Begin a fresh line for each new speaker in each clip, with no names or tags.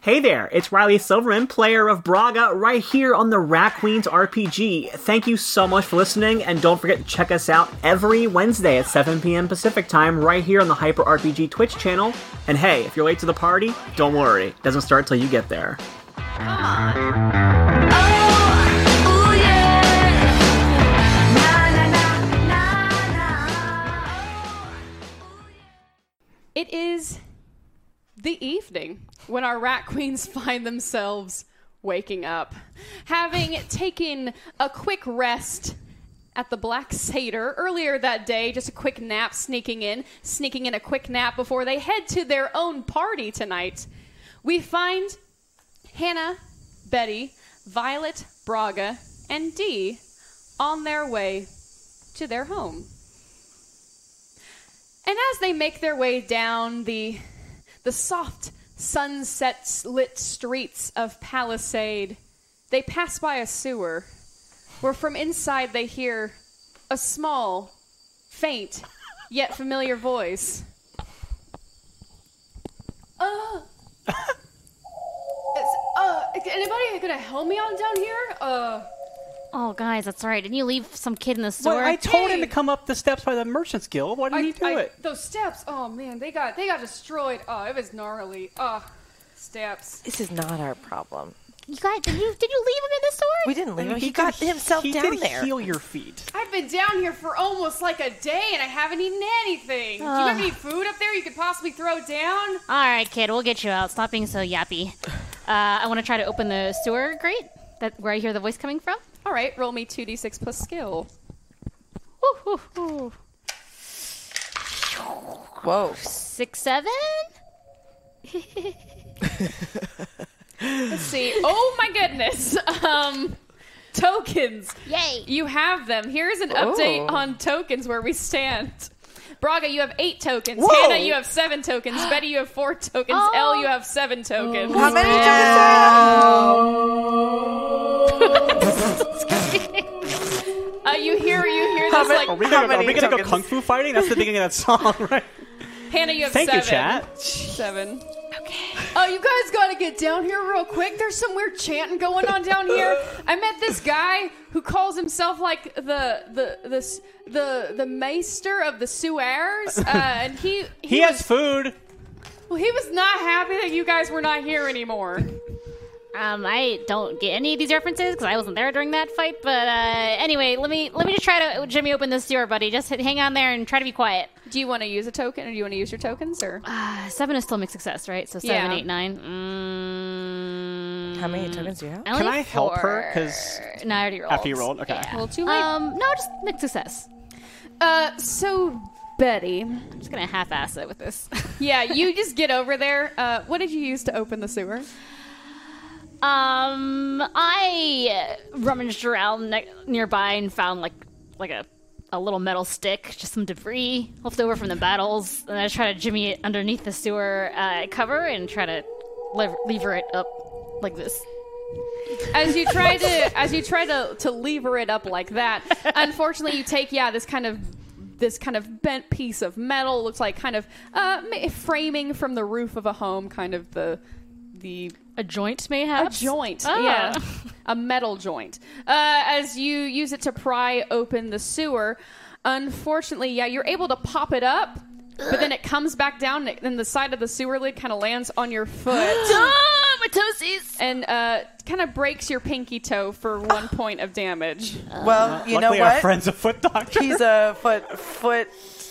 Hey there, it's Riley Silverman, player of Braga, right here on the Rat Queens RPG. Thank you so much for listening, and don't forget to check us out every Wednesday at 7 p.m. Pacific time, right here on the Hyper RPG Twitch channel. And hey, if you're late to the party, don't worry, it doesn't start till you get there.
It is the evening when our rat queens find themselves waking up, having taken a quick rest at the Black Satyr earlier that day, just a quick nap sneaking in, sneaking in a quick nap before they head to their own party tonight. We find Hannah, Betty, Violet, Braga, and Dee on their way to their home. And as they make their way down the the soft sunset lit streets of Palisade, they pass by a sewer where from inside they hear a small, faint, yet familiar voice. Uh, it's- uh, anybody gonna help me on down here? Uh,
Oh, guys, that's right. Didn't you leave some kid in the store?
Well, I told him to
Hey.
come up the steps by the Merchant's Guild. Why didn't he do
I-
it?
Those steps. Oh man, they got they got destroyed. Oh, it was gnarly. Oh, steps.
This is not our problem.
you guys, did you did you leave him in the store?
We didn't leave him. He,
could
got
he-
himself
he
down
did
there.
Heal your feet.
I've been down here for almost like a day and I haven't eaten anything. Do you
Ugh.
have any food up there you could possibly throw down?
All right, kid, we'll get you out. Stop being so yappy. Uh, I want to try to open the sewer grate. That where I hear the voice coming from.
All right, roll me two d six plus skill.
Woo, woo, woo.
Whoa.
Six, seven.
Let's see. oh my goodness. Um, tokens.
Yay!
You have them. Here's an update
Oh.
Ooh.
on tokens where we stand. Braga, you have eight tokens.
Whoa.
Hannah, you have seven tokens. Betty, you have four tokens.
Oh.
Elle, you have seven tokens.
How many times I
Uh, you hear, you hear
How
this
many-
like,
are
Are we gonna,
How
are
many
we gonna go
tokens?
kung fu fighting? That's the beginning of that song, right?
Hannah, you have
Thank
seven.
you, chat.
Seven. Okay. Oh, you guys got to get down here real quick. There's some weird chanting going on down here. I met this guy who calls himself like the the the s- the the maester of the sewers, uh, and he
He
was,
has food.
well, he was not happy that you guys were not here anymore.
Um, I don't get any of these references because I wasn't there during that fight. But uh, anyway, let me let me just try to Jimmy open the sewer, buddy. Just hit, hang on there and try to be quiet.
Do you want to use a token, or do you want to use your tokens, or
Uh, seven is still mixed success, right? So seven,
Yeah.
eight, nine. Mm,
How many tokens do you have?
only
Can I
have
help her?
four.
'Cause
no, I already rolled.
After you rolled, okay.
well, too late?
Um, no, just mixed success.
uh, so Betty,
I'm just gonna half-ass it with this.
yeah, you just get over there. Uh, what did you use to open the sewer?
Um, I uh, rummaged around ne- nearby and found like like a a little metal stick, just some debris left over from the battles, and I just try to jimmy it underneath the sewer uh, cover and try to lever, lever it up like this.
as you try to as you try to to lever it up like that unfortunately you take yeah this kind of this kind of bent piece of metal looks like kind of uh, ma- framing from the roof of a home kind of the the
A joint, mayhaps.
a joint,
Ah.
yeah, a metal joint. Uh, as you use it to pry open the sewer, unfortunately, yeah, you're able to pop it up, but then it comes back down, and then the side of the sewer lid kind of lands on your foot
Ah, my toesies.
and uh, kind of breaks your pinky toe for one point of damage.
Well, you know
Uh, Luckily, our
what?
friend's a foot doctor.
He's a foot foot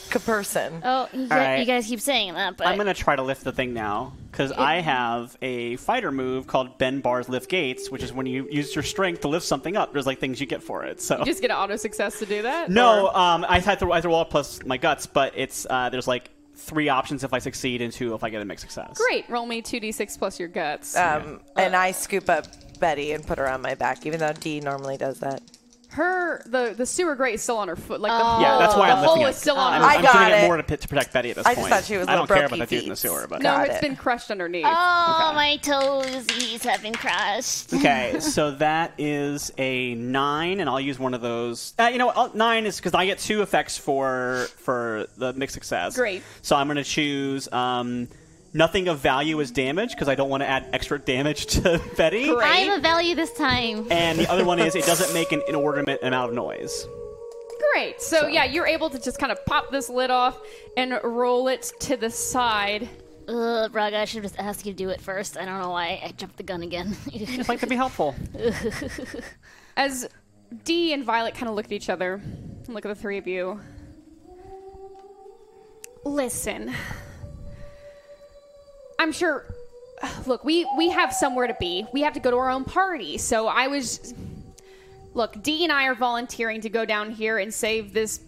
ca- person.
Oh, you,
All right.
you guys keep saying that, but
I'm gonna try to lift the thing now because I have a fighter move called Ben Bars Lift Gates, which is when you use your strength to lift something up. There's like things you get for it. So
You just get an auto success to do that?
no,
Or-
um, I had to I throw all plus my guts, but it's uh, there's like three options if I succeed and two if I get a mixed success.
Great. Roll me 2d6 plus your guts.
Um, and I scoop up Betty and put her on my back, even though Dee normally does that.
her, the, the sewer grate is still on her foot. Like the,
Yeah, that's why
the
I'm
hole
lifting it.
is still on
I'm,
her
Oh. Uh, I
I'm
got
doing it,
it.
more to, p- to protect Betty at this
I just
point.
thought she was
I don't
little
care about the
brokey
dude in the
feets.
sewer, but
No,
Got
it's
it.
been crushed underneath.
oh, my toesies have been crushed.
Okay, so that is a nine, and I'll use one of those. Uh, you know, what, I'll- nine is because I get two effects for for the mixed success.
Great.
So I'm going to choose um, Nothing of value is damage because I don't want to add extra damage to Betty.
I have a value this time.
And the other one is it doesn't make an inordinate amount of noise.
Great. So, yeah, you're able to just kind of pop this lid off and roll it to the side.
Ugh, Braga, I should have just asked you to do it first. I don't know why I jumped the gun again.
Just like to be helpful.
As Dee and Violet kind of look at each other and look at the three of you. Listen. I'm sure look, we we have somewhere to be. We have to go to our own party. So I was Look, Dee and I are volunteering to go down here and save this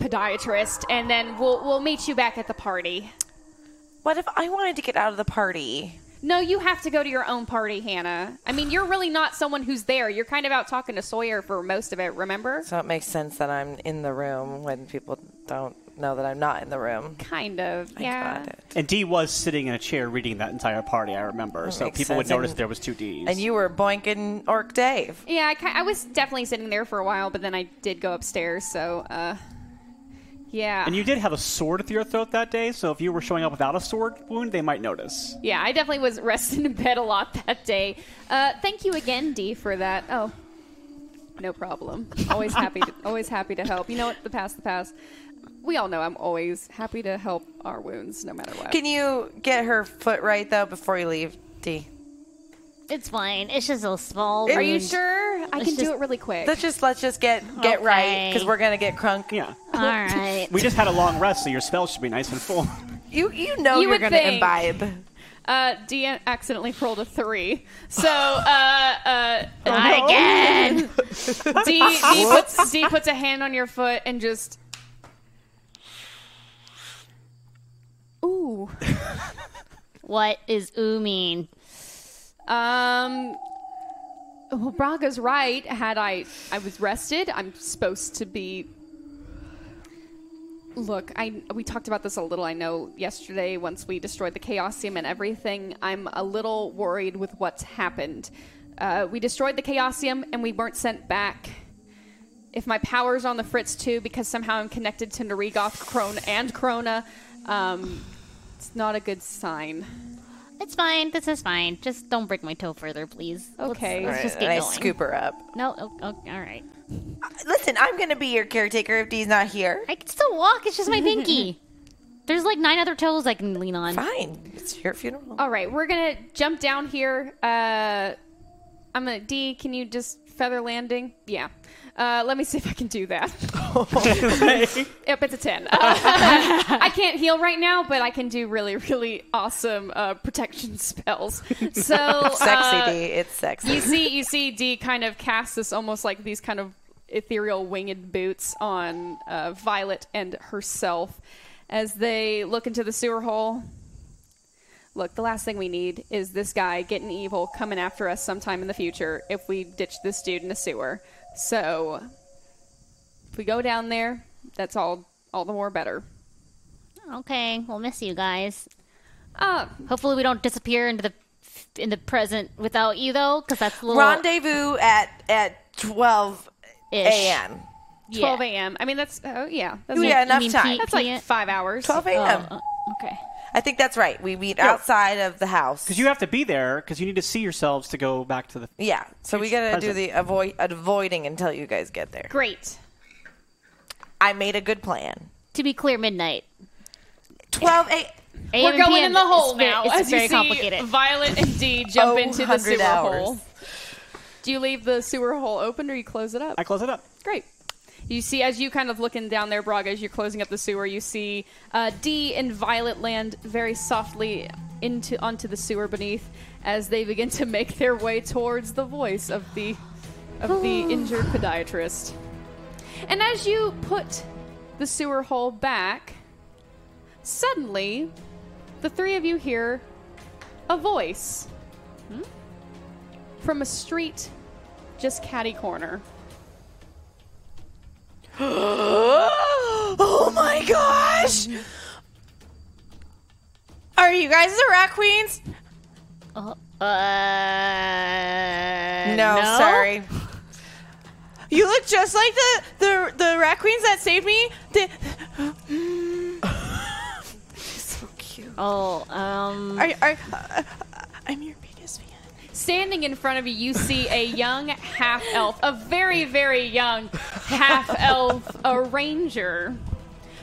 podiatrist and then we'll we'll meet you back at the party.
What if I wanted to get out of the party?
No, you have to go to your own party, Hannah. I mean, you're really not someone who's there. You're kind of out talking to Sawyer for most of it, remember?
So it makes sense that I'm in the room when people don't know that I'm not in the room.
Kind of. yeah.
Got it.
And Dee was sitting in a chair reading that entire party, I remember. so
makes
people would
sense. And-
notice there was two Ds.
And you were boinking Orc Dave.
Yeah, I, ki- I was
Mm.
definitely sitting there for a while, but then I did go upstairs, so, uh, yeah.
And you did have a sword through your throat that day, so if you were showing up without a sword wound, they might notice.
yeah, I definitely was resting in bed a lot that day. Uh, thank you again, Dee, for that. Oh, no problem. Always happy, to, always happy to help. You know what? The past, the past. We all know I'm always happy to help our wounds, no matter what.
Can you get her foot right though before you leave, D?
it's fine. It's just a small.
It-
Are you
Wounds.
sure? I
Let's
can do
just-
it really quick.
Let's just let's just get get right because
Okay.
we're gonna get crunk.
Yeah.
All right.
We just had a long rest, so your spell should be nice and full.
You you know
You
you are
would
gonna
think.
imbibe.
Uh, Dee accidentally rolled a three. So, uh, uh,
Not again.
Dee, Dee, puts, Dee puts a hand on your foot and just. Ooh.
what is ooh mean?
Um. Well, Braga's right. Had I, I was rested. I'm supposed to be. Look, I we talked about this a little. I know yesterday once we destroyed the Chaosium and everything. I'm a little worried with what's happened. Uh, we destroyed the Chaosium and we weren't sent back. If my power's on the Fritz too, because somehow I'm connected to Narigoth, Krone, and Krona, um, it's not a good sign.
It's fine. This is fine. Just don't break my toe further, please. Let's-
Okay.
Let's,
All right,
just
and
get
I
going.
scoop her up.
No. Oh, oh, all right.
Listen, I'm gonna be your caretaker if Dee's not here.
I can still walk. It's just my pinky. There's like nine other toes I can lean on.
Fine, it's your funeral.
All right, we're gonna jump down here. Uh, I'm gonna D. Can you just feather landing? Yeah. Uh, let me see if I can do that. yep, it's a ten. I can't heal right now, but I can do really, really awesome uh, protection spells. So
Sexy
uh,
D, it's sexy.
you see, you see D kind of cast this almost like these kind of ethereal winged boots on uh, Violet and herself as they look into the sewer hole. Look, the last thing we need is this guy getting evil coming after us sometime in the future if we ditch this dude in the sewer. So if we go down there, that's all all the more better.
Okay. We'll miss you guys.
Uh,
Hopefully, we don't disappear into the in the present without you though, because that's a little
Rendezvous at at 12
ish.
a.m.
12 a.m. I mean, that's, oh, yeah. That's,
Yeah, enough time. Um,
that's like five hours.
12 a.m.
Oh. Uh, okay.
I think that's right. We meet outside of the house.
Because you have to be there, because you need to see yourselves to go back to the.
yeah, so we gotta do
present.
the avoid avoiding until you guys get there.
Great.
I made a good plan.
To be clear, midnight.
12 a.
AM
We're
and
going
PM
in the hole
is very,
now.
It's
as
very
you see,
complicated.
Violet and Dee jump
Oh,
into the
100
sewer
hours.
hole. Do you leave the sewer hole open or you close it up?
I close it up.
Great. You see, as you kind of looking down there, Braga, as you're closing up the sewer, you see uh, Dee and Violet land very softly into onto the sewer beneath as they begin to make their way towards the voice of the of the injured podiatrist. And as you put the sewer hole back, suddenly the three of you hear a voice hmm, from a street just catty corner.
oh my gosh! Are you guys the rat queens?
Uh,
No,
no,
sorry. You look just like the the the rat queens that saved me. The- so cute.
Oh, um,
Are, are, I'm your biggest fan.
Standing in front of you, you see a young half elf, a very, very young half elf, a ranger,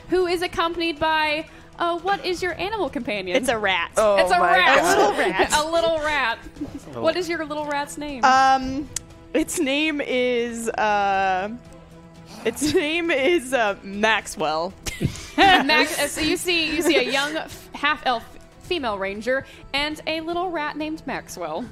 who is accompanied by. Uh, what is your animal companion?
It's a rat.
Oh
It's a
my
rat.
God. Oh.
little rat.
a little rat. What is your little rat's name?
Um, its name is uh, its name is uh, Maxwell.
Max, uh, so you see, you see a young f- half elf female ranger and a little rat named Maxwell.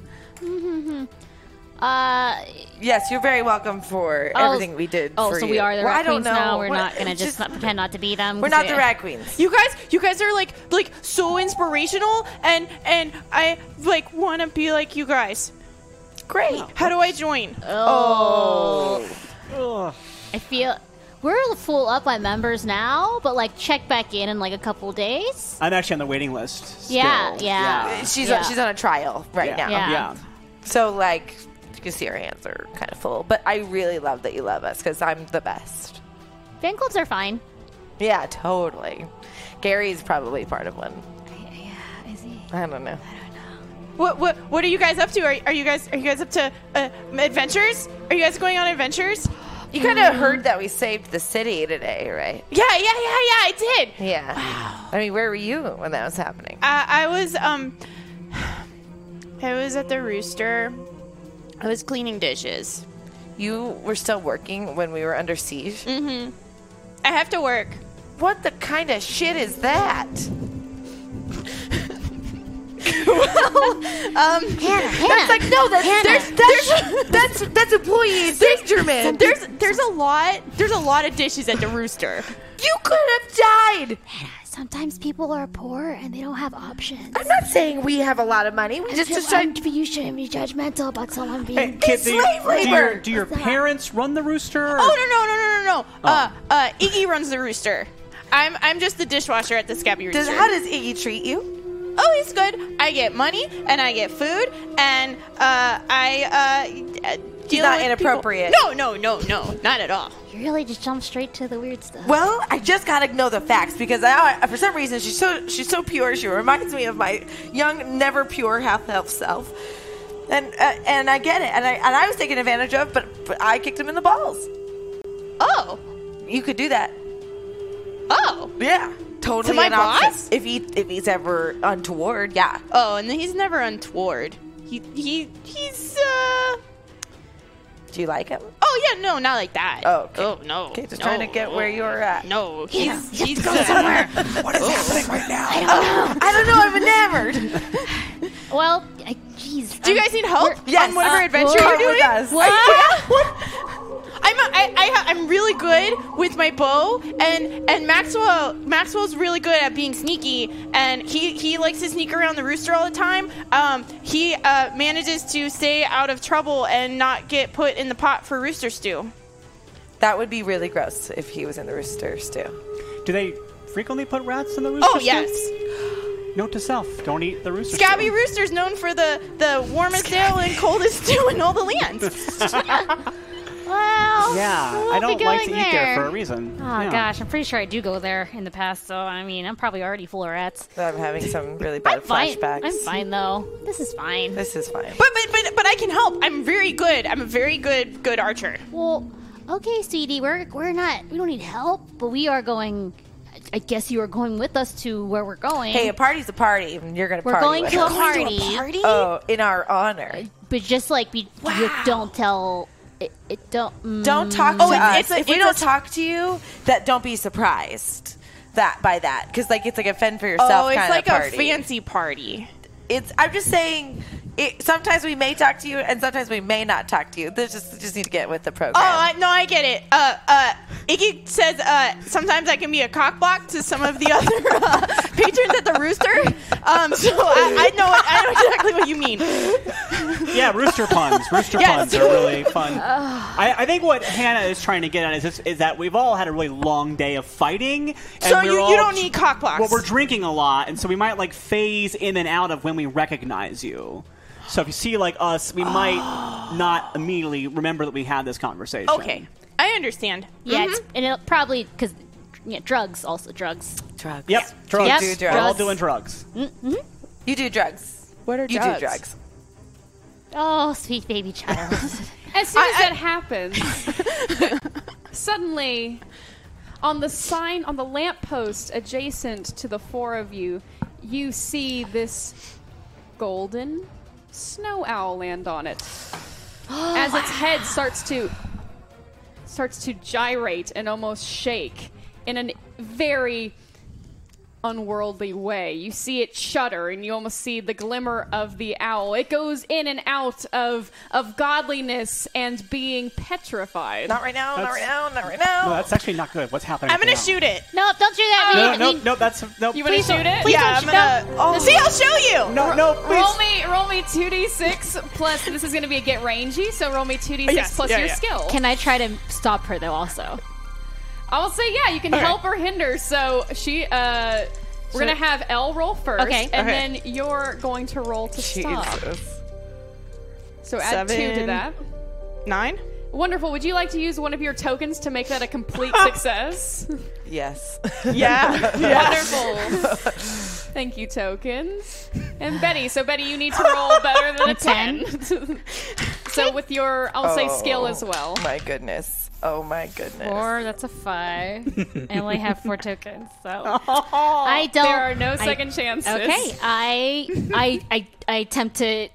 uh,
Yes, you're very welcome for
oh,
everything we did.
Oh,
for
so
you.
we are the
Well,
rat
I don't
queens now.
know.
We're
What-
not gonna just, not pretend not to be them.
We're
'cause
not the
we-
rat queens.
You guys, you guys are like like so inspirational, and and I like want to be like you guys. Great. How do I join?
Oh. I feel we're full up on members now, but like check back in in like a couple days.
I'm actually on the waiting list. still.
Yeah, yeah.
she's
yeah.
she's on a trial right now.
Yeah.
yeah.
So like, you can see her hands are kind of full. But I really love that you love us because I'm the best.
Fan clubs are fine.
Yeah, totally. Gary's probably part of one.
Yeah, is he?
I don't know.
What what what are you guys up to? Are, are you guys are you guys up to uh, adventures? Are you guys going on adventures?
You kind of heard that we saved the city today, right?
Yeah, yeah, yeah, yeah. I did.
Yeah. I mean, where were you when that was happening?
I, I was um I was at the rooster. I was cleaning dishes.
You were still working when we were under siege.
Mm. I have to work.
What the kind of shit is that?
Hannah, Hannah.
It's like no, that's
Hannah.
there's, that's, that's that's employee endangerment.
There's there's a lot there's a lot of dishes at the rooster.
you could have died.
Sometimes people are poor and they don't have options.
I'm not saying we have a lot of money. We just
Ju-
decide.
um, you shouldn't be judgmental about someone being.
Kid, do, you-
slave
do your,
labor!
do your
What's that?
parents run the rooster? or-
Oh no no no no no no. Uh uh Iggy runs the rooster. I'm I'm just the dishwasher at the Scabby Rooster.
Does, how does Iggy treat you?
oh, he's good. I get money and I get food and uh I uh uh, deal
not
with people.
inappropriate.
No, no, no, no. Not at all.
You really just jump straight to the weird stuff.
Well, I just gotta know the facts because I, for some reason she's so she's so pure. She reminds me of my young, never pure half elf self. And uh, and I get it. And I and I was taken advantage of, but, but I kicked him in the balls.
Oh.
You could do that.
Oh.
Yeah, totally.
To my
an option.
boss?
If he if he's ever untoward, yeah.
Oh, and he's never untoward. He he he's uh
Do you like him?
oh yeah no not like that.
Oh, okay.
oh no.
Okay, just
no,
trying to get where you're at.
No, he's
You have
he's
to go somewhere.
Oh.
I don't know. I'm enamored.
Well, I- jeez.
Do you
I'm-
guys need help
Yes,
on whatever
uh,
adventure
come
you're doing?
with us.
What? I'm a, I, I I'm really good with my bow and and Maxwell Maxwell's really good at being sneaky and he he likes to sneak around the rooster all the time. Um, he uh, manages to stay out of trouble and not get put in the pot for rooster stew.
That would be really gross if he was in the roosters too.
Do they frequently put rats in the rooster?
Oh
stew?
yes.
Note to self: Don't eat the rooster.
Scabby
stew.
Rooster's known for the, the warmest ale and coldest stew in all the lands.
Well,
Yeah,
we won't
I
be
don't like to
going
eat there for a reason.
Oh
yeah.
gosh, I'm pretty sure I do go there in the past, so I mean, I'm probably already full of rats.
I'm having some really bad
I'm fine.
flashbacks.
I'm fine though. This is fine.
This is fine.
But, but but but I can help. I'm very good. I'm a very good good archer.
Well, okay, sweetie, we're we're not we don't need help, but we are going. I guess you are going with us to where we're going.
Hey, a party's a party, and you're gonna
we're
party.
going
with
to a
us.
party,
Oh, in our honor.
but just like we, you don't tell. It, it don't. mm,
Don't talk
Oh,
to
it's-
us.
it's a-
if we
it's
don't
a-
talk to you, that don't be surprised that by that because like it's like a fend for yourself.
oh, it's
kinda
like
party.
a fancy party.
It's. I'm just saying. It, sometimes we may talk to you, and sometimes we may not talk to you. There's just just need to get with the program.
Oh I, no, I get it. Uh uh, Iggy says uh sometimes I can be a cockblock to some of the other uh, patrons at the Rooster. Um, so I, I know what, I know exactly what you mean.
Yeah, rooster puns. Rooster
Yes.
puns are really fun. I, I think what Hannah is trying to get at is, this, is that we've all had a really long day of fighting. And
So
we're
you,
all
you don't need cockblocks.
Well, we're drinking a lot, and so we might like phase in and out of when we recognize you. So if you see like us, we might not immediately remember that we had this conversation.
okay, I understand.
Mm-hmm. Yeah, it's, and it'll probably because yeah, drugs also drugs.
drugs.
Yep, drugs.
Yep,
do
We're all
drugs.
doing drugs.
You do drugs.
What are
You
drugs?
do drugs.
Oh, sweet baby child.
As soon as that happens, suddenly, on the sign on the lamppost adjacent to the four of you, you see this golden snow owl land on it. As its head starts to starts to gyrate and almost shake in a very unworldly way. You see it shudder and you almost see the glimmer of the owl. It goes in and out of of godliness and being petrified.
Not right now.
That's-
not right now. Not right now.
No, that's actually not good. What's happening?
I'm gonna
right now?
shoot it.
nope, don't do that.
No,
we,
no,
we-
no. That's no.
you want to
please
shoot
don't.
it?
yeah, I'm
no.
gonna.
Oh.
See, I'll show you.
No, no, please.
Roll me, roll me two d six plus. This is going to be a get rangy, so roll me two d six
Yes,
plus
yeah,
your
yeah.
skill.
Can I try to stop her though? Also,
I will say, yeah, you can
Okay.
help or hinder. So she, uh, we're gonna have L roll first,
Okay.
and
Okay.
then you're going to roll to stop. So add two to
Seven.
that.
Nine.
Wonderful. Would you like to use one of your tokens to make that a complete success?
Yes.
Yeah.
Wonderful. Thank you, tokens. And Betty. So Betty, you need to roll better than a ten. so with your, I'll say skill as well.
my goodness. Oh my goodness.
four. That's a five. I only have four tokens, so I don't.
There are no
I-
second chances.
Okay, I, I, I, I attempt to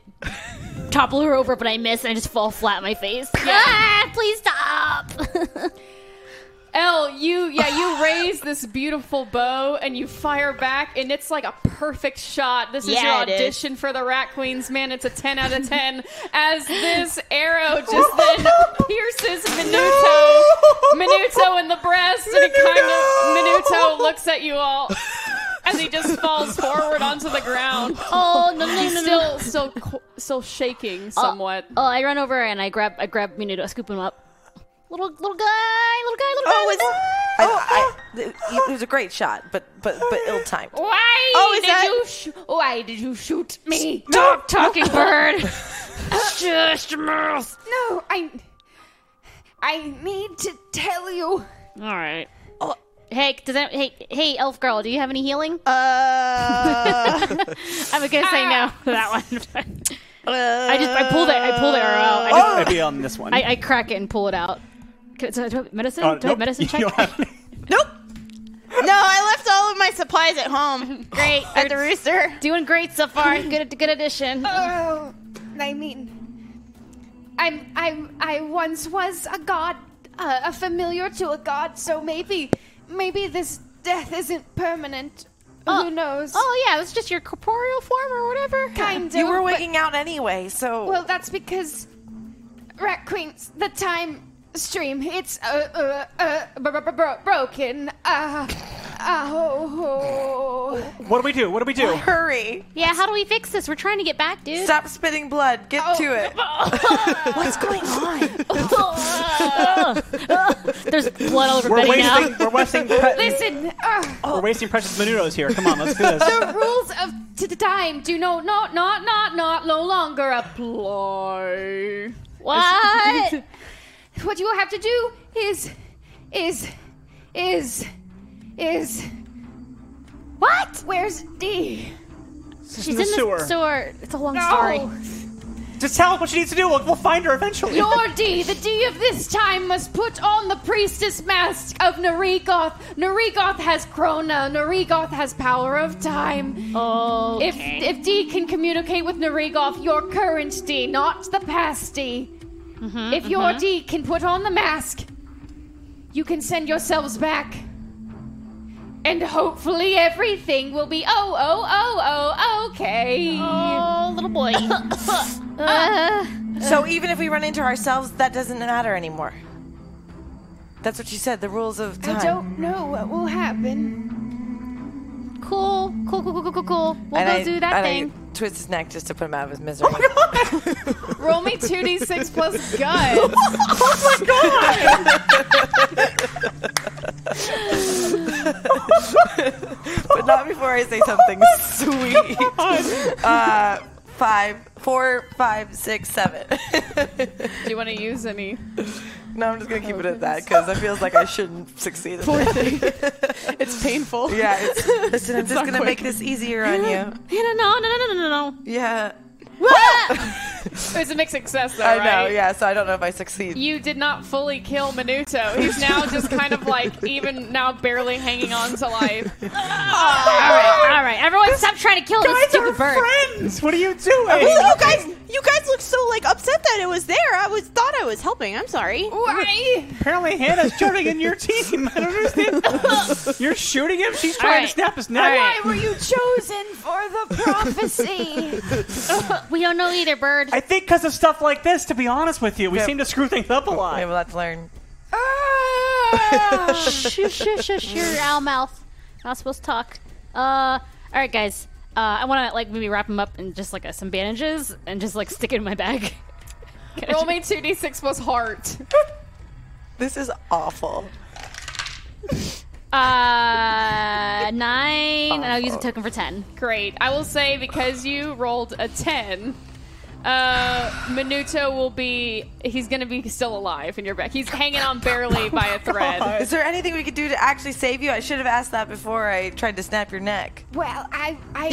topple her over, but I miss, and I just fall flat on my face. Ah, please stop.
Elle, you yeah, you raise this beautiful bow and you fire back, and it's like a perfect shot. This is your
Yeah, it is.
audition for the Rat Queens, man. It's a ten out of ten. as this arrow just then pierces Minuto, Minuto in the breast, and it kind of Minuto looks at you all, and he just falls forward onto the ground,
oh no no no no.
still still qu- still shaking somewhat.
Oh, I run over and I grab, I grab Minuto, I scoop him up. Little, little guy, little guy, little
Oh,
guy.
is
little
I, I, it was a great shot, but but but ill timed.
Why
Oh, is
did
that-
you? Sh- why did you shoot me?
guy. talking bird. Just a mouse.
No, I. I need to tell you.
All right. Hey, does that, hey, hey, elf girl, do you have any healing?
Uh,
I'm gonna say no to that one. I just, I pulled it, I pulled the arrow out. I, just,
I'd be on this one.
I, I crack it and pull it out. Okay, So do I have medicine?
Uh,
do I
nope,
have medicine
you
check?
don't have-
nope. No, I left all of my supplies at home
great.
at the rooster.
Doing great so far. Good, good addition.
Oh, I mean, I'm I'm I once was a god, uh, a familiar to a god, so maybe maybe this death isn't permanent.
Oh.
Who knows?
Oh yeah, it's just your corporeal form or whatever.
kind of.
You were wigging out anyway, so
Well, that's because Rat Queens, the time stream, it's uh, uh, uh, bro- bro- bro- broken. Uh, oh,
What do we do? What do we do?
hurry.
Yeah, how do we fix this? We're trying to get back, dude.
Stop spitting blood. Get to it. What's going on?
There's blood all over
We're
Betty now.
wasting. We're wasting. Pre-
listen. Uh,
we're wasting precious minutos here. Come on, let's do this.
the rules of t- t- time do no, not, not, not, not, no longer apply.
What?
What you have to do is, is, is, is. What? Where's D?
She's
in the sewer.
sewer. It's a long story.
Just tell us what she needs to do. We'll, we'll find her eventually.
Your D, the D of this time, must put on the priestess mask of Narigoth. Narigoth has Krona. Narigoth has power of time.
Oh,
If if D can communicate with Narigoth, your current D, not the past D. if your D can put on the mask, you can send yourselves back. And hopefully everything will be oh oh oh oh okay.
oh, little boy. Uh,
so even if we run into ourselves, that doesn't matter anymore. That's what you said. The rules of time.
I don't know what will happen.
cool, cool, cool, cool, cool, cool, cool. We'll
And
go
I-
do that
and I
thing.
twist his neck just to put him out of his misery.
Roll me 2d6 plus guts.
but not before I say something sweet. Uh, five, four, five, six, seven.
Do you want to use any?
no, I'm just gonna keep it at that because it feels like I shouldn't succeed. At that.
It's painful.
Yeah, it's, listen, I'm just gonna
awkward.
make this easier on you.
No, no, no, no, no, no, no.
Yeah,
It was a mixed success, though,
I know.
right?
Yeah, so I don't know if I succeed.
You did not fully kill Minuto. He's now just kind of like even now barely hanging on to life.
All right, all right. Everyone, stop trying to kill this stupid bird.
friends. What are you doing?
Well, you Oh, guys, you guys look so like upset that it was there. I was thought I was helping. I'm sorry.
Why?
Apparently, Hannah's joining in your team. I don't understand. You're shooting him. She's trying
right.
to snap his neck.
right.
Were you chosen for the prophecy?
We don't know either, bird.
I think because of stuff like this. To be honest with you, we
Yeah.
seem to screw things up a
I have a
lot.
lot to learn.
shush, shush, shush, your owl mouth. Not supposed to talk. Uh, all right, guys. Uh, I want to like maybe wrap him up in just like uh, some bandages and just like stick it in my bag. Can I
Roll
ju-
me 2d6 plus heart.
This is awful.
Uh, nine, and I'll use a token for ten.
Great. I will say because you rolled a 10, uh, Minuto will be, he's going to be still alive in your back. He's hanging on barely by a thread.
Is there anything we could do to actually save you? I should have asked that before I tried to snap your neck.
well, I, I,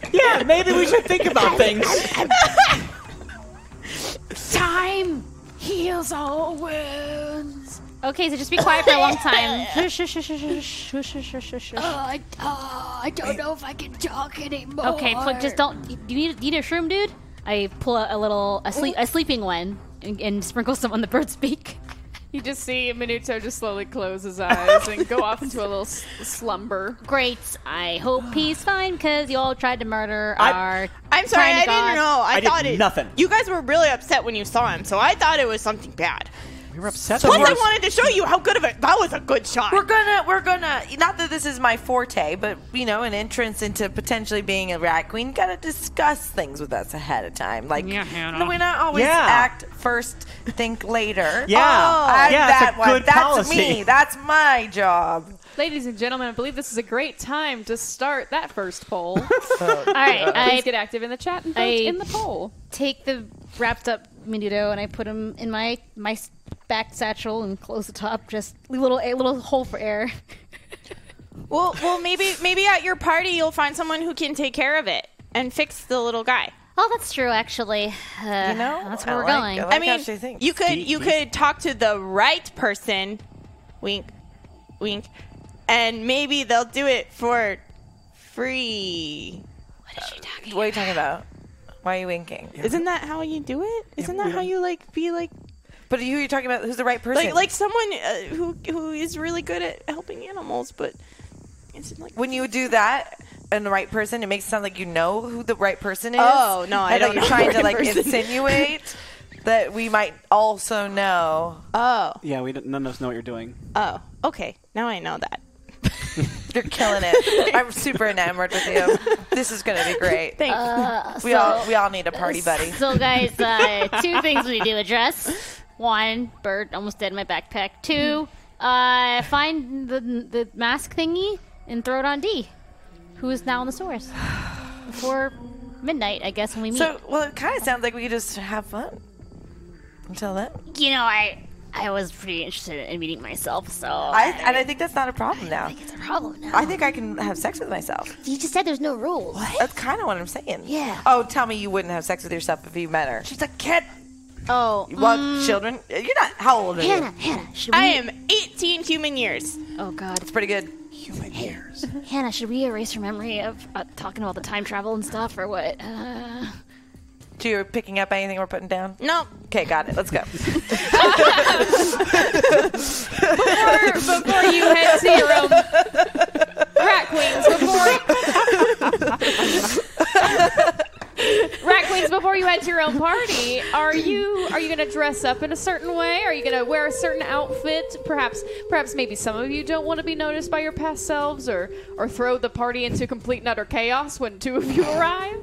Yeah, maybe we should think about things.
time heals all wounds.
Okay, so just be quiet for a long time. Shush, shush, shush, shush, shush, shush, shush, shush, shush.
Uh, I, uh, I don't know if I can talk anymore.
Okay, pl- just don't. Do you need, you need a shroom, dude? I pull out a little a, sleep, a sleeping one and, and sprinkle some on the bird's beak.
You just see Minuto just slowly close his eyes and go off into a little s- slumber.
Great. I hope he's fine because y'all tried to murder
I-
our.
I'm sorry.
Trying to
I
God.
didn't know. I,
I did
thought it.
nothing.
You guys were really upset when you saw him, so I thought it was something bad.
We were obsessed.
Plus,
with
I wanted to show you how good of a that was a good shot.
We're gonna, we're gonna. Not that this is my forte, but you know, an entrance into potentially being a rat queen. Gotta discuss things with us ahead of time. Like,
Yeah, Hannah.
no, we not always
Yeah.
act first, think later.
Yeah.
Oh, I'm
Yeah, it's a
that one.
good
That's
policy.
me. That's my job.
Ladies and gentlemen, I believe this is a great time to start that first poll.
All right,
Please
I
get active in the chat and vote
I-
in the poll.
take the wrapped up Menudo and I put him in my my s- back satchel and close the top. Just a little a little hole for air.
Well, well, maybe maybe at your party you'll find someone who can take care of it and fix the little guy.
Oh, that's true, actually. Uh, you
know,
that's where
I
we're
like-
going.
I like-
I
how
mean,
she thinks.
you could
Deep,
you
deep.
could talk to the right person, wink, wink, and maybe they'll do it for free.
What are you talking about? Why are you winking?
Isn't that how you do it? Isn't that how you like be like
But who are you talking about? Who's the right person?
like like someone uh, who who is really good at helping animals, but it's like
when you do that and the right person, it makes it sound like you know who the right person is.
Oh, no, I
and that
don't
You're
know
trying
the
to
right
like
person.
insinuate that we might also know.
oh
Yeah, we don't, none of us know what you're doing.
oh okay now I know that.
You're killing it. I'm super enamored with you. This is gonna be great.
Thanks.
we all we all need a party buddy.
So, guys, uh, two things we do address. One, bird almost dead in my backpack. Two,
Mm-hmm.
uh, find the the mask thingy and throw it on D, who is now on the source before midnight, I guess, when we meet.
So well, it kind of sounds like we could just have fun until then.
you know, I I was pretty interested in meeting myself, so
I and I think that's not a problem now.
It's a problem now.
I think I can have sex with myself.
you just said there's no rules. What?
That's kind of what I'm saying.
Yeah.
Oh, tell me you wouldn't have sex with yourself if you met her. She's a kid.
oh
Well, children, you're not. How old are you?
Hannah, Hannah, should we?
I am 18 human years.
oh god,
It's pretty good.
Hannah, should we erase her memory of uh, talking about the time travel and stuff, or what? Uh,
So you're picking up anything we're putting down?
No,
Okay, got it. Let's go.
Or before you head to your own rat queens before rat queens before you head to your own party are you are you gonna dress up in a certain way are you gonna wear a certain outfit perhaps perhaps maybe some of you don't want to be noticed by your past selves or or throw the party into complete and utter chaos when two of you arrive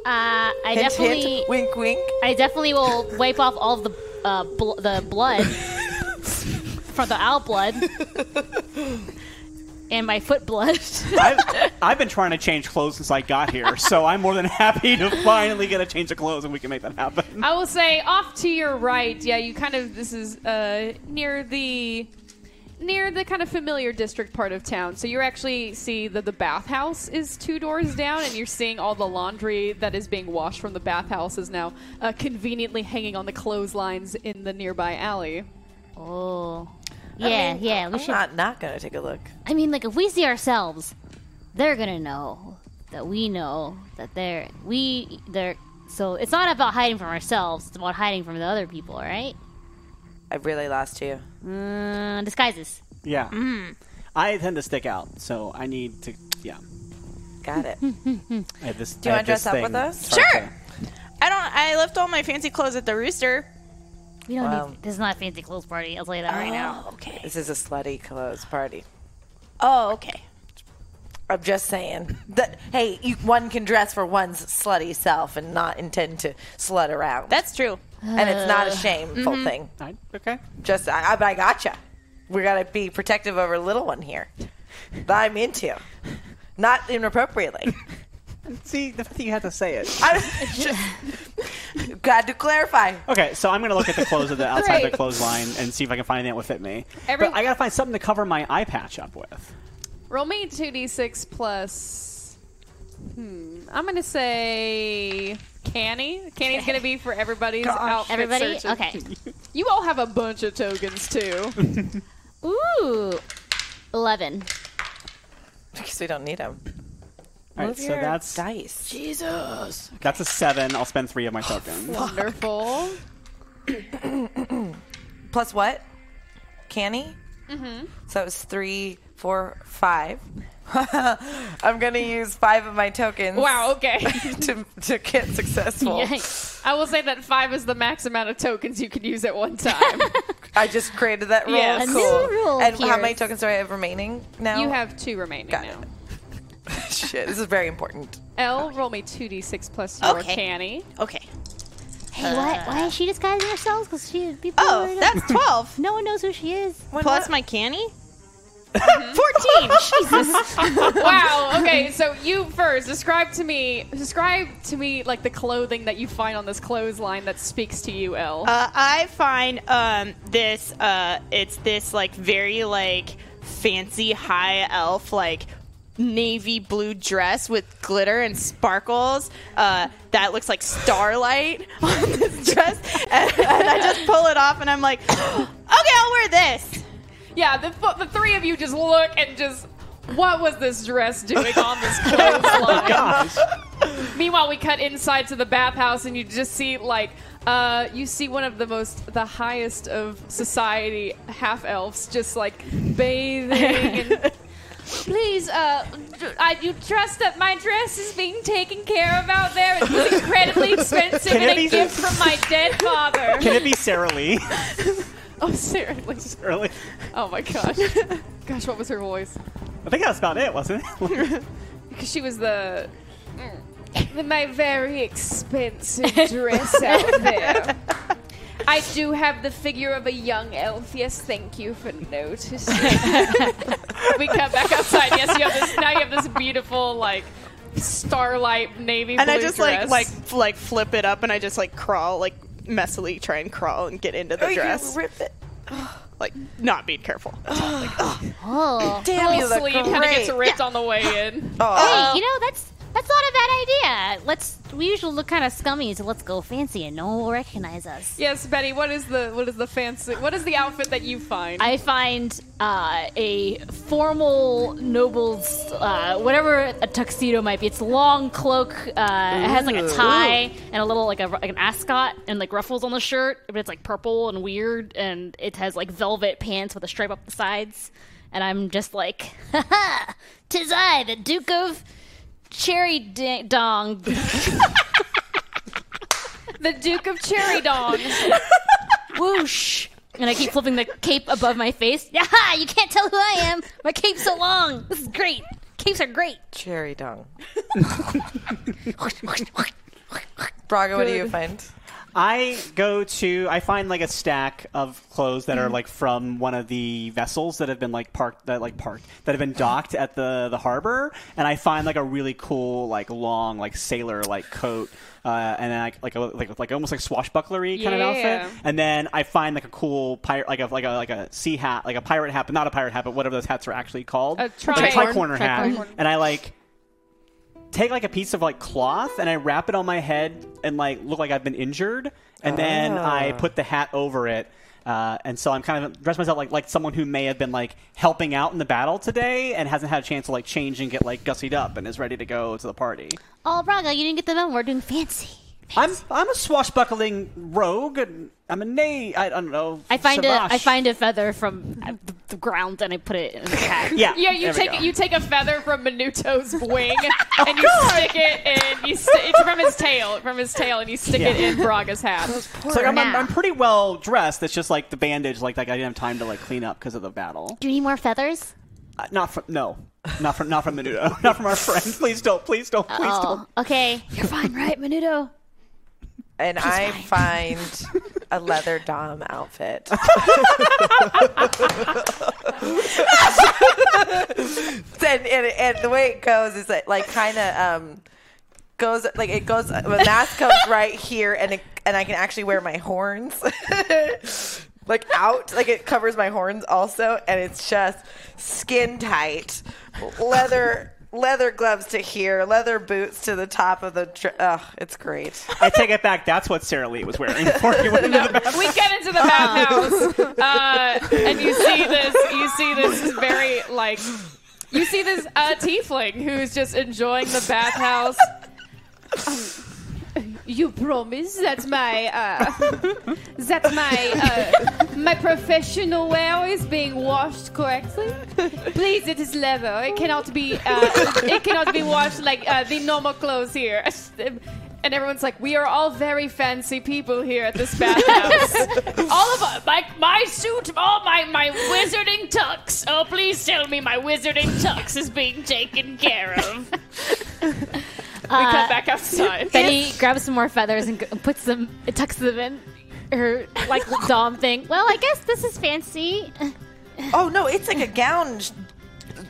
uh, I
Hint,
definitely
hint. Wink, wink.
I definitely will wipe off all of the uh, bl- the blood from the owl blood. and my foot bled.
I've, I've been trying to change clothes since I got here, so I'm more than happy to finally get a change of clothes and we can make that happen.
I will say off to your right. Yeah, you kind of this is uh, near the near the kind of familiar district part of town. So you actually see that the bathhouse is two doors down, and you're seeing all the laundry that is being washed from the bathhouse is now uh, conveniently hanging on the clotheslines in the nearby alley.
oh. Yeah, yeah. We
I'm
should.
not not gonna take a look.
I mean, like if we see ourselves, they're gonna know that we know that they're we they're. So it's not about hiding from ourselves; it's about hiding from the other people, right?
I really lost you.
Uh, disguises.
Yeah.
Mm-hmm.
I tend to stick out, so I need to. Yeah.
Got it.
I have this, Do
you wanna dress up with us?
Sure. I don't. I left all my fancy clothes at the rooster.
We don't
Wow.
need. This is not a fancy clothes party. I'll tell you that
Oh.
right now.
okay.
this is a slutty clothes party.
Oh, okay.
I'm just saying that hey, you, one can dress for one's slutty self and not intend to slut around.
That's true.
and it's not
Uh,
a shameful
mm-hmm.
thing.
I, okay.
Just I, I, I gotcha. We gotta be protective of our little one here. That I'm into, not inappropriately.
See, the fact that you had to say it.
I was just glad to clarify.
Okay, so I'm gonna look at the clothes of the outside of
Great.
the clothesline and see if I can find anything that would fit me.
Every-
but I gotta find something to cover my eye patch up with.
Roll me two d six plus. Hmm, I'm gonna say canny. Canny's gonna be for everybody's outfit
Everybody, uh,
searches.
okay.
You all have a bunch of tokens too.
Ooh, eleven.
Because we don't need them.
All right, so that's
dice.
that's a seven. I'll spend three of my tokens.
Wonderful.
Plus what? Canny. Mm-hmm. So it was three, four, five. I'm gonna use five of my tokens.
Wow, okay.
to, to get successful.
Oh.
Yikes.
I will say that five is the max amount of tokens you can use at one time.
I just created that rule.
Yes. A
Cool.
new
rule
and how
appears.
many tokens do I have remaining now?
you have two remaining
Got
now.
it. shit. This is very important.
L, roll me 2d6 plus your
Okay.
canny.
Okay.
Hey, why, why is she disguising herself? Because she people.
Uh. Oh, that's twelve
no one knows who she is.
plus my canny.
Fourteen. Jesus.
wow, okay, so you first describe to me describe to me like the clothing that you find on this clothesline that speaks to you, L.
Uh, I find um, this. Uh, it's this like very like fancy high elf like navy blue dress with glitter and sparkles uh, that looks like starlight on this dress, and, and I just pull it off and I'm like, okay, I'll wear this.
yeah, the, fo- the three of you just look and just what was this dress doing on this
Oh
clothesline?
Guys,
Meanwhile, we cut inside to the bathhouse, and you just see like uh, you see one of the most the highest of society half elves just like bathing. and Please, uh, d- I do trust that my dress is being taken care of out there. It was incredibly expensive
Can it
and
be-
a gift from my dead father.
can it be Sarah Lee?
oh, seriously.
Sarah Lee.
Oh my gosh. Gosh, what was her voice?
I think that's about it, wasn't it?
Because she was the. the- My very expensive dress out there. I do have the figure of a young elf. Yes, thank you for noticing. we come back outside. Yes, you have this. Now you have this beautiful like starlight navy
And
blue
I just
dress.
like like f- like flip it up and I just like crawl like messily try and crawl and get into the
you
dress,
rip it.
like not being careful.
Oh.
Damn, you
Full
look
sleeve kind of
great.
gets ripped on the way in.
Hey, you know that's that's not a bad idea. Let's we usually look kind of scummy, so let's go fancy and no one will recognize us.
Yes, Betty. What is the what is the fancy? What is the outfit that you find?
I find uh, a formal noble's uh, whatever a tuxedo might be. It's a long cloak. Uh, it has like a tie and a little like a like an ascot and like ruffles on the shirt, but it's like purple and weird, and it has like velvet pants with a stripe up the sides. And I'm just like, ha ha, tis I, the Duke of Cherry D- Dong.
the Duke of Cherry Dong.
whoosh. And I keep flipping the cape above my face. Yaha, you can't tell who I am. My cape's so long. This is great. Capes are great.
Cherry dung. Braga, what do you find?
I go to I find like a stack of clothes that are
Mm-hmm.
like from one of the vessels that have been like parked that like parked that have been docked at the the harbor, and I find like a really cool like long like sailor like coat. Uh, and then I, like a- like like almost like swashbucklery kind
Yeah.
of outfit, and then I find like a cool pirate like a like a like a sea hat like a pirate hat, but not a pirate hat, but whatever those hats are actually called,
A
It's like a
tricorn.
tricorner hat, and I like take like a piece of like cloth and I wrap it on my head and like look like I've been injured, and then I put the hat over it. Uh, and so I'm kind of dressed myself like like someone who may have been like helping out in the battle today and hasn't had a chance to like change and get like gussied up and is ready to go to the party.
Oh, Braga, you didn't get the memo. We're doing fancy.
I'm I'm a swashbuckling rogue. And I'm a nay. I, I don't know.
I find a,
savage.
I find a feather from uh, the, the ground and I put it in the pack.
Yeah.
Yeah, you
there we go. Oh,
take you take a feather from Minuto's wing and you stick it in you st- it's from his tail from his tail and you stick it in Braga's hat.
It's like I'm, I'm,
now.
I'm pretty well dressed. It's just like the bandage. Like like I didn't have time to like clean up because of the battle.
Do you need more feathers?
Uh, not from no, not from not from Menudo. not from our friend. Please don't. Please don't. Please
Oh, okay.
You're fine, right, Menudo?
And I find a leather Dom outfit. and, and, and the way it goes is that, like, kind of um, goes, like, it goes, the mask comes right here, and, it, and I can actually wear my horns. Like out, like it covers my horns also, and it's just skin tight, leather leather gloves to here, leather boots to the top of the. Dr- Ugh, it's great.
don't. I take it back. That's what Sarah Lee was wearing before you went into the bathroom.
we get into the bathhouse, uh, and you see this. You see this very like. You see this uh, tiefling who's just enjoying the bathhouse.
Um, You promise that my uh, that my uh, my professional wear is being washed correctly? Please, it is leather. It cannot be uh, it cannot be washed like uh, the normal clothes here.
And everyone's like, we are all very fancy people here at this bathhouse.
All of us, like my suit, all my my wizarding tux. Oh, please tell me my wizarding tux is being taken care of.
we come back outside.
Betty Uh, grabs some more feathers and g- puts them, tucks them in her like dom thing. Well, I guess this is fancy.
Oh no, it's like a gown sh-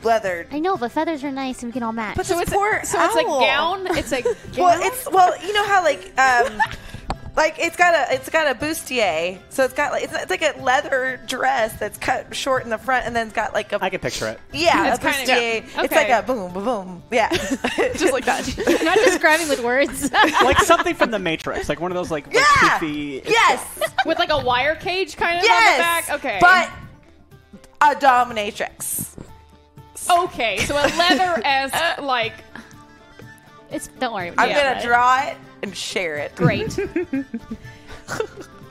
leather.
I know, but feathers are nice and we can all match.
But so it's poor
So it's like
owl.
gown. It's like
Well, it's well, you know how like um like it's got a it's got a bustier. So it's got like it's, it's like a leather dress that's cut short in the front and then it's got like a
I can picture it.
yeah,
It's
a
kinda-
bustier.
yeah.
It's like
Okay.
a boom boom boom. Yeah.
just like that.
You're not describing with words.
Like something from the Matrix. Like one of those like, like
yeah.
goofy.
Yes.
With like a wire cage kind of
yes.
on the back. Okay.
But a dominatrix.
okay, so a leather esque like
it's don't worry.
I'm
yeah,
gonna
but-
draw it and share it.
Great.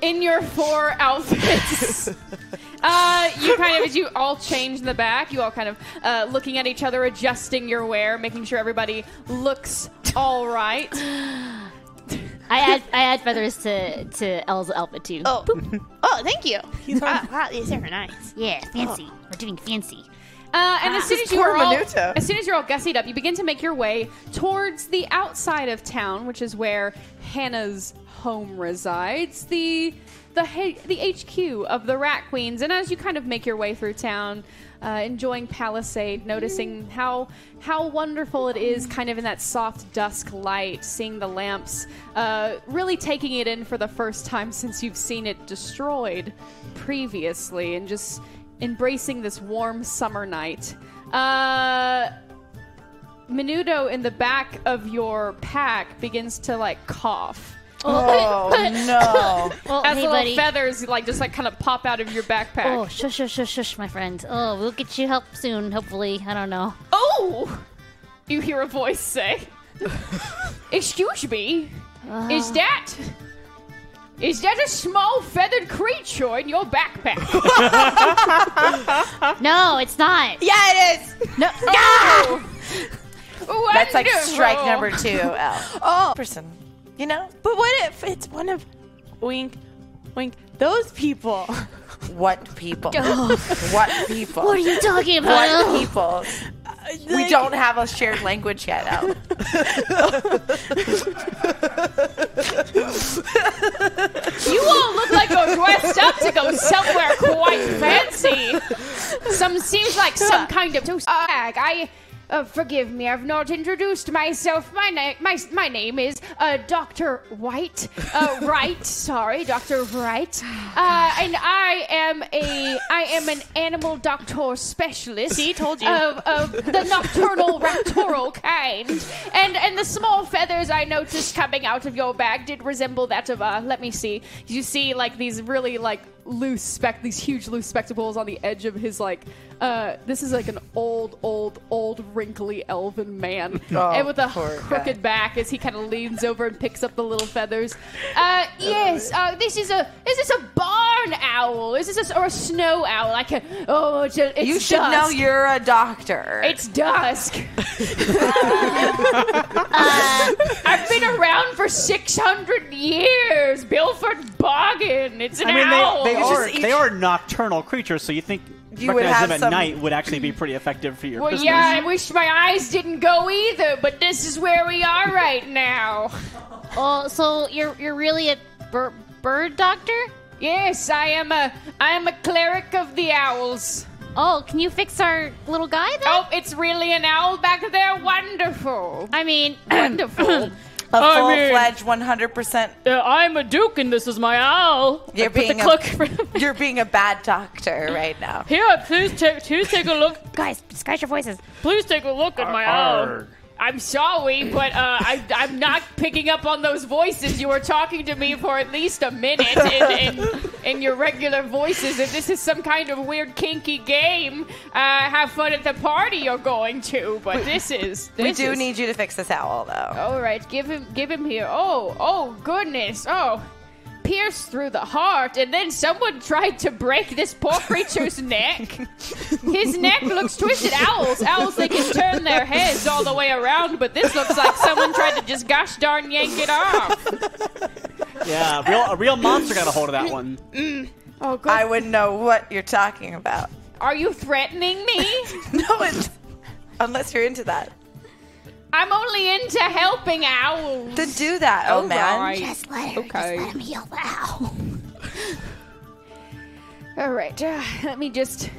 In your four outfits, uh, you kind of as you all change in the back, you all kind of uh, looking at each other, adjusting your wear, making sure everybody looks all right.
I add I add feathers to to Elle's outfit too.
Oh, oh, thank you. Wow, wow, these are nice.
yeah, fancy. We're doing fancy.
Uh, and as soon as you
Ah, poor
are all,
Minuto.
as soon as you're all gussied up, you begin to make your way towards the outside of town, which is where Hannah's home resides. The the H- the HQ of the Rat Queens. And as you kind of make your way through town, uh, enjoying Palisade, noticing how how wonderful it is, kind of in that soft dusk light, seeing the lamps, uh, really taking it in for the first time since you've seen it destroyed previously, and just embracing this warm summer night. Uh, Menudo in the back of your pack begins to like cough.
Oh no.
Oh,
As
hey,
little
buddy.
feathers like just like kind of pop out of your
Oh,
backpack.
shush, shush, shush, shush, my friend. Oh, we'll get you help soon, hopefully. I don't know.
Oh, you hear a voice say, "Excuse me,
Uh.
is that is that a small feathered creature in your backpack?"
No, it's not.
Yeah, it is.
No.
That's like
Wonderful.
strike number two. L.
Oh,
Person. You know?
but what if it's one of wink, wink? Those people. Oh.
What people? what people?
What are you talking about?
What
Elle?
people? We don't have a shared language yet. Elle.
some seems like some kind of toast bag. I uh, forgive me, I've not introduced myself. My name, my my name is uh, Doctor White, uh, Wright. Sorry, Doctor Wright, uh, and I am a I am an animal doctor specialist.
See, told you.
Of, of the nocturnal raptoral kind, and and the small feathers I noticed coming out of your bag did resemble that of uh. Let me see. You see, like these really like loose spec these huge loose spectacles on the edge of his like uh this is like an old old old wrinkly elven man
Oh,
and with a
poor
crooked back as he kind of leans over and picks up the little feathers uh yes uh this is a is this a barn owl is this a, or a snow owl like a, oh it's, a, it's
You should know
dusk.
you're a doctor.
it's dusk. Uh, I've been around for 600 years. Bilford Boggin. It's an
I mean,
owl.
they, they,
It's
are,
just each-
they are nocturnal creatures, so you think
You would
recognizing
have
them at
some-
night would actually be pretty effective for your
Well,
business.
yeah, I wish my eyes didn't go either, but this is where we are right now.
Oh, so you're you're really a bir- bird doctor?
Yes, I am a I am a cleric of the owls.
Oh, can you fix our little guy then?
Oh, it's really an owl back there. Wonderful.
I mean,
Wonderful.
a full-fledged 100%.
Uh, I'm a duke and this is my owl.
You're being a- You're being a bad doctor right now.
Here, please take please take a look. Guys, disguise your voices. Please take a look at my
Arg.
I'm sorry, but uh, I, I'm not picking up on those voices. You were talking to me for at least a minute in, in, in your regular voices. If this is some kind of weird kinky game, uh, have fun at the party you're going to. But this is this
We do
is-
need you to fix this owl, though.
All right, give him, give him here. Oh, oh goodness, oh. Pierced through the heart, and then someone tried to break this poor creature's neck. His neck looks twisted. Owls, owls, they can turn their heads all the way around, but this looks like someone tried to just gosh darn yank it off.
Yeah, a real, a real monster got a hold of that one.
Oh, good.
I wouldn't know what you're talking about.
Are you threatening me?
No, it's, unless you're into that.
I'm only into helping owls.
Then do that, oh
All
man.
right.
Just let her.
Okay.
Just let him yell out.
All right, uh, let me just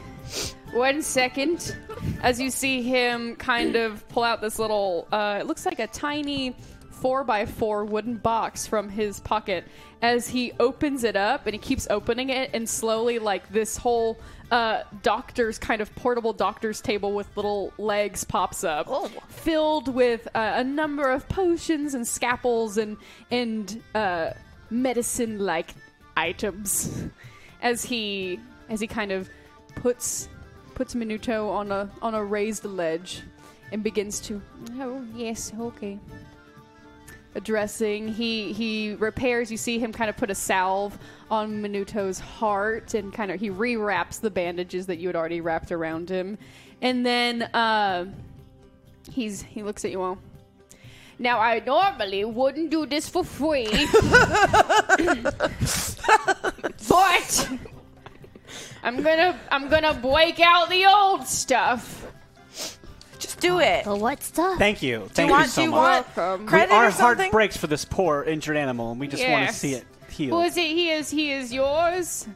one second. As you see him kind of pull out this little, uh, it looks like a tiny four by four wooden box from his pocket. As he opens it up and he keeps opening it, and slowly, like this whole uh, doctor's kind of portable doctor's table with little legs pops up, filled with uh, a number of potions and scalpels and and uh, medicine like items as he as he kind of puts puts Minuto on a on a raised ledge and begins to oh yes okay addressing he he repairs you see him kind of put a salve on Minuto's heart and kind of he rewraps the bandages that you had already wrapped around him and then uh, he's he looks at you all now I normally wouldn't do this for free but I'm gonna I'm gonna break out the old stuff.
Just do it.
But what stuff?
Thank you. Thank you,
want-
so
do you
much.
want-
Welcome.
We-
Credit
our
or something?
heart breaks for this poor injured animal, and we just want to
Yes.
see it healed.
Who is it? He is he is yours.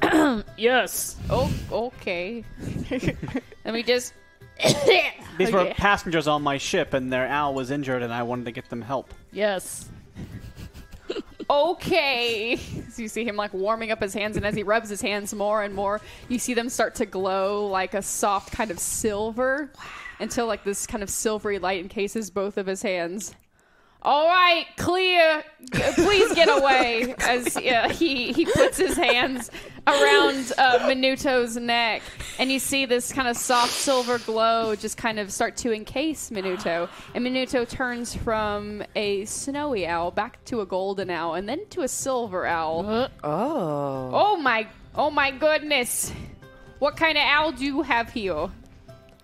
yes.
Oh, okay. Let me just.
These
Oh,
were
Okay.
passengers on my ship, and their owl was injured, and I wanted to get them help.
Yes.
okay. So you see him like warming up his hands, and as he rubs his hands more and more, you see them start to glow like a soft kind of silver until like this kind of silvery light encases both of his hands. All right, clear. G- Please get away. As uh, he he puts his hands around uh, Minuto's neck, and you see this kind of soft silver glow just kind of start to encase Minuto, and Minuto turns from a snowy owl back to a golden owl, and then to a silver owl.
Uh,
Oh.
Oh my! Oh my goodness! What kind of owl do you have here?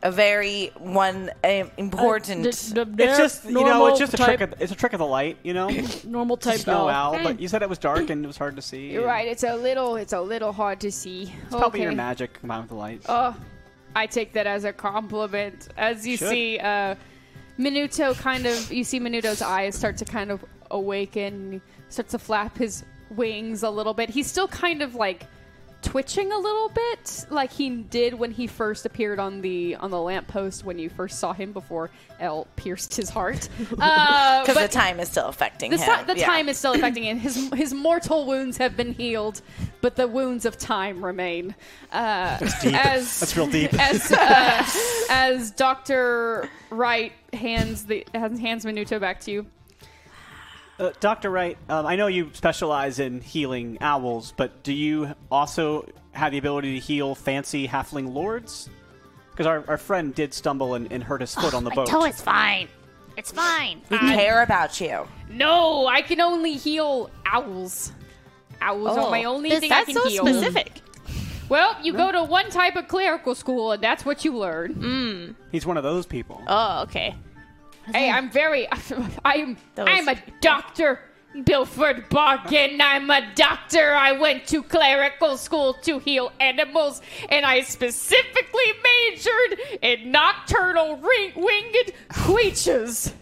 A very one um, important.
It's just, you know, it's just a trick. Of, it's a trick of the light, you know.
normal type
Snow owl, but you said it was dark and it was hard to see.
You're right. It's a little. It's a little hard to see.
Probably your magic combined with the light.
Oh, I take that as a compliment. As you
Should.
see, uh, Minuto kind of, you see Minuto's eyes start to kind of awaken, starts to flap his wings a little bit. He's still kind of like twitching a little bit, like he did when he first appeared on the on the lamppost when you first saw him before El pierced his heart. Uh,
Because the
but
time is still affecting
the,
him.
ti- the
Yeah.
time is still affecting him. His his mortal wounds have been healed, but the wounds of time remain. Uh, As,
That's real deep.
as uh, as Doctor Wright hands the hands Minuto back to you.
Uh, Dr. Wright, um, I know you specialize in healing owls, but do you also have the ability to heal fancy halfling lords? Because our, our friend did stumble and, and hurt his
Oh,
foot on the
My
boat.
toe is fine. It's fine.
We care about you.
No, I can only heal owls. Owls are my only thing I
That's
can
so
heal.
specific.
Well, you go to one type of clerical school, and that's what you learn.
He's one of those people.
Oh, okay.
Hey, I'm very. I'm.
Those
I'm a doctor. Bilford Bargain. I'm a doctor. I went to clerical school to heal animals, and I specifically majored in nocturnal ring- winged creatures.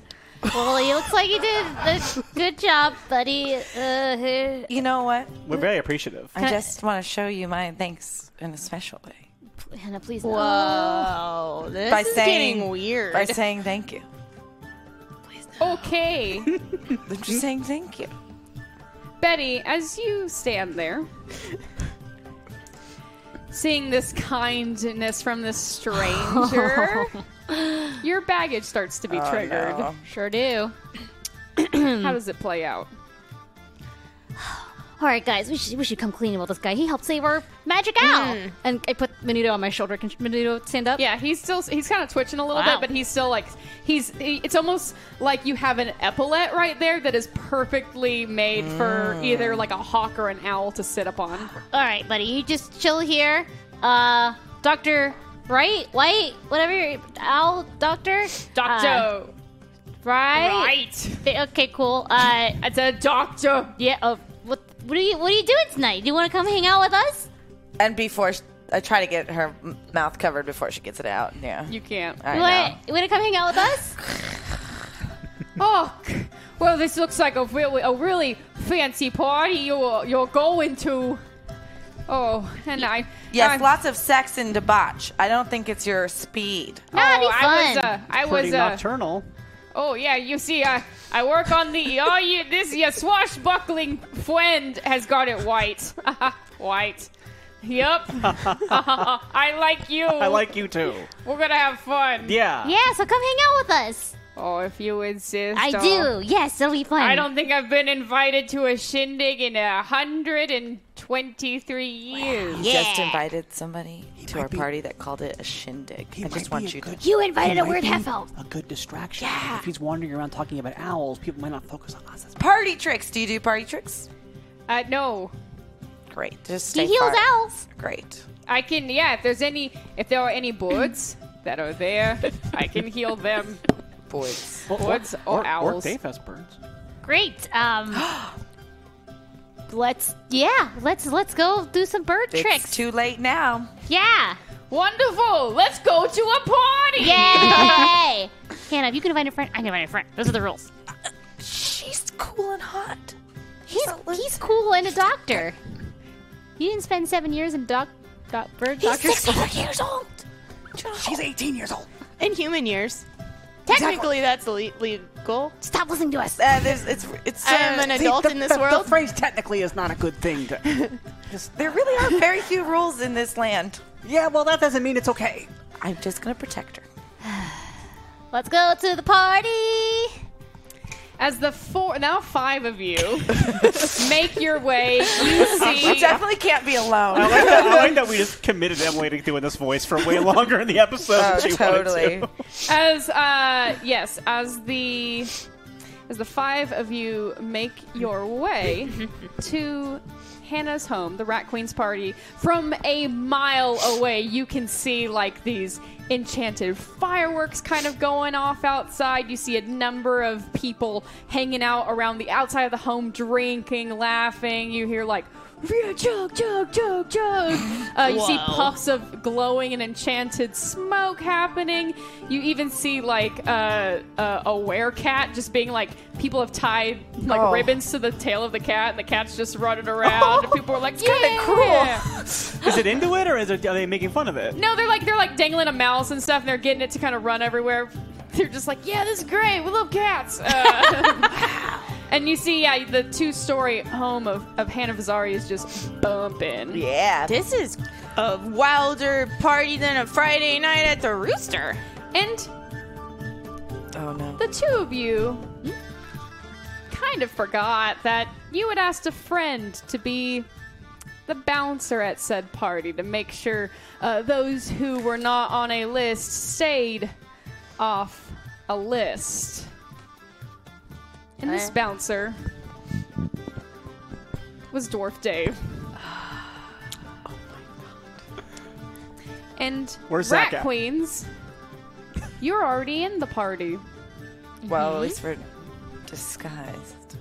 Well, he looks like he did a good job, buddy. Uh,
You know what?
We're very appreciative.
I just want to show you my thanks in a special way
Hannah, please.
Whoa, this
By
is
saying-
getting weird.
by saying thank you.
Okay,
I'm just saying thank you.
Betty, as you stand there, seeing this kindness from this stranger, your baggage starts to be triggered.
Sure do.
How does it play out?
All right, guys, we should we should come clean about this guy. He helped save our magic owl. And I put Menudo on my shoulder. Can Menudo stand up?
Hmm. Yeah, he's still he's kind of twitching a little
Wow.
bit, but he's still like he's. he- it's almost like you have an epaulet right there that is perfectly made for either like a hawk or an owl to sit upon.
All right, buddy, you just chill here. Uh, Doctor Right, White, whatever. your- Owl, Doctor. Uh,
Doctor,
right.
right?
Okay, cool. Uh,
It's a doctor.
yeah. Uh, what what are you what are you doing tonight? Do you want to come hang out with us?
And before sh- I try to get her m- mouth covered before she gets it out. Yeah.
You can't.
I
You
know.
want you want to come hang out with us?
Oh, c- well, this looks like a really, a really fancy party you're you're going to. Oh, and I
Yes,
I,
lots of sex and debauch. I don't think it's your speed.
That'd be
oh, I was
fun.
uh, I
Pretty
was uh,
nocturnal.
oh yeah. You see, I I work on the oh you this your swashbuckling friend has got it white, white. Yep, I like you.
I like you too.
We're gonna have fun.
Yeah.
yeah, so come hang out with us.
Oh, if you insist.
I
I'll-
do. Yes, it'll be fun.
I don't think I've been invited to a shindig in a hundred and twenty-three years.
Yeah.
Just invited somebody to our party that called it a shindig. I just want you to.
You invited a weird half elf.
A good distraction. If he's wandering around talking about owls, people might not focus on us.
Party tricks. Do you do party tricks?
Uh, no,
Great. Just
He
stay
heals
far.
owls.
Great.
I can. Yeah, if there's any, if there are any boards that are there, I can heal them.
Boys.
Boards or, owls.
Dave has birds.
Great. Um, let's yeah, let's let's go do some bird
It's
tricks.
too late now.
yeah.
Wonderful. Let's go to a party.
Yay! Hannah, if you can invite a friend, I can invite a friend. Those are the rules.
She's cool and hot.
He's he's cool and a doctor. You didn't spend seven years in doc, doc bird doctor school.
years old.
She's 18 years old.
In human years,
Technically.
technically that's le- legal.
Stop listening to us.
Uh, there's, it's, it's, uh,
I'm an adult in this world.
phrase technically is not a good thing.
there really are very few rules in this land.
yeah, well, that doesn't mean it's okay.
I'm just going to protect her.
Let's go to the party.
As the four, now five of you make your way, you
She
see.
definitely can't be
I
alone.
like, that, I like that we just committed Emily to doing this voice for way longer in the episode
Oh,
than she
totally.
wanted to.
as uh yes as the as the five of you make your way to Hannah's home, the Rat Queen's party, from a mile away, you can see like these enchanted fireworks kind of going off outside. You see a number of people hanging out around the outside of the home, drinking, laughing. You hear like. Real jug, jug, jug, jug. Uh, you see
Whoa.
puffs of glowing and enchanted smoke happening. You even see like uh, uh, a werecat just being like people have tied like
Oh.
ribbons to the tail of the cat, and the cat's just running around. and people are like, "Yeah,
kinda cruel."
Is it into it or is it, are they making fun of it?
No, they're like they're like dangling a mouse and stuff, and they're getting it to kind of run everywhere. They're just like, yeah, this is great. We love cats. Uh, and you see, yeah, the two-story home of, of Hannah Vazari is just bumping.
Yeah.
This is a wilder party than a Friday night at the Rooster.
And
Oh no.
the two of you kind of forgot that you had asked a friend to be the bouncer at said party to make sure uh, those who were not on a list stayed off a list. And this bouncer was Dwarf Dave. And
Where's that
Rat
guy?
Queens, you're already in the party.
Well, at least we're disguised.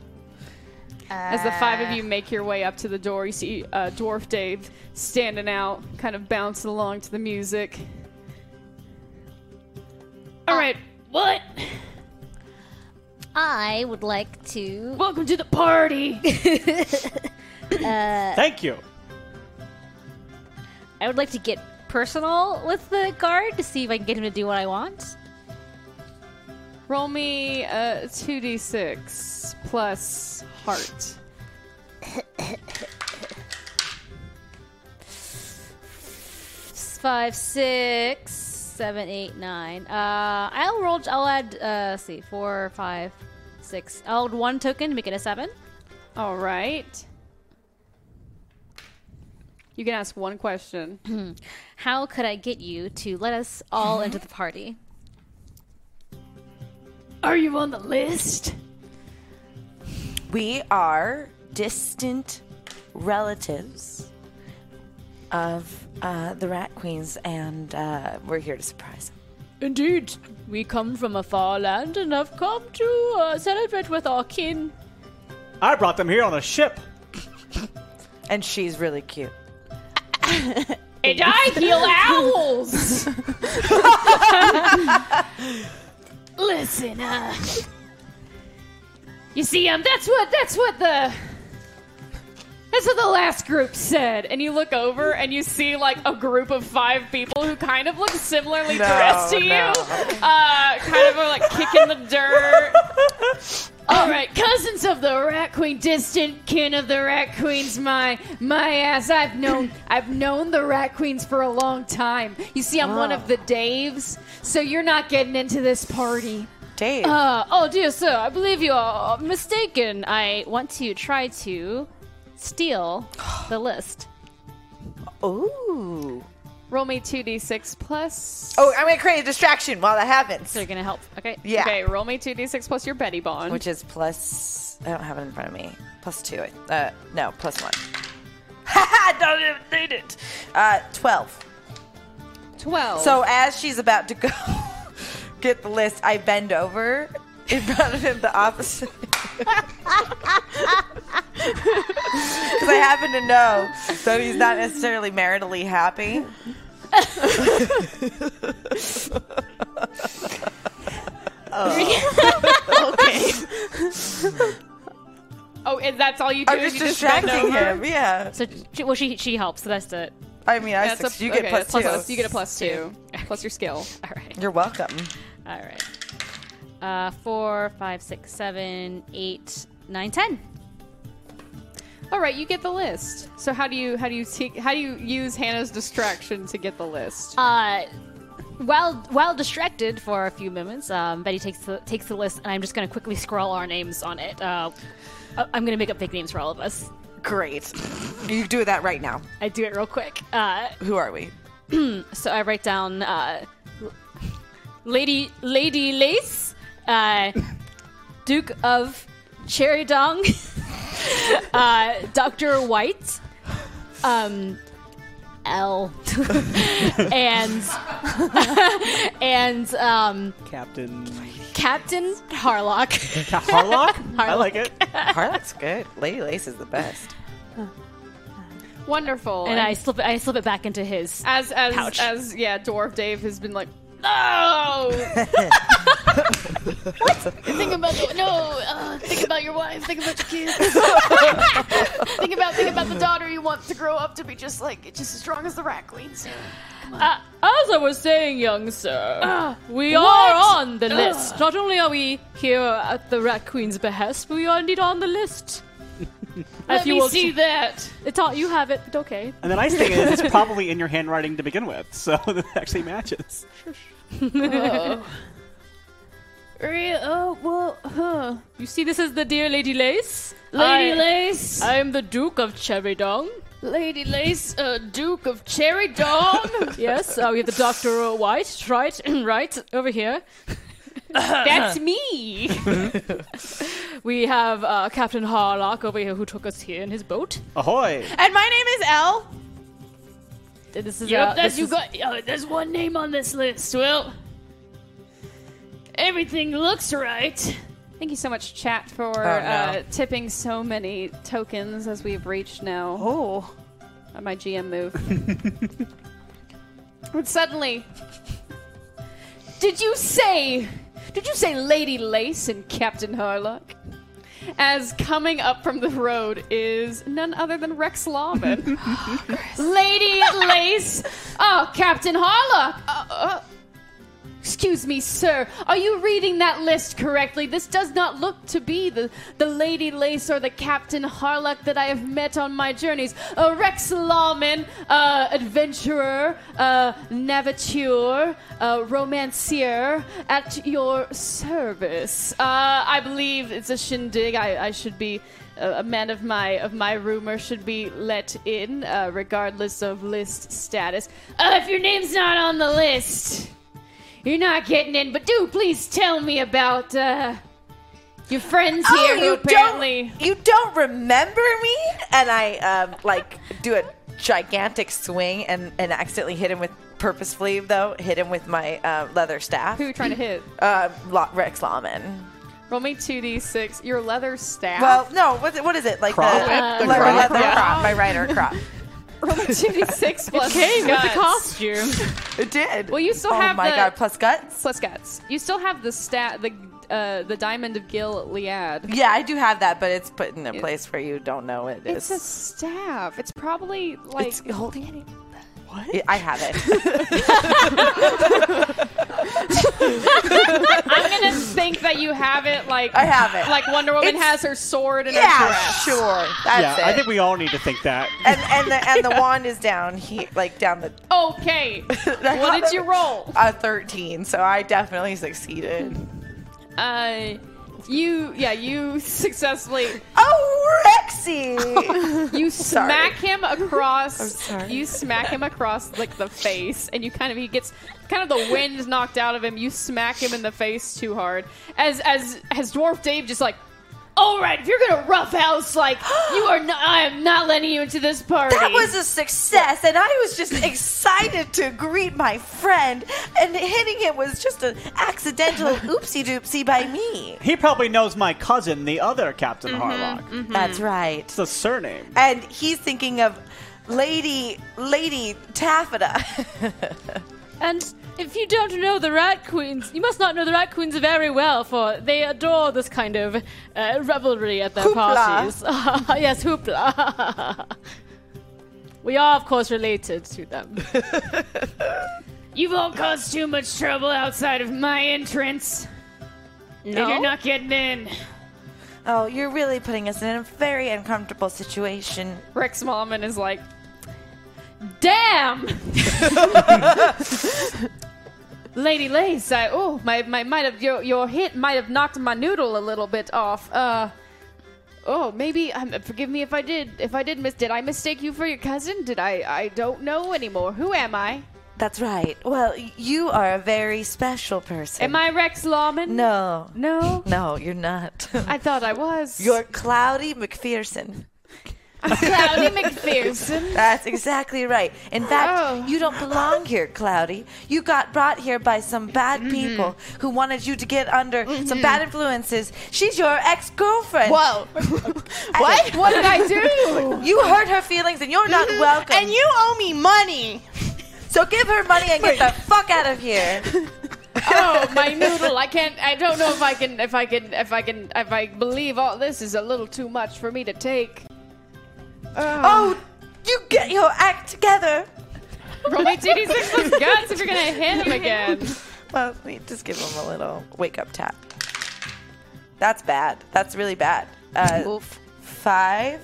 As the five of you make your way up to the door, you see uh, Dwarf Dave standing out, kind of bouncing along to the music. All right,
What? I would like to.
welcome to the party.
Thank you.
I would like to get personal with the guard to see if I can get him to do what I want.
Roll me uh, 2d6 plus heart.
Five, six, seven, eight, nine. Uh, I'll roll. I'll add. Uh, let's see, four, five, six. I'll add one token to make it a seven.
All right. You can ask one question.
How could I get you to let us all into the party?
Are you on the list?
We are distant relatives of uh, the Rat Queens, and uh, we're here to surprise them.
Indeed, we come from a far land and have come to uh, celebrate with our kin.
I brought them here on a ship.
And she's really cute.
And I heal owls! Listen, uh. You see, um, that's what, that's what the.
That's what the last group said. And you look over and you see like a group of five people who kind of look similarly
No,
dressed to
no.
you. Uh, kind of are like kicking the dirt.
Alright, cousins of the Rat Queen, distant kin of the Rat Queen's my my ass. I've known I've known the Rat Queens for a long time. You see, I'm one of the Daves, so you're not getting into this party.
Dave.
Uh, oh dear sir, I believe you are mistaken. I want to try to steal the list.
Ooh.
Roll me 2d6 plus.
Oh, I'm going to create a distraction while that happens.
So you're gonna help, okay?
Yeah.
Okay, roll me 2d6 plus your Betty Bond.
Which is plus. I don't have it in front of me. Plus two. I- Uh, no, plus one. Haha, don't even need it. Uh, 12.
12.
So as she's about to go get the list, I bend over in front of him, the opposite. Because I happen to know that he's not necessarily maritally happy.
oh, and that's all you do
I'm
is
just
you just bend
distracting
over?
him. Yeah.
So she, well, she she helps. So that's the
I mean, I
That's
suc-
a,
you get
okay,
plus
that's
two.
You get a plus two. plus your skill.
all right.
You're welcome.
All right. Uh, four, five, six, seven, eight, nine, ten.
All right, you get the list. So how do you how do you take how do you use Hannah's distraction to get the list?
Uh, while while distracted for a few moments, um, Betty takes the takes the list, and I'm just gonna quickly scroll our names on it. Uh, I- I'm gonna make up fake names for all of us.
Great. You do that right now.
I do it real quick. Uh,
Who are we?
So I write down uh, Lady Lady Lace, uh, Duke of Cherrydong, uh, Doctor White, um, L, and and um,
Captain
Captain Harlock.
Harlock? I like it.
Harlock's good. Lady Lace is the best.
Wonderful.
And I slip it, I slip it back into his.
as as
Pouch.
as yeah, dwarf Dave has been like, no.
Think about the, no. Uh, think about your wife. Think about your kids. think about think about the daughter you want to grow up to be just like just as strong as the rat queen. So.
Uh, as I was saying, young sir,
Ah,
we are on the list. Not only are we here at the Rat Queen's behest, but we are indeed on the list.
Let me see that.
It's all, you have it. It's okay.
And the nice thing is, it's probably in your handwriting to begin with, so that actually matches.
Real, oh well, huh.
You see, this is the dear Lady Lace.
Lady
I-
Lace,
I am the Duke of Cherrydong.
Lady Lace, uh, Duke of Cherry Dog.
Yes, uh, we have the Doctor uh, White, right, right over here.
That's me.
We have uh, Captain Harlock over here, who took us here in his boat.
Ahoy!
And my name is Elle.
This is uh,
Yep, that's
this
you
is-
got. Uh, there's one name on this list. Well, everything looks right.
Thank you so much, chat, for uh, tipping so many tokens as we've reached now. Oh. On my GM move. and suddenly, did you say, did you say Lady Lace and Captain Harlock? As coming up from the road is none other than Rex Lawman.
Oh, Lady Lace. Oh, Captain Harlock. Uh, uh, excuse me, sir. Are you reading that list correctly? This does not look to be the, the Lady Lace or the Captain Harlock that I have met on my journeys. Uh, Rex Lawman, uh, adventurer, uh, navigateur, uh, romancier, at your service. Uh, I believe it's a shindig. I, I should be a a man of my of my rumor should be let in, uh, regardless of list status. Uh, if your name's not on the list, you're not getting in. But do please tell me about uh, your friends
Oh,
here who
you
apparently.
don't you don't remember me? And I um, like do a gigantic swing and and accidentally hit him with purposefully though hit him with my uh, leather staff.
Who are you trying to hit?
Uh, Lo- Rex Lawman.
Roll me 2d6. Your leather staff.
Well, no, what, what is it like
Crop?
the, leather
Uh, the crop?
leather crop? My rider crop.
Roll me 2d6 plus
okay with the
guts.
costume.
It did.
Well, you still
oh
have
my
the-
god, plus guts.
Plus guts. You still have the stat, the uh, the diamond of Gil Liad.
Yeah, I do have that, but it's put in a place where you don't know it
It's
is.
a staff. It's probably like
It's holding it. What? I have it.
I'm gonna think that you have it like
I have it.
like Wonder Woman
It's-
has her sword and her
yeah,
dress.
sure. That's
yeah,
it.
I think we all need to think that.
and and the and the wand is down here, like down the
Okay. what did you roll?
a thirteen. So I definitely succeeded.
Uh, you yeah you successfully
Oh, Rexy!
you
Sorry.
smack him across
sorry.
you smack him across like the face and you kind of he gets kind of the wind knocked out of him you smack him in the face too hard as as as dwarf dave just like
All right, if you're gonna roughhouse like you are, not, I am not letting you into this party.
that was a success, and I was just excited to greet my friend. And hitting it was just an accidental oopsie doopsie by me.
He probably knows my cousin, the other Captain
Mm-hmm,
Harlock.
That's right.
It's a surname.
And he's thinking of Lady Lady Taffeta.
And if you don't know the Rat Queens, you must not know the Rat Queens very well, for they adore this kind of uh, revelry at their
Hoopla.
parties. yes, hoopla. we are, of course, related to them.
You've all caused too much trouble outside of my entrance. And you're not getting in.
oh, you're really putting us in a very uncomfortable situation.
rex Smallman is like
Damn!
Lady Lace, I oh my my might have your your hit might have knocked my noodle a little bit off. Uh, oh maybe um, forgive me if I did if I did miss did I mistake you for your cousin? Did I I don't know anymore. Who am I?
That's right. Well, y- you are a very special person.
Am I Rex Lawman?
No,
no.
no, you're not.
I thought I was.
you're Cloudy McPherson.
Cloudy McPherson.
That's exactly right. In fact,
Oh.
you don't belong here, Cloudy. You got brought here by some bad
Mm-hmm.
people who wanted you to get under some bad influences. She's your ex girlfriend.
Whoa. what?
What did I do?
You hurt her feelings and you're not welcome.
Mm-hmm. And you owe me money.
so give her money and get the fuck out of here.
Oh, my noodle! I can't. I don't know if I can. If I can. If I can. If I believe all this is a little too much for me to take.
Oh, you get your act together.
Roll my titties six plus guts if you're gonna hit him again.
Well, let me just give him a little wake up tap. That's bad. That's really bad. Uh,
Oof.
five,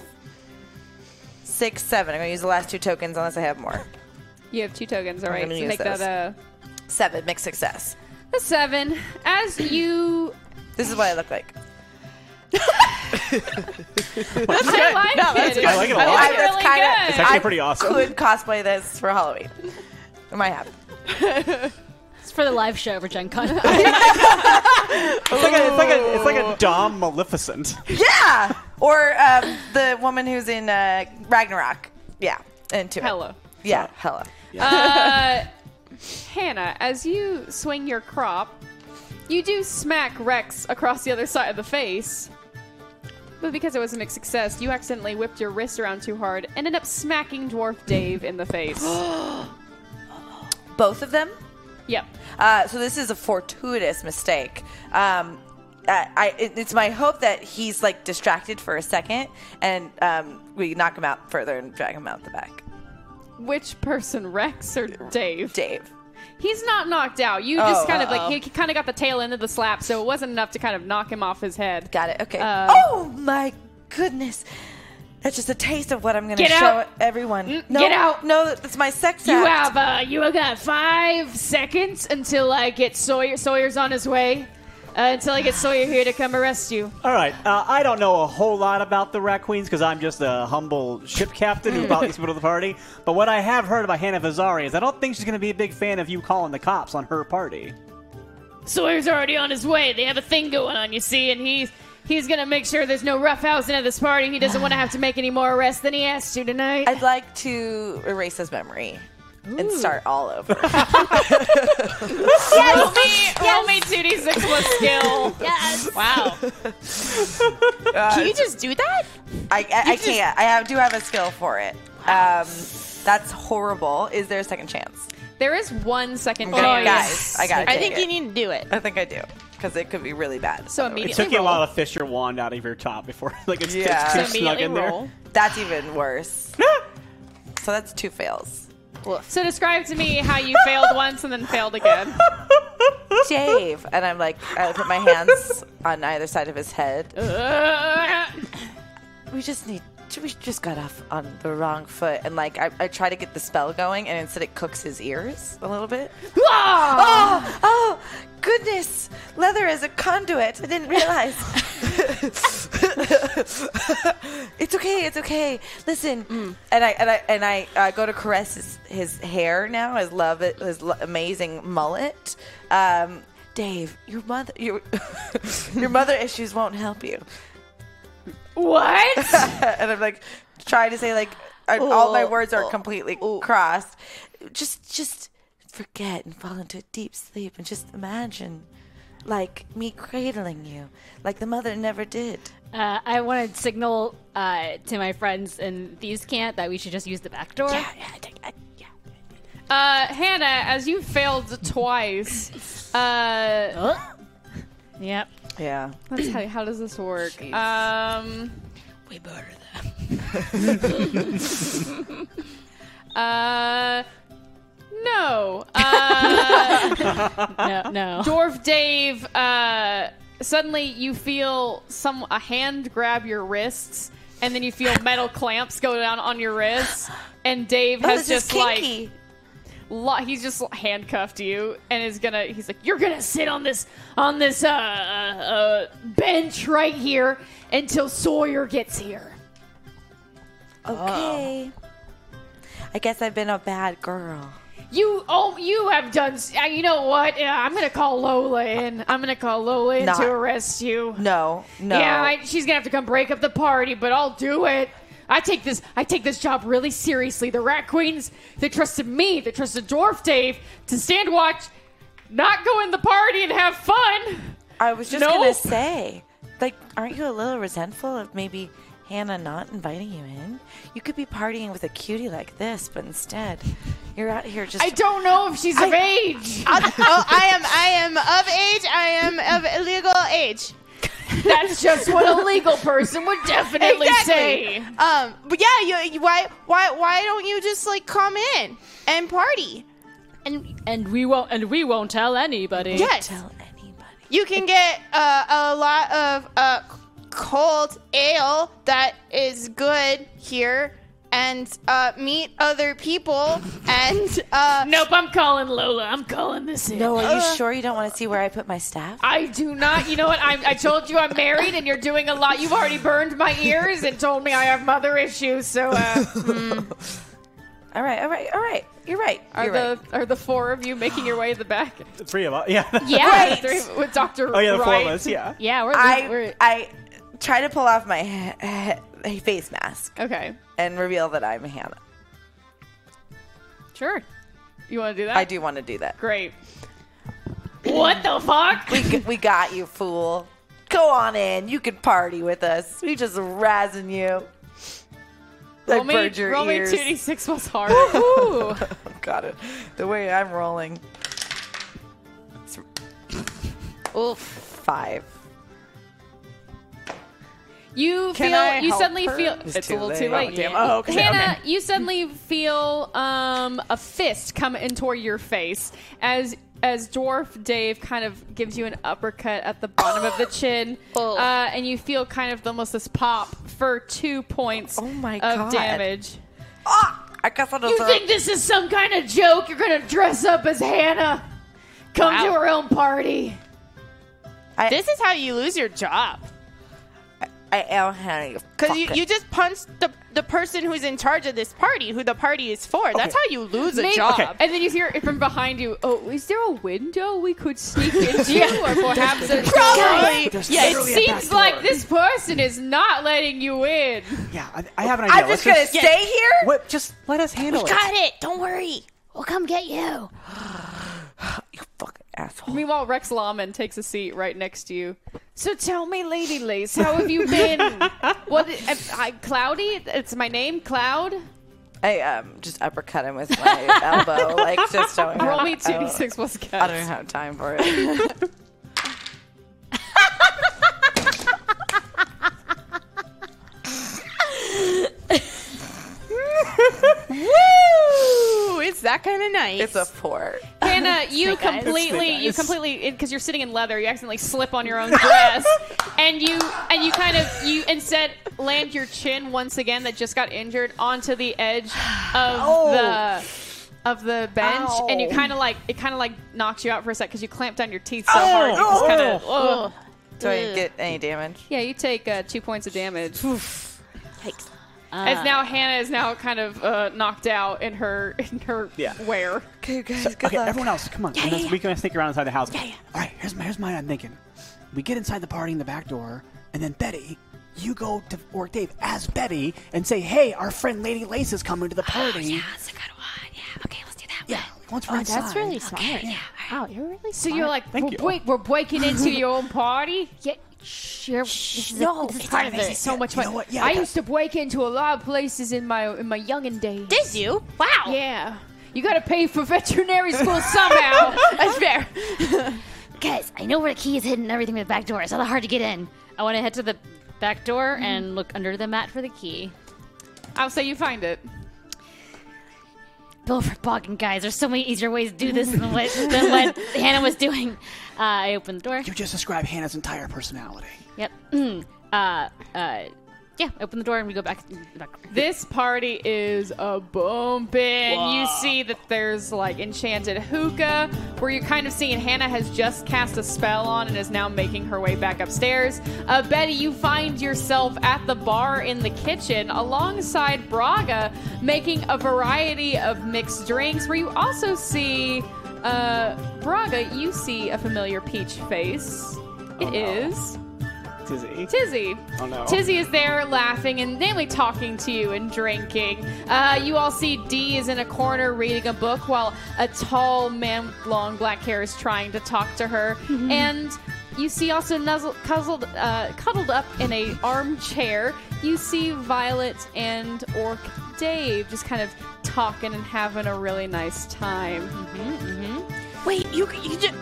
six, seven. I'm going to use the last two tokens unless I have more.
You have two tokens, all right?
gonna
So
use
make
those.
that
Seven, mixed success.
a, a seven. As you
This is what I look like.
I like it.
I like it a lot.
I- that's
really
kinda-
good.
It's actually
I
pretty awesome.
Could cosplay this for Halloween. It might happen.
It's for the live show for Gen Con.
It's like a, it's like a, it's like a Dom Maleficent.
Yeah! Or um, the woman who's in uh, Ragnarok. Yeah. Into it.
Hello.
Yeah, Hella.
Uh, Hannah, as you swing your crop, you do smack Rex across the other side of the face. But because it was a mixed success, you accidentally whipped your wrist around too hard and ended up smacking Dwarf Dave in the face.
Both of them?
yep.
Uh, so this is a fortuitous mistake. Um, uh, I, it, it's my hope that he's like distracted for a second, and um, we knock him out further and drag him out the back.
Which person, Rex or Dave?
Dave,
He's not knocked out. You
Oh.
just kind of like he kind of got the tail end of the slap, so it wasn't enough to kind of knock him off his head.
got it. Okay.
Uh,
oh my goodness, that's just a taste of what I'm going to
Get
show
out. Mm,
everyone. no,
get out.
No, that's my sex
You
act.
have uh, you have got five seconds until I get Sawyer. Sawyer's on his way. Uh, until I get Sawyer here to come arrest you.
All right, uh, I don't know a whole lot about the raccoons because I'm just a humble ship captain who brought these people to the party. But what I have heard about Hannah Vazari is I don't think she's going to be a big fan of you calling the cops on her party.
Sawyer's already on his way. They have a thing going on, you see, and he's he's gonna make sure there's no roughhousing at this party. He doesn't want to have to make any more arrests than he has to tonight.
I'd like to erase his memory and start all over.
roll me, roll me two d six plus skill.
yes.
Wow.
Can you just do that?
I, I, I can't. I have, do have a skill for it. Um, that's horrible. Is there a second chance?
There is one second
Okay,
chance.
guys, I got it.
I think you need to do it.
I think I do because it could be really bad.
So
It
immediately
took you a
roll.
while to fish your wand out of your top before, like, it's,
Yeah.
it's too
So
snug
immediately
in there.
roll.
that's even worse. so that's two fails.
So describe to me how you failed once and then failed again.
Dave and I'm like, I put my hands on either side of his head.
Uh,
We just need. We just got off on the wrong foot, and like I, I try to get the spell going, and instead it cooks his ears a little bit. Oh, oh, goodness! Leather is a conduit. I didn't realize. it's okay. It's okay. Listen, and I and I and I uh, go to caress his, his hair now. His love, his lo- amazing mullet. Um, Dave, your mother, your your mother issues won't help you.
What?
and I'm like trying to say like I, all my words are completely crossed. Just just forget and fall into a deep sleep and just imagine like me cradling you like the mother never did.
Uh, I want to signal uh, to my friends in these can't that we should just use the back door.
Uh, Hannah, as you failed twice, uh,
Yep.
Yeah.
let's see, how does this work? Um,
We murder them.
uh, no. Uh,
No, Uh, no.
Dwarf Dave, uh, suddenly you feel some a hand grab your wrists, and then you feel metal clamps go down on your wrists, and Dave
Oh,
has
this is
just like
kinky.
lo- he's just handcuffed you and is gonna he's like you're gonna sit on this on this uh, uh bench right here until sawyer gets here oh.
Okay. I guess I've been a bad girl.
You oh you have done. s- Uh, you know what? Yeah, I'm gonna call Lola in. I'm gonna call Lola in
Not-
to arrest you.
No. No.
Yeah, I, she's gonna have to come break up the party, but I'll do it.
I take this I take this job really seriously. The Rat Queens, they trusted me, they trusted Dwarf Dave to stand watch, not go in the party and have fun.
I was just
Nope.
gonna say, like, aren't you a little resentful of maybe Hannah not inviting you in? You could be partying with a cutie like this, but instead, you're out here just.
I don't know if she's of age.
I, oh, I am. I am of age. I am of illegal age.
That's just what a legal person would definitely say.
Um, but yeah, you, you, why, why, why don't you just like come in and party?
And and we won't and we won't tell anybody.
Yes,
tell anybody.
you can get uh, a lot of uh, cold ale that is good here, and uh, meet other people. And uh,
Nope, I'm calling Lola. I'm calling this in.
No, are you
uh,
sure you don't want to see where I put my staff?
I do not. You know what? I, I told you I'm married, and you're doing a lot. You've already burned my ears and told me I have mother issues. So uh,
All right, all right, all right. You're right.
Are
You're
the are the four of you making your way to the back?
The three of us. Yeah.
Yeah.
The three of- with Doctor.
oh yeah, the four
Wright.
of us. Yeah.
Yeah, we're,
right.
we're
I, I try to pull off my he- he- face mask
Okay,
and reveal that I'm Hannah.
sure. You want to do that?
I do want to do that.
Great.
What the fuck?
We, g- we got you, fool. Go on in. You can party with us. We just razzing you. I
Roll me,
burned your
roll
ears.
me two d six plus hard. Ooh.
Got it. The way I'm rolling. It's- Oof. Five.
you
Can
feel
I
you
help
suddenly
her?
feel
It's, a little too late.
Oh, damn. Oh, okay.
Hannah, you suddenly feel um, a fist come in toward your face as as dwarf Dave kind of gives you an uppercut at the bottom of the chin,
Oh.
uh, and you feel kind of almost this pop for two points
Oh my
of
God.
damage.
Ah! I guess I
You think this is some kind of joke? You're gonna dress up as Hannah, come to her own party.
this is how you lose your job
I am Hannah.
because you, you just punched the the person who's in charge of this party, who the party is for. That's how you lose a
Maybe-
job.
And then you hear it from behind you. Oh, is there a window we could sneak into? Or perhaps a
Probably. Yeah,
It seems like this person is not letting you in.
Yeah. I, I have an idea.
I'm just gonna stay here.
What? Just let us handle it.
got it. Don't worry.
We'll come get you.
You fucking asshole.
Meanwhile, Rex Lawman takes a seat right next to you.
So tell me, Lady Lace, how have you been? what? I, I, Cloudy? It's my name, Cloud.
Uh, I um just uppercut him with my elbow, like just don't.
Roll
have-
me
I
two d
don't-
six plus
I don't
guts.
have time for it.
Woo! It's that kind of night.
It's a four.
Hannah, you completely, you completely, because you're sitting in leather, you accidentally slip on your own dress, and you, and you kind of, you instead land your chin once again that just got injured onto the edge of the. Of the bench, and you kind of like it, kind of like knocks you out for a sec because you clamp down your teeth so hard. You just kind of,
Do I get any damage?
Yeah, you take uh, two points of damage. Uh. As now Hannah is now kind of uh, knocked out in her in her
Yeah.
wear.
Okay, guys, good
okay,
luck.
everyone else, come on. Let's- We can sneak around inside the house. All right, here's my here's mine. I'm thinking. We get inside the party in the back door, and then Betty, you go to or Dave as Betty and say, "Hey, our friend Lady Lace is coming to the party." yeah.
Oh, That's a good one. Yeah. Okay, let's do that.
Once we're inside.
That's really smart.
yeah.
Wow, you're really
So you're like,
Thank
we're,
you.
break- we're breaking into your own party.
Yeah. Shh, you're, this is,
no,
this is
it's
part
not
of
this.
it.
So much
you
fun.
know what? Yeah,
I
yeah.
used to break into a lot of places in my in my youngin days.
Did you? Wow.
Yeah. You gotta pay for veterinary school somehow. That's fair.
Guys, I know where the key is hidden and everything in the back door. It's not hard to get in. Mm-hmm.
I want to head to the back door and look under the mat for the key.
I'll say you find it.
Bill for bogging, guys. There's so many easier ways to do this than what, than what Hannah was doing. Uh, I open the door.
You just described Hannah's entire personality.
Yep. Mm. uh, uh, yeah, open the door and we go back. back.
This party is a bumpin'. You see that there's like enchanted hookah, where you're kind of seeing Hannah has just cast a spell on and is now making her way back upstairs. Uh, Betty, you find yourself at the bar in the kitchen alongside Braga, making a variety of mixed drinks. Where you also see uh, Braga, you see a familiar peach face. It is
Tizzy.
Tizzy.
Oh, no.
Tizzy is there laughing and mainly talking to you and drinking. Uh, you all see Dee is in a corner reading a book while a tall man with long black hair is trying to talk to her. And you see also nuzzled, cuzzled, uh, cuddled up in a armchair, you see Violet and Orc Dave just kind of talking and having a really nice time.
Wait, you you just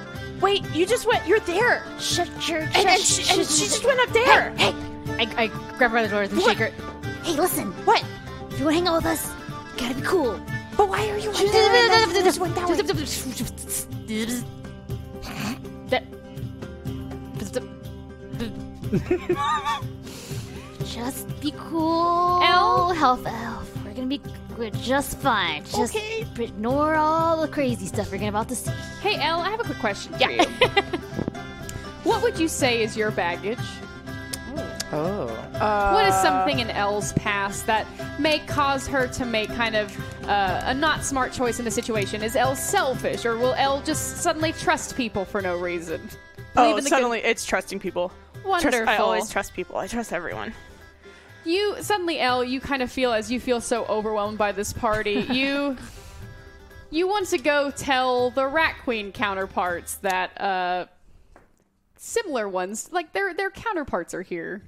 wait. You just went. You're there.
Shut your
And, and,
shut-
she, and
shut-
she just went up there.
Hey,
I, I grab her by the shoulders and
What?
shake her.
hey, listen.
What?
If you want to hang out with us, you gotta be cool.
But why are you?
Just- just went that way. Just be cool.
Elf?
Health elf. We're gonna be good just fine. Just ignore all the crazy stuff you're about to see.
Hey, Elle, I have a quick question for you. what would you say is your baggage? Oh. what is
Uh,
something in Elle's past that may cause her to make kind of uh, a not smart choice in a situation? Is Elle selfish, or will Elle just suddenly trust people for no reason? Believe
Oh,
in the
suddenly it's trusting people. Trust- I
Wonderful.
always trust people. I trust everyone.
good- you suddenly, Elle, you kind of feel as you feel so overwhelmed by this party, you. You want to go tell the Rat Queen counterparts that uh, similar ones, like their their counterparts, are here.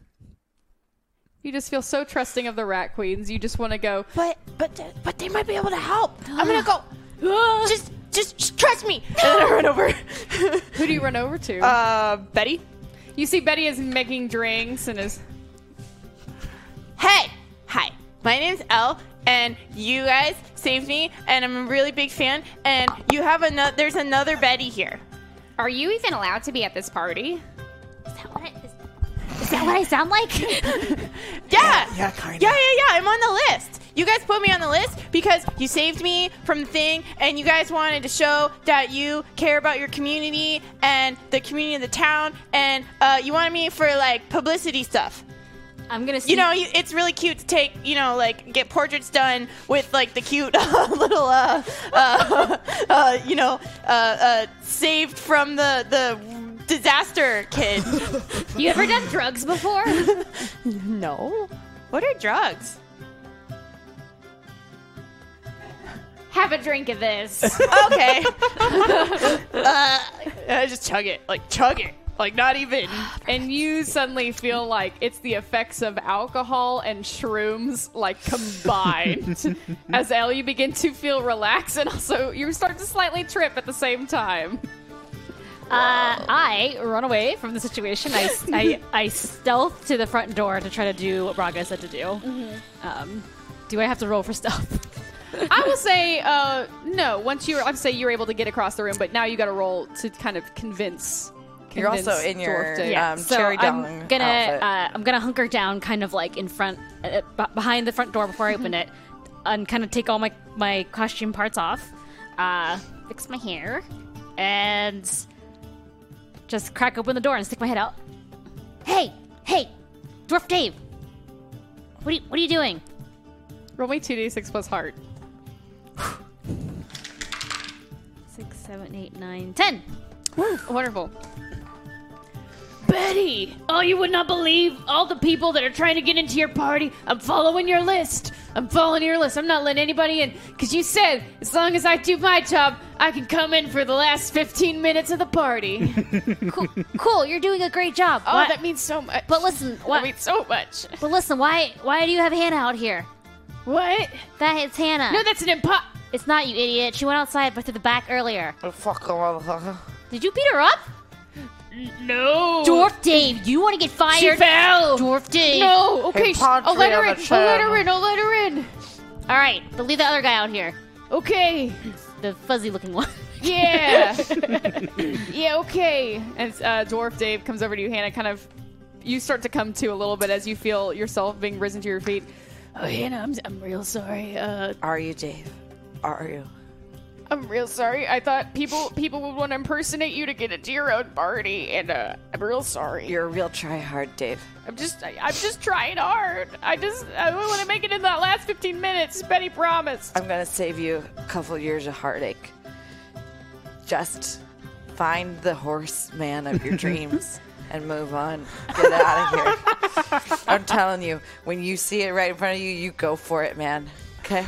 You just feel so trusting of the Rat Queens. You just want to go.
But but th- but they might be able to help. I'm gonna go. just just just trust me. And then I run over.
Who do you run over to?
uh, Betty.
you see, Betty is making drinks and is.
Hey! Hi. My name's Elle, and you guys saved me, and I'm a really big fan, and you have another, there's another Betty here.
Are you even allowed to be at this party?
Is that what I, is, is that what I sound like?
Yeah!
yeah, kinda.
Yeah, yeah, yeah, I'm on the list. You guys put me on the list because you saved me from the thing, and you guys wanted to show that you care about your community and the community of the town, and uh, you wanted me for like publicity stuff.
I'm gonna. Sneak,
You know, you, it's really cute to take, you know, like get portraits done with like the cute little, uh, uh, uh, you know, uh, uh, saved from the the disaster kid.
you ever done drugs before?
no, what are drugs?
Have a drink of this.
Okay, uh, just chug it, like chug it, like not even.
And you suddenly feel like it's the effects of alcohol and shrooms like combined. As Elle, you begin to feel relaxed and also you start to slightly trip at the same time.
Uh, I run away from the situation. I, I, I stealth to the front door to try to do what Braga said to do.
Mm-hmm.
Um, do I have to roll for
Um,
stealth?
I will say, uh, no, once you were, I'd say you were able to get across the room, but now you gotta roll to kind of convince.
You're also
convince
in your
Dwarf Dave.
um, cherry
I'm
dong
gonna
outfit.
uh, I'm gonna hunker down, kind of like in front, uh, b- behind the front door before I
Mm-hmm.
open it, and kind of take all my my costume parts off, uh, fix my hair, and just crack open the door and stick my head out.
hey, hey, Dwarf Dave. What are you, what are you doing?
Roll me 2d6 plus heart.
Six, seven, eight, nine, ten.
Wonderful.
Betty! Oh, you would not believe all the people that are trying to get into your party. I'm following your list. I'm following your list. I'm not letting anybody in. Because you said, as long as I do my job, I can come in for the last 15 minutes of the party.
Cool, cool. You're doing a great job.
Oh,
Why-
that means so much.
but listen,
that
why,
means so much.
but listen, why why do you have Hannah out here?
what?
That is Hannah.
No, that's an impo-
it's not you, idiot. She went outside but through the back earlier.
Oh, fuck, oh, motherfucker.
Did you beat her up?
No.
Dwarf Dave, you want to get fired?
She fell.
Dwarf Dave.
No. Okay.
Hey,
sh- I'll
oh,
Padre
let her
on
in.
the
I'll let
channel.
her in. I'll let her in.
All right, but leave the other guy out here.
Okay.
The fuzzy looking one.
Yeah. yeah, okay. And uh, Dwarf Dave comes over to you, Hannah, kind of. You start to come to a little bit as you feel yourself being risen to your feet.
Oh, Hannah, I'm, I'm real sorry. Uh,
Are you, Dave? Are you?
I'm real sorry. I thought people people would want to impersonate you to get into your own party, and uh, I'm real sorry.
You're a real tryhard, Dave.
I'm just I, I'm just trying hard. I just I want to make it in that last 15 minutes. Betty promised.
I'm gonna save you a couple years of heartache. Just find the horseman of your dreams and move on. Get out of here. I'm telling you, when you see it right in front of you, you go for it, man. Okay?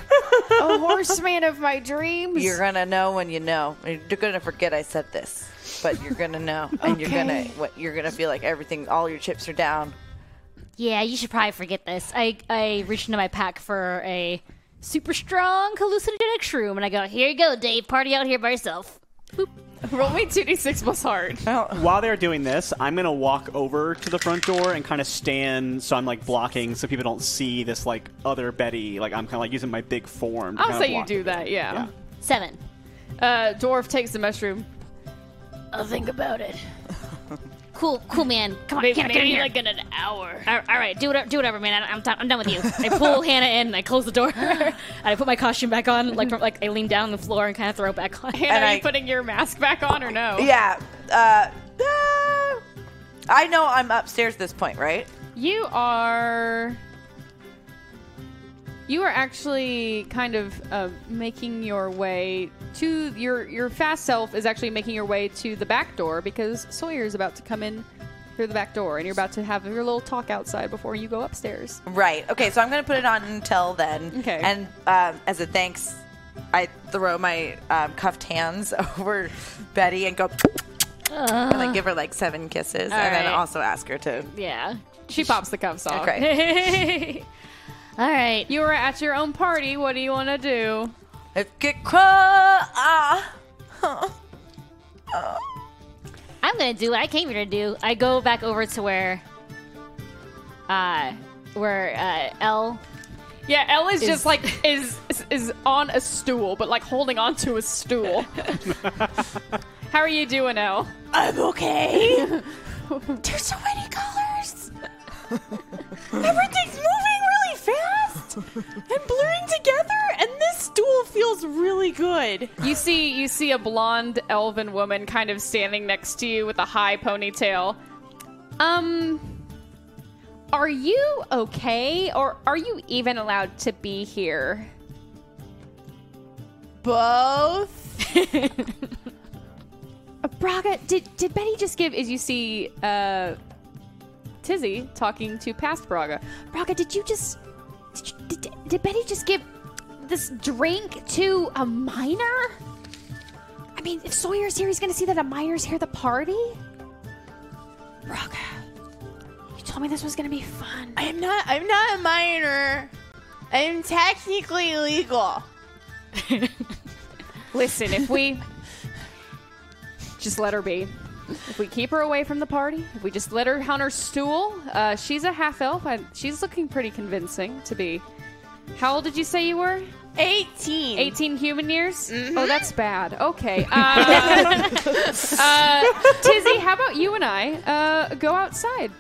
A horseman of my dreams.
You're gonna know when you know. You're gonna forget I said this, but you're gonna know, and you're gonna
Okay.
what you're gonna feel like everything, all your chips are down.
Yeah, you should probably forget this. I I reached into my pack for a super strong hallucinogenic shroom, and I go, "Here you go, Dave. Party out here by yourself."
Roll me 2d6 plus heart.
While they're doing this, I'm gonna walk over to the front door and kind of stand so I'm like blocking so people don't see this like other Betty. Like I'm kind of like using my big form. to
I'll
kinda
say you
block
do
it.
that, yeah.
Seven.
Uh, dwarf takes the mushroom.
I'll think about it. Cool, cool, man. Come on,
Maybe-
Hannah, get in
maybe
here.
like
in an hour. All all right, do whatever, do whatever, man. I, I'm, done, I'm done with you. I pull Hannah in and I close the door. and I put my costume back on, like from, like I lean down on the floor and kind of throw it back on.
Hannah,
And
are
I-
you putting your mask back on or no?
Yeah. Uh, uh, I know I'm upstairs at this point, right?
You are. You are actually kind of uh, making your way to your your fast self is actually making your way to the back door because Sawyer is about to come in through the back door and you're about to have your little talk outside before you go upstairs.
Right. Okay, so I'm gonna put it on until then.
Okay.
And um, as a thanks, I throw my um, cuffed hands over Betty and go. and like give her like seven kisses, and then
right.
also ask her to.
Yeah.
She pops the cuffs off.
Okay.
All right.
You were at your own party. What do you want to do?
Let's get crawl. Ah.
I'm gonna do what I came here to do. I go back over to where, uh, where uh, L.
Yeah, Elle is, just like is is on a stool, but like holding onto a stool. How are you doing, Elle?
I'm okay. There's so many colors.
Everything's moving really fast and blurring together, and this stool feels really good.
You see, you see a blonde elven woman kind of standing next to you with a high ponytail. Um, are you okay, or are you even allowed to be here?
Both.
Uh, Braga, did did Betty just give? As you see, uh, Tizzy talking to past Braga.
Braga, did you just did, you, did, did Betty just give this drink to a minor? I mean, if Sawyer's here, he's gonna see that a minor's here at the party. Braga, you told me this was gonna be fun.
I'm not. I'm not a minor. I'm technically legal.
Listen, if we just let her be, if we keep her away from the party, if we just let her on her stool, uh, she's a half elf. and She's looking pretty convincing to be. How old did you say you were?
18.
18 human years? Oh, that's bad. Okay. Uh, uh, Tizzy, how about you and I uh, go outside?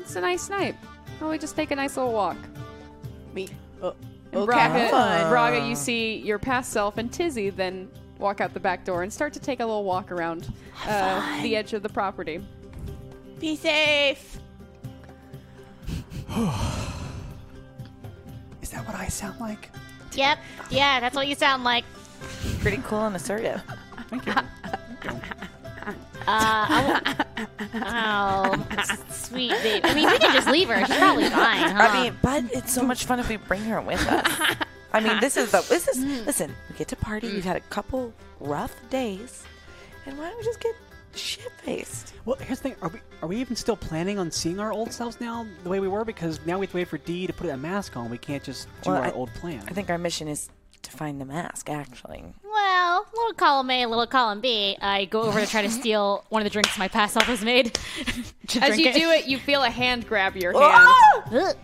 It's a nice night. Why don't we just take a nice little walk?
Me. Oh,
And Braga, Braga, you see your past self and Tizzy then walk out the back door and start to take a little walk around uh, the edge of the property.
Be safe.
Is that what I sound like?
Yep. Yeah, that's what you sound like.
Pretty cool and assertive.
Uh,
Oh, sweet babe. I mean, we can just leave her. She's probably fine, huh?
I mean, but it's so much fun if we bring her with us. I mean, this is the this is listen. We get to party. We've had a couple rough days, and why don't we just get shit faced?
Well, here's the thing: are we are we even still planning on seeing our old selves now the way we were? Because now we have to wait for D to put a mask on. We can't just do
Well,
our
I-
old plan.
I think our mission is to find the mask. Actually,
Well, little column A, little column B. I go over to try to steal one of the drinks my past self has made. to
As
drink
you
it.
do it, you feel a hand grab your hand.
Oh!
Ugh.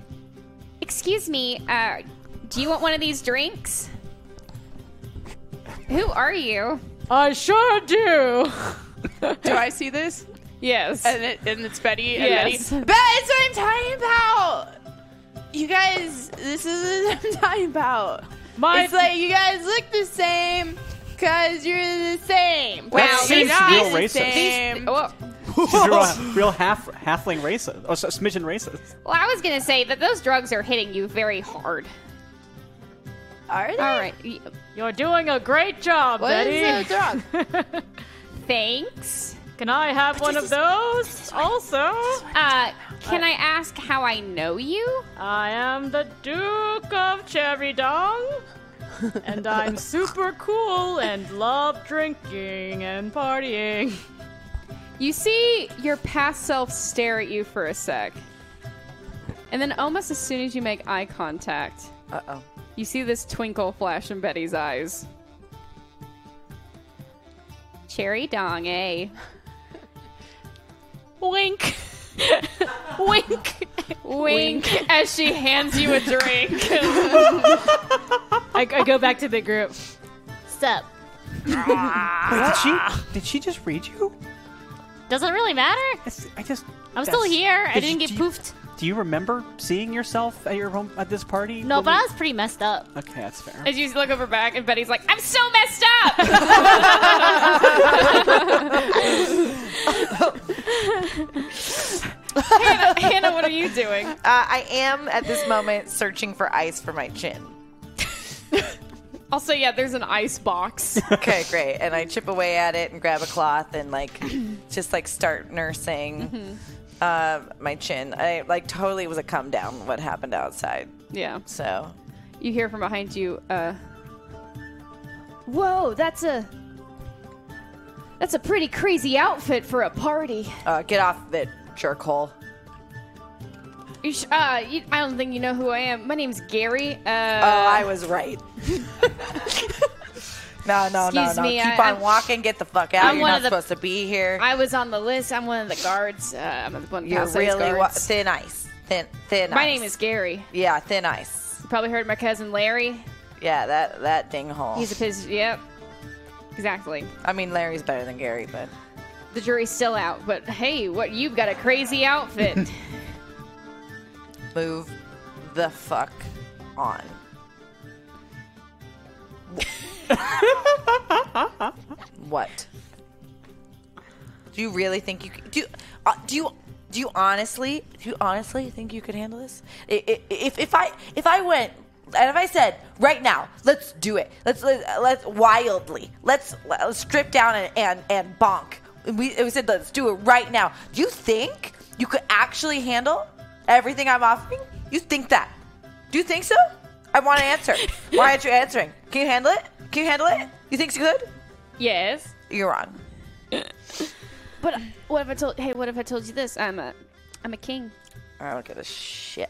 Excuse me, uh, do you want one of these drinks? Who are you?
I sure do.
Do I see this?
Yes.
And, it, and it's Betty. And
Yes.
Betty. That's what I'm talking about. You guys, this is what I'm talking about.
My-
it's like you guys look the same because you're the same.
That
Well,
seems
you're not
real
the
racist.
same.
Well,
She's real, real half halfling racist, or so- smidgen racist.
Well, I was gonna say that those drugs are hitting you very hard.
Are they?
all right. Y-
You're doing a great job,
What is
Betty.
the drug?
Thanks.
Can I have one of those? Also,
Uh, can I ask how I know you?
I am the Duke of Cherry Dong, and I'm super cool and love drinking and partying.
You see your past self stare at you for a sec. And then almost as soon as you make eye contact,
Uh oh.
you see this twinkle flash in Betty's eyes. Cherry dong, eh?
Wink. Wink.
Wink as she hands you a drink.
I, I go back to the group.
Sup?
Wait, did
Ah.
she? Did she just read you?
Doesn't really matter.
It's- I just.
I'm still
that's-
here. I
Did
didn't
you-
get
do you-
poofed.
Do you remember seeing yourself at your home at this party?
No,
when
but
we-
I was pretty messed up.
Okay, that's fair.
as you look over back, and Betty's like, I'm so messed up! Hannah, Hannah, what are you doing?
Uh, I am at this moment searching for ice for my chin.
Also, yeah, there's an ice box.
Okay, great. And I chip away at it and grab a cloth and like just like start nursing
Mm-hmm.
uh, my chin. I like totally was a come down what happened outside.
yeah.
So
You hear from behind you, uh,
Whoa, that's a that's a pretty crazy outfit for a party.
uh, get off of it, jerk hole.
you sh- uh, you, I don't think you know who I am. My name's Gary. Uh,
Oh, I was right. no, no, no,
Excuse
no.
me,
Keep
I-
on
I'm-
walking. Get the fuck out.
I'm
You're
one
not
of the-
supposed to be here.
I was on the list. I'm one of the guards. Uh, I'm one of
You're
Palisades
really wa-
guards.
thin ice. Thin, thin.
My
ice.
name is Gary.
Yeah, thin ice.
You probably heard my cousin Larry.
Yeah, that that ding hole.
He's a piz. Yep. Exactly.
I mean, Larry's better than Gary, but
The jury's still out, but hey, what you've got a crazy outfit.
move the fuck on. what? Do you really think you c- do? Uh, do you? Do you honestly? Do you honestly think you could handle this? I- i- If if I if I went and if I said right now, let's do it. Let's let- let's wildly. Let's, let's strip down and and, and bonk. We, we said let's do it right now. Do you think you could actually handle everything I'm offering? You think that? Do you think so? I want an answer. Why aren't you answering? Can you handle it? Can you handle it? You think you could?
yes.
You're on.
But what if I told? Hey, what if I told you this? Uh, I'm a, I'm a king.
I don't give a shit.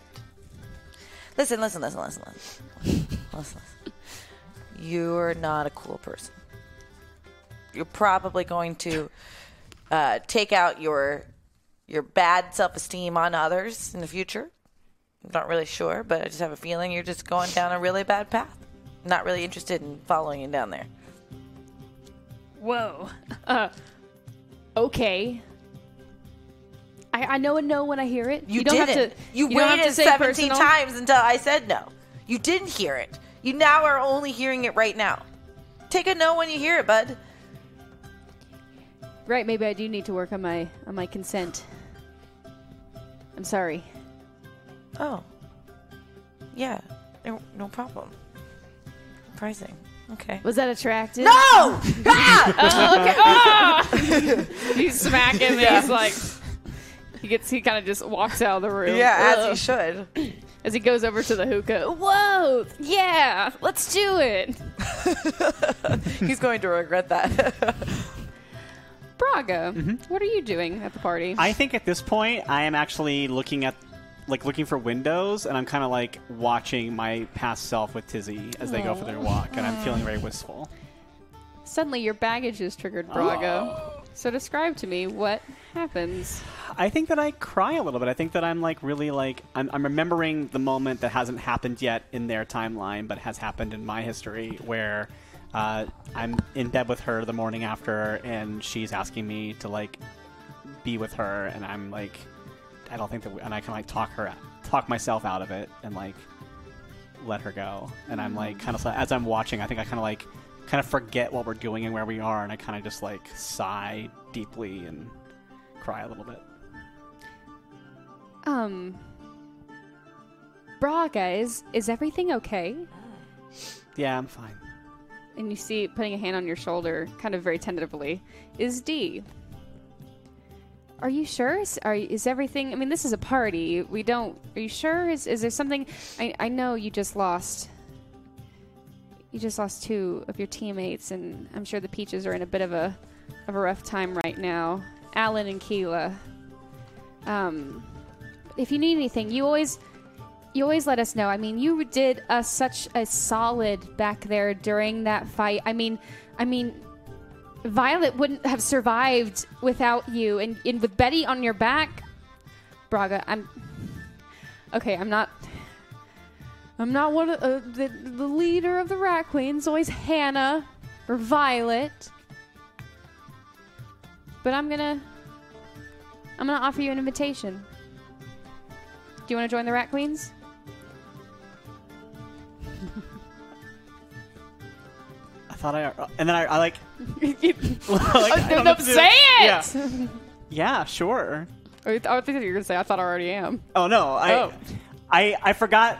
Listen, listen, listen, listen, listen. listen, listen. You're not a cool person. You're probably going to uh, take out your your bad self esteem on others in the future. I'm not really sure, but I just have a feeling you're just going down a really bad path. Not really interested in following you down there.
Whoa. Uh, okay. I, I know a no when I hear it.
You,
don't
didn't.
have to.
you,
don't have
waited
to say
17
personal.
times until I said no. You didn't hear it. You now are only hearing it right now. Take a no when you hear it, bud.
Right. Maybe I do need to work on my on my consent. I'm sorry.
Oh. Yeah. No, no problem. Pricing. Okay.
Was that attractive?
No! Ah!
You smack him, and he's like. He gets. He kind of just walks out of the room.
yeah,
Ugh.
as you should.
as he goes over to the hookah. Whoa! Yeah, let's do it.
He's going to regret that.
Braga, what are you doing at the party?
I think at this point, I am actually looking at, like, looking for windows, and I'm kind of like watching my past self with Tizzy as they go for their walk, and I'm feeling very wistful.
Suddenly, your baggage is triggered, Braga. So describe to me what happens.
I think that I cry a little bit. I think that I'm like really like I'm, I'm remembering the moment that hasn't happened yet in their timeline, but has happened in my history, where uh, I'm in bed with her the morning after, and she's asking me to like be with her, and I'm like, I don't think that, we, and I can like talk her, talk myself out of it, and like let her go. And I'm like kind of as I'm watching, I think I kind of like kind of forget what we're doing and where we are, and I kind of just like sigh deeply and cry a little bit.
Um, Braga, is is everything okay?
Yeah, I'm fine.
And you see, putting a hand on your shoulder, kind of very tentatively, is D. Are you sure? Is, are is everything? I mean, this is a party. We don't. Are you sure? Is is there something? I I know you just lost. You just lost two of your teammates, and I'm sure the peaches are in a bit of a of a rough time right now. Alan and Keela. Um, if you need anything, you always you always let us know. I mean, you did us such a solid back there during that fight. I mean, I mean, Violet wouldn't have survived without you, and, and with Betty on your back, Braga. I'm okay. I'm not. I'm not one of uh, the, the leader of the Rat Queens. Always Hannah or Violet. But I'm gonna. I'm gonna offer you an invitation. Do you want to join the Rat Queens?
I thought I and then I, I like.
No, no, say
Yeah.
it.
Yeah, sure.
I thought you were gonna say I thought I already am.
Oh no, I,
Oh.
I, I forgot.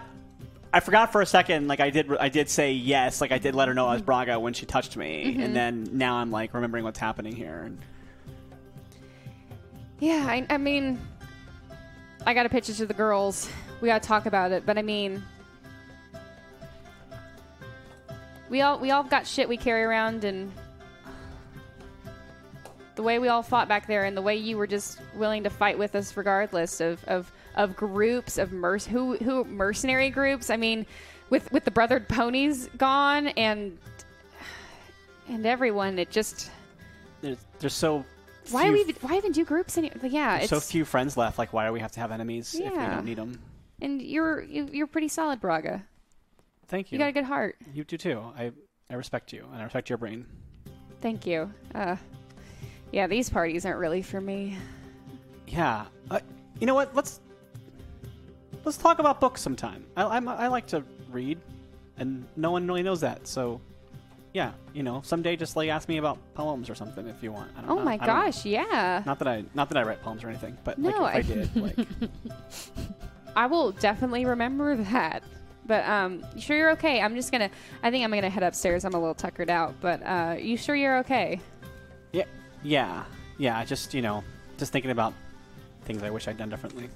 I forgot for a second. Like I did, I did say yes. Like I did let her know
Mm-hmm.
I was Braga when she touched me, and then now I'm like remembering what's happening here. And
Yeah, I, I mean, I got to pitch it to the girls. We got to talk about it, but I mean, we all we all got shit we carry around, and the way we all fought back there, and the way you were just willing to fight with us, regardless of of, of groups of merc who who mercenary groups. I mean, with with the brothered ponies gone and and everyone, it just
there's, there's so
why
few,
are we even- why even do groups any? Yeah, it's
so few friends left. Like why do we have to have enemies if we
Yeah.
don't need them?
And you're you- you're pretty solid, Braga.
Thank you.
You got a good heart.
You do too. I, I respect you, and I respect your brain.
Thank you. Uh, yeah, these parties aren't really for me.
Yeah. Uh, you know what? Let's let's talk about books sometime. I, I'm, I like to read, and no one really knows that. So, yeah, you know, someday just like ask me about poems or something if you want. I don't
Oh
know.
my
Uh, I don't know.
gosh, yeah.
Not that I not that I write poems or anything, but
No,
like if I,
I-
did, like
I will definitely remember that. But um, you sure you're okay? I'm just gonna. I think I'm gonna head upstairs. I'm a little tuckered out, but uh, you sure you're okay?
yeah, yeah, yeah. I Just you know, just thinking about things I wish I'd done differently.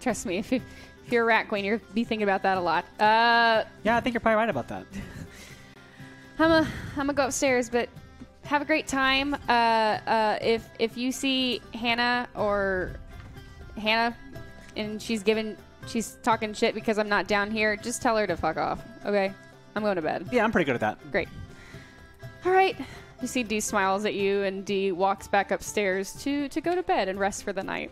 Trust me. If, you, if you're a rat queen, you'll be thinking about that a lot. Uh,
Yeah, I think you're probably right about that.
I'm a, I'm gonna go upstairs, but have a great time. Uh, uh, if if you see Hannah or Hannah, and she's giving, she's talking shit because I'm not down here, just tell her to fuck off. Okay, I'm going to bed.
Yeah, I'm pretty good at that.
Great. All right. You see, Dee smiles at you, and Dee walks back upstairs to to go to bed and rest for the night.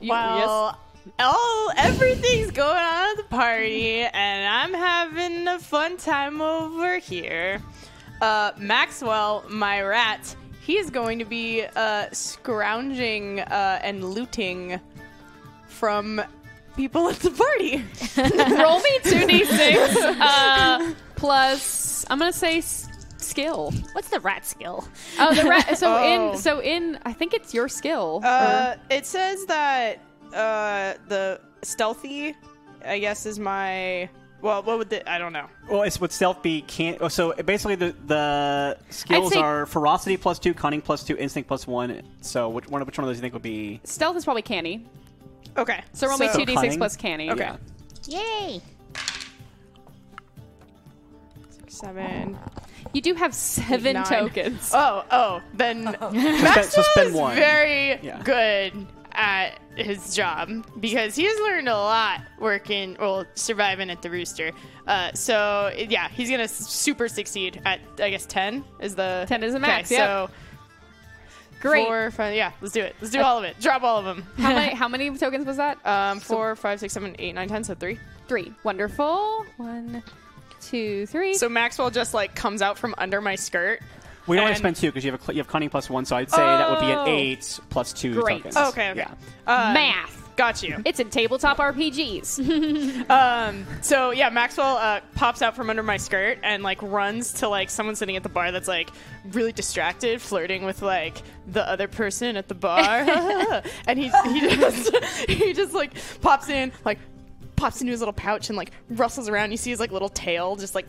You-
Well, all everything's going on at the party, and I'm having a fun time over here. Uh, Maxwell, my rat, he's going to be uh, scrounging uh, and looting from people at the party.
roll me 2d6 uh, plus i'm gonna say s- skill
What's the rat skill?
oh the ra- so
Oh.
in so in i think it's your skill
Uh, it says that uh, the stealthy, I guess, is my. Well, what would the? I don't know.
Well, it's would stealth be can't. oh, So basically, the the skills
say-
are ferocity plus two, cunning plus two, instinct plus one. So which one? Which one of those do you think would be?
stealth is probably canny
Okay,
so roll me
So
2d6
cunning?
plus canny
Okay.
Yeah.
Yay!
seven.
you do have seven
Nine.
tokens
Oh, oh, then
spend- so
Maxwell
spend
is
one.
very
Yeah.
good at his job because he's learned a lot working, well, surviving at the Rooster. Uh, so yeah, he's gonna s- super succeed at I guess ten is the
10 is the
Okay,
max, yep.
So
great
four, five, yeah, let's do it. Let's do all of it. Drop all of them.
how many how many tokens was that Uh,
Um, four, five, six, seven, eight, nine, ten. So three.
three wonderful one two three
So Maxwell just like comes out from under my skirt.
We only
And-
spend two because you have a, cl- you have cunning plus one. So I'd say that would be
Oh.
an eight plus two
Great.
tokens.
Okay, okay.
Yeah.
Uh,
math
got you.
it's in tabletop
Mm-hmm.
rpgs
Um, so yeah, Maxwell uh, pops out from under my skirt and like runs to like someone sitting at the bar that's like really distracted, flirting with like the other person at the bar, and he he just he just like pops in like pops into his little pouch and like rustles around. You see his like little tail just like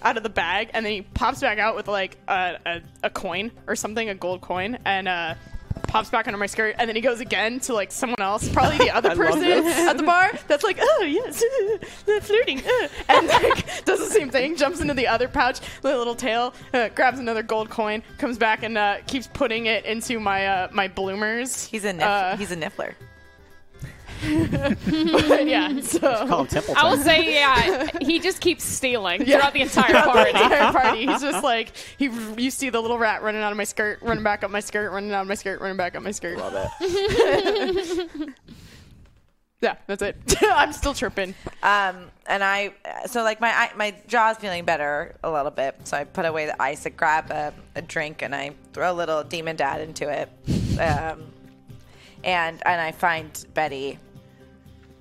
out of the bag, and then he pops back out with like a, a, a coin or something, a gold coin, and uh, pops back under my skirt, and then he goes again to like someone else, probably the other person at the bar that's like, oh yes, they're flirting, uh," and like does the same thing, jumps into the other pouch, the little tail, uh, grabs another gold coin, comes back and uh, keeps putting it into my uh, my bloomers.
He's a niff-
Uh,
he's a niffler.
yeah, so.
Call him Templeton.
I will say, yeah, he just keeps stealing throughout the entire
Throughout
party.
the entire party. He's just like he. You see the little rat running out of my skirt, running back up my skirt, running out of my skirt, running back up my skirt. Love it. yeah, that's it. I'm still chirping.
Um, and I, so like my eye- my jaw's feeling better a little bit, so I put away the ice. I grab a, a drink and I throw a little demon dad into it, um, and and I find Betty,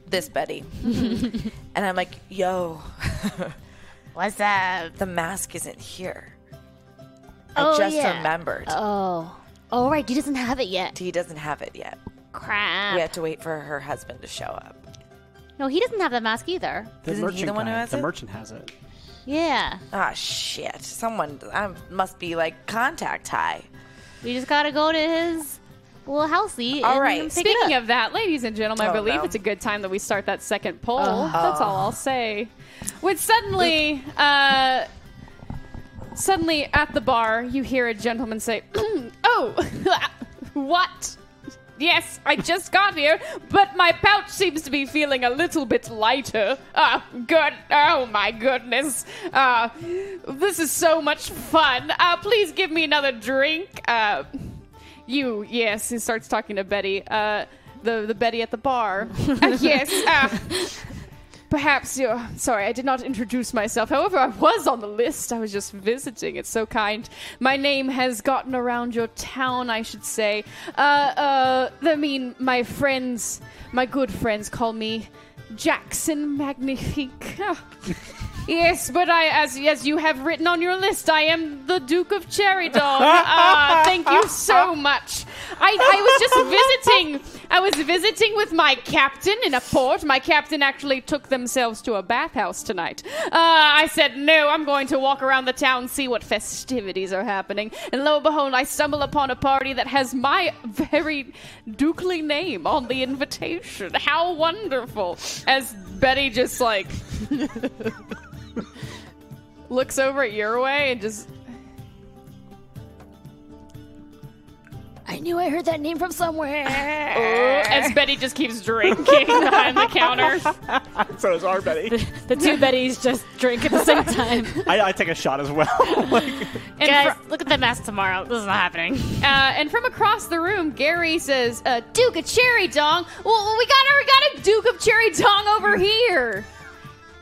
this Betty, and I'm like, yo,
What's up?
the mask isn't here. I
Oh,
just
yeah.
remembered
Oh. Oh, right. He doesn't have it yet.
he doesn't have it yet.
Crap.
We have to wait for her husband to show up.
No, he doesn't have the mask either.
the
Isn't
merchant
he the one who
guy.
has
the
it?
merchant has it.
Yeah.
Ah shit! Someone I must be like contact high.
We just gotta go to his little housey.
All
and
right.
pick it
Speaking
up.
of that, ladies and gentlemen,
Oh,
I believe
no.
it's a good time that we start that second poll.
Oh.
That's all I'll say. When suddenly, uh, suddenly at the bar, you hear a gentleman say, "Oh, what?" Yes, I just got here, but my pouch seems to be feeling a little bit lighter. Oh, good. Oh my goodness. Uh, this is so much fun. Uh, please give me another drink. Uh, you, yes. He starts talking to Betty. Uh, the the Betty at the bar. Uh, yes. Uh, perhaps you're sorry. I did not introduce myself. However, I was on the list. I was just visiting. It's so kind. My name has gotten around your town, I should say. Uh, uh, I mean, my friends, my good friends, call me Jackson Magnifique. Ah. Yes, but I, as as you have written on your list, I am the Duke of Cherrydom. Ah, thank you so much. I, I was just visiting. I was visiting with my captain in a port. My captain actually took themselves to a bathhouse tonight. Uh, I said no. I'm going to walk around the town, see what festivities are happening, and lo and behold, I stumble upon a party that has my very ducal name on the invitation. How wonderful! As Betty just like looks over at your way and just
I knew I heard that name from somewhere.
as Betty just keeps drinking behind the counter.
So does our Betty.
The two Bettys just drink at the same time.
I, I take a shot as well. Like,
And,
Guys,
fr-
look at the mask tomorrow. This is not happening.
uh, and from across the room, Gary says, uh, "Duke of Cherry Dong." Well, we got we got a Duke of Cherry Dong over here.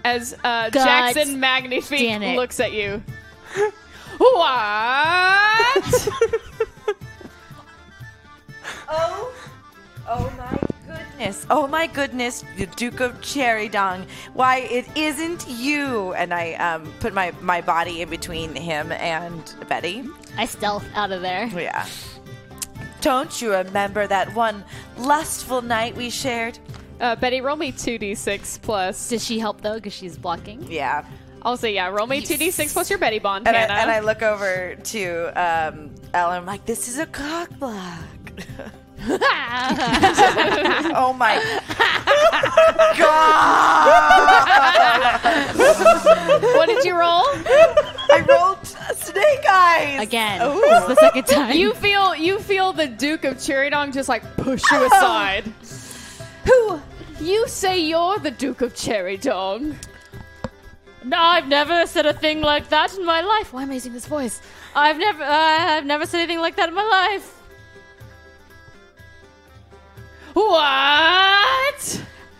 As uh, Jackson
damn
Magnifique
it.
looks at you. What?
Oh, oh my goodness. Oh my goodness, the Duke of Cherry Dong. Why it isn't you. And I um, put my, my body in between him and Betty.
I stealth out of there.
Yeah. Don't you remember that one lustful night we shared?
uh, Betty, roll me two d six plus.
Does she help though? Because she's blocking.
Yeah.
Also, yeah, roll me two d six plus your Betty bond,
And, I,
Hannah.
and I look over to um, Ellen. I'm like, this is a cock block. oh my god!
what did you roll?
I rolled snake eyes.
Again. This is the second time.
You feel you feel the Duke of Cherrydong just like push you aside. Who? You say you're the Duke of Cherrydong?
No, I've never said a thing like that in my life. Why am I using this voice? I've never, uh, I've never said anything like that in my life.
What?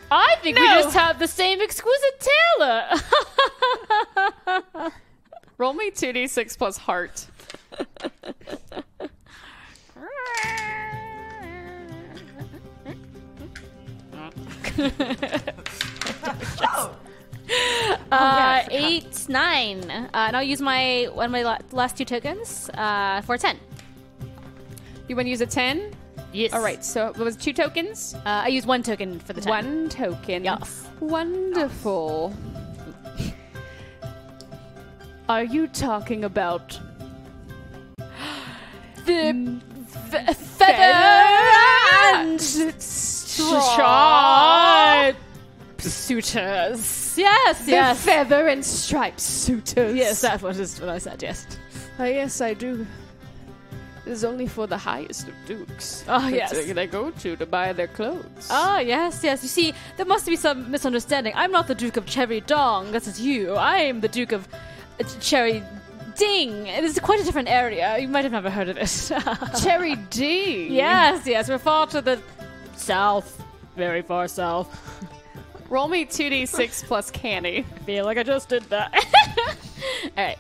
I think we
No.
just have the same exquisite tailor.
Roll me two d six plus heart.
Oh.
uh, eight, nine, uh, and I'll use my one of my la- last two tokens uh, for ten.
You want to use a ten?
Yes.
All right. So it was two tokens.
Uh, I use one token for the ten.
One token.
Yes.
Wonderful. Are you talking about the fe- feather and straw sutures?
Yes,
The
yes.
feather and stripe sutures.
Yes, that was what I said, yes.
Ah, yes, I do. It's only for the highest of dukes.
Ah,
Oh,
That's
yes.
where They go to to buy their clothes.
Ah, yes, yes. You see, there must be some misunderstanding. I'm not the Duke of Cherry Dong, that is you. I am the Duke of uh, Cherry Ding. It is quite a different area. You might have never heard of it.
Cherry D.
yes, yes. We're far to the south. Very far south.
Roll me 2d6 plus candy.
I feel like I just did that. All right.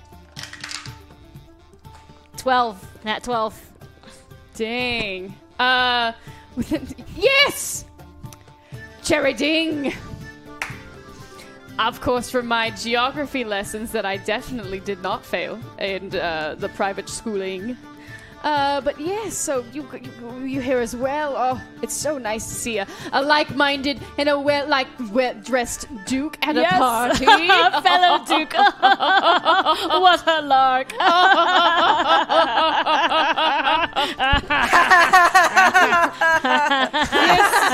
12. Nat 12.
Dang. Uh, yes! Cherry Ding! Of course, from my geography lessons that I definitely did not fail, and uh, the private schooling. Uh, but yes, so you, you you here as well. Oh, it's so nice to see a, a like-minded and a well like well dressed duke at a party.
Fellow Duke. what a lark.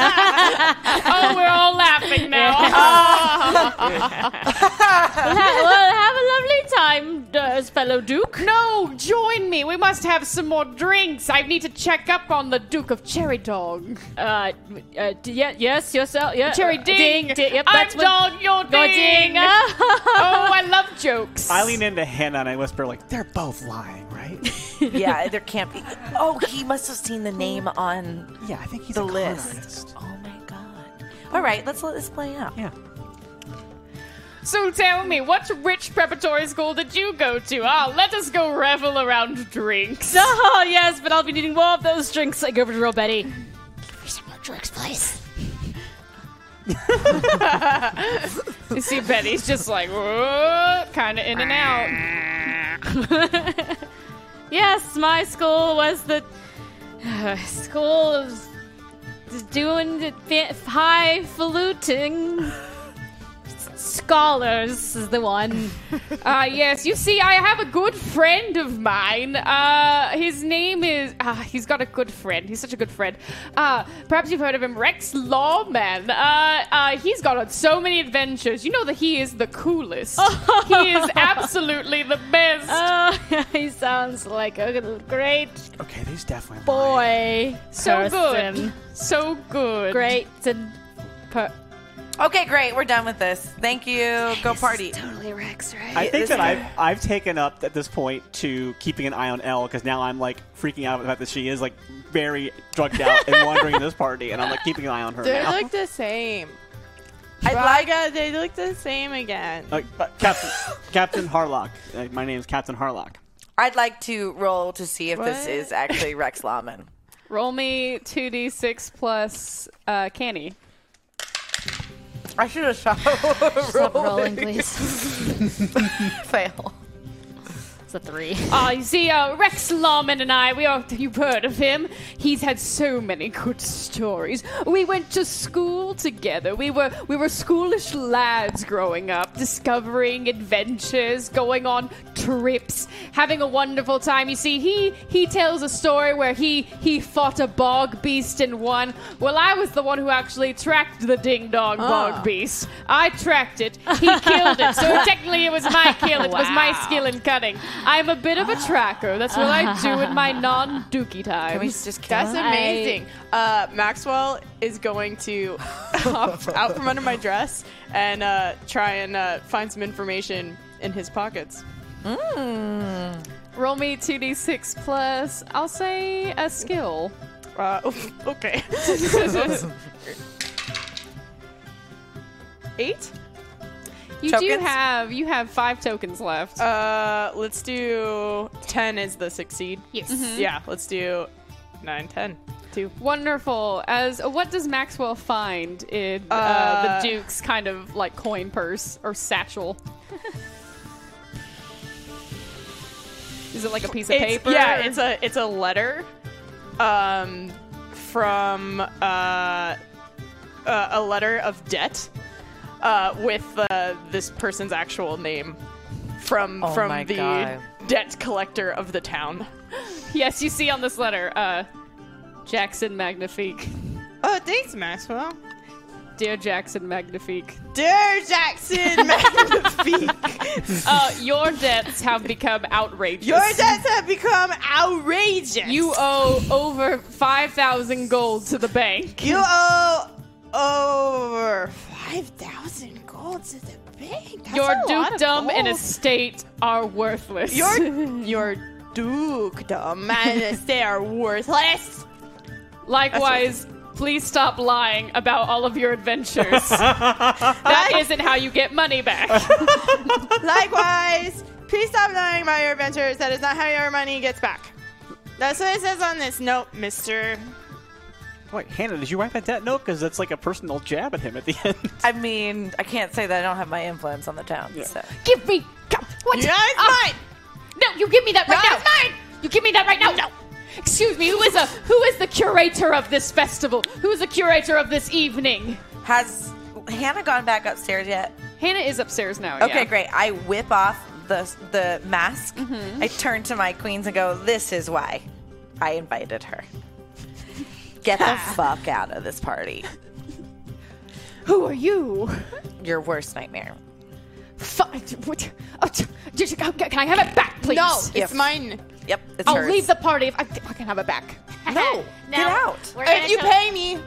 oh, we're all laughing now.
Well, ha- well, have a lovely time, uh, fellow Duke.
No, join me. We must have some more drinks. I need to check up on the Duke of Cherry Dog.
Uh, uh, d- yeah, yes, yourself. Yeah,
Cherry
uh,
Ding.
ding, yep,
I'm
that's what-
Dog, you're
Your
Ding.
ding.
oh, I love jokes.
I lean into Hannah and I whisper, like, they're both lying, right?
yeah, there can't be. Oh, he must have seen the name on
yeah, I think he's
the
a con
list.
artist.
Oh my god. All right, let's let this play out.
Yeah.
So tell me, what rich preparatory school did you go to? Ah, let us go revel around drinks.
oh, yes, but I'll be needing more of those drinks. I go over to Real Betty.
Some more drugs, please.
You see, Betty's just like, kind of in and out.
Yes, my school was the uh, school of s- doing the th- highfalutin scholars is the one.
Ah, yes. You see, I have a good friend of mine. Uh, his name is. Ah, he's got a good friend. He's such a good friend. Uh, perhaps you've heard of him, Rex Lawman. Uh, uh, he's got on so many adventures. You know that he is the coolest. he is absolutely the best.
Uh, he sounds like a great
Okay, there's definitely lying.
boy.
so good.
person.
So good.
Great and per-
Okay, great. We're done with this. Thank you. Go party.
I think that I've, I've taken up at this point to keeping an eye on Elle because now I'm like freaking out about the fact that she is like very drugged out and wandering this party, and I'm like keeping an eye on her.
They
Now.
look the same.
I'd
I
like
got they look the same again.
Like, but Captain Captain Harlock. Uh, my name is Captain Harlock.
I'd like to roll to see if this
What?
is actually Rex Lawman.
Roll me 2d6 plus uh, candy.
I should have shot
stop rolling, please.
fail.
It's a three.
Ah, you see, uh, Rex Lawman and I, we are, you've heard of him. He's had so many good stories. We went to school together. We were, we were schoolish lads growing up, discovering adventures, going on trips, having a wonderful time. You see, he, he tells a story where he, he fought a bog beast and won. Well, I was the one who actually tracked the ding dong
Ah.
bog beast. I tracked it. He killed it. So technically, it was my kill. It was my skill in cutting. I'm a bit of a tracker. That's what I do in my non-dookie time.
Ah. Can we just kill
That's
him?
amazing. Uh, Maxwell is going to hop out from under my dress and uh, try and uh, find some information in his pockets.
Roll me 2d6 plus, I'll say a skill.
Uh, oof, okay. Eight.
You do
Tokens?
have you have five tokens left.
Uh, let's do ten. Is the succeed? Mm-hmm.
Yes.
Yeah. Let's do nine, ten. Two.
Wonderful. As what does Maxwell find in uh, the
Uh,
Duke's kind of like coin purse or satchel? Is it like a piece of paper?
Yeah, it's a it's a letter, um, from uh, uh, a letter of debt, uh, with uh, this person's actual name from
Oh
from
my
the
God.
debt collector of the town.
Yes, you see on this letter, uh, Jackson Magnifique.
Oh, thanks, Maxwell.
Dear Jackson Magnifique,
Dear Jackson Magnifique,
uh, your debts have become outrageous.
your debts have become outrageous.
You owe over 5,000 gold to the bank.
you owe over five thousand gold to the bank. That's
your
a lot of
dukedom and
gold.
estate are worthless.
your your dukedom and they are worthless.
Likewise, please stop lying about all of your adventures. that isn't how you get money back.
Likewise, please stop lying about your adventures. That is not how your money gets back. That's what it says on this note, Mister.
Wait, Hannah, did you write that debt note? Because that's like a personal jab at him at the end.
I mean, I can't say that I don't have my influence on the town. So.
Give me. Come. What? Ah.
Yeah, it's mine.
No, you give me that right
No,
now.
it's
You give me that right now. No.
Excuse me, who is a who is the curator of this festival? Who is the curator of this evening?
Has Hannah gone back upstairs yet?
Hannah is upstairs now.
Okay,
yeah.
great. I whip off the the mask.
Mm-hmm.
I turn to my queens and go, "This is why I invited her. Get the fuck out of this party.
Who are you?
Your worst nightmare."
F- what? Oh, t- just- oh, can I have it back, please?
No,
Yes.
it's mine.
Yep, it's
Oh,
I'll
hers.
leave the party if I, I can have it back.
no. Get out.
We're gonna
If you
tell-
pay me,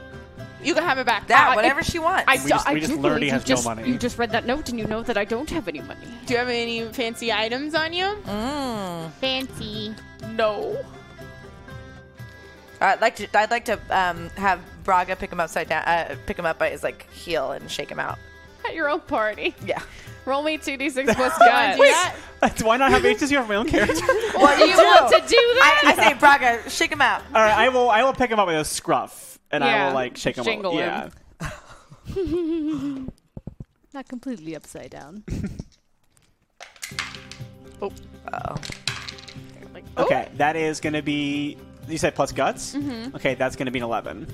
you can have it back.
That
Uh,
whatever she wants.
I,
We just-
I
we just
do
learned
believe
he has no
you just,
money.
You just read that note and you know that I don't have any money.
Do you have any fancy items on you?
Fancy.
No.
Uh, I'd like to. I'd like to um, have Braga pick him upside down. Uh, pick him up by his like heel and shake him out.
At your own party.
Yeah.
Roll me 2d6 plus guts. Wait,
Why not have agency over my own character?
What do you
want to do that?
I, I say, Braga, shake him out.
All right, I will. I will pick him up with a scruff, and I
Yeah,
will like shake him.
jingle him.
up. Yeah.
Not completely upside down.
Okay,
Oh.
that is going to be. You said plus guts. Mm-hmm. Okay, that's going to be an eleven.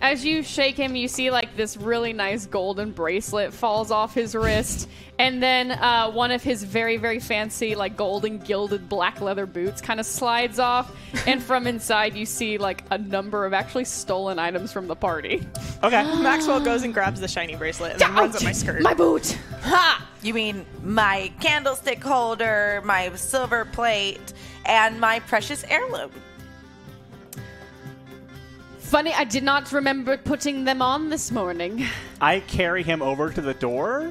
As you shake him, you see like this really nice golden bracelet falls off his wrist, and then uh, one of his very very fancy like golden gilded black leather boots kind of slides off, and from inside you see like a number of actually stolen items from the party.
Okay.
Maxwell goes and grabs the shiny bracelet and then runs up my skirt.
My boot.
You mean my candlestick holder, my silver plate, and my precious heirloom?
Funny, I did not remember putting them on this morning.
I carry him over to the door,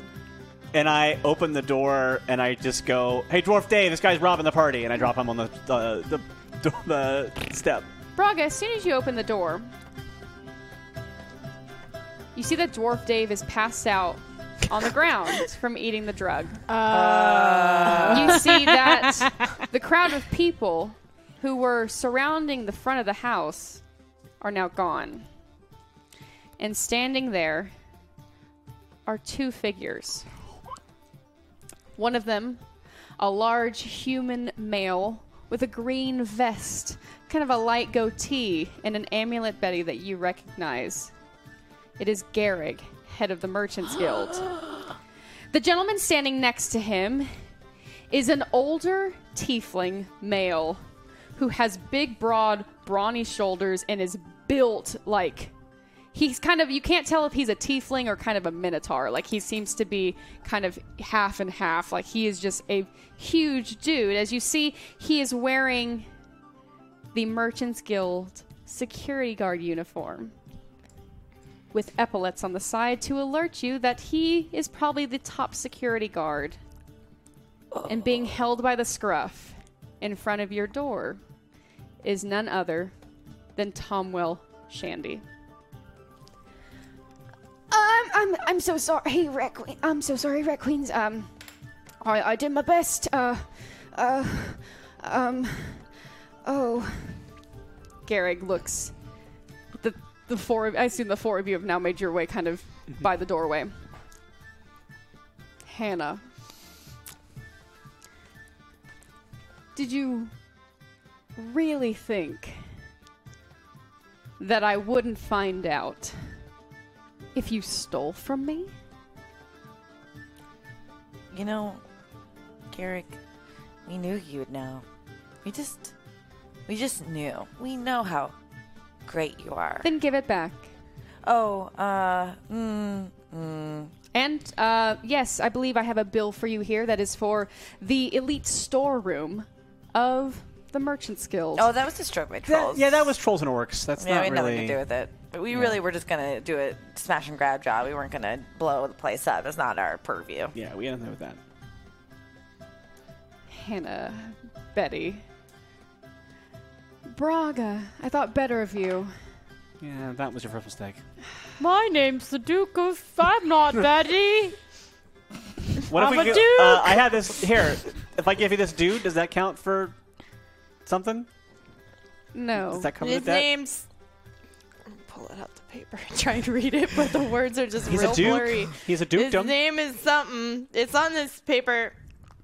and I open the door, and I just go, "Hey, dwarf Dave, this guy's robbing the party," and I drop him on the uh, the the, the step.
Braga, as soon as you open the door, you see that dwarf Dave is passed out on the ground from eating the drug. You see that the crowd of people who were surrounding the front of the house are now gone. And standing there are two figures. One of them, a large human male with a green vest, kind of a light goatee, and an amulet Betty that you recognize. It is Garrig, head of the Merchants Guild. The gentleman standing next to him is an older tiefling male who has big, broad, brawny shoulders and is built like he's kind of you can't tell if he's a tiefling or kind of a minotaur like he seems to be kind of half and half like he is just a huge dude as you see he is wearing the merchants guild security guard uniform with epaulets on the side to alert you that he is probably the top security guard and being held by the scruff in front of your door is none other than Tomwell Shandy.
Um, I'm I'm so sorry, hey, Rat Queen. I'm so sorry, Rat Queens. Um, I I did my best. Uh, uh, um, oh,
Garrig looks. The the four. Of, I assume the four of you have now made your way, kind of by the doorway. Hannah, did you really think that I wouldn't find out if you stole from me?
You know, Garrick, we knew you would know. We just, we just knew. We know how great you are.
Then give it back.
Oh, uh, mm, mm.
And uh, yes, I believe I have a bill for you here that is for the elite storeroom of the Merchants Guild.
Oh, that was destroyed by
That-
trolls.
yeah, that was trolls and orcs. That's
Yeah,
not
we had
really.
nothing to do with it. But we really were just gonna do a smash and grab job. We weren't gonna blow the place up. It's not our purview.
Yeah, we had nothing with that.
Hannah, Betty, Braga, I thought better of you.
Yeah, that was your first mistake.
My name's the Duke of. I'm not Betty.
What
I'm
if we
a
go-
duke!
Uh, I have this here. If I give you this dude, does that count for something?
No.
Does that cover the
His
debt?
name's. Pull it out the paper and try and read it, but the words are just
He's
real
a duke.
blurry.
He's a
His
dukedom.
name is something. It's on this paper.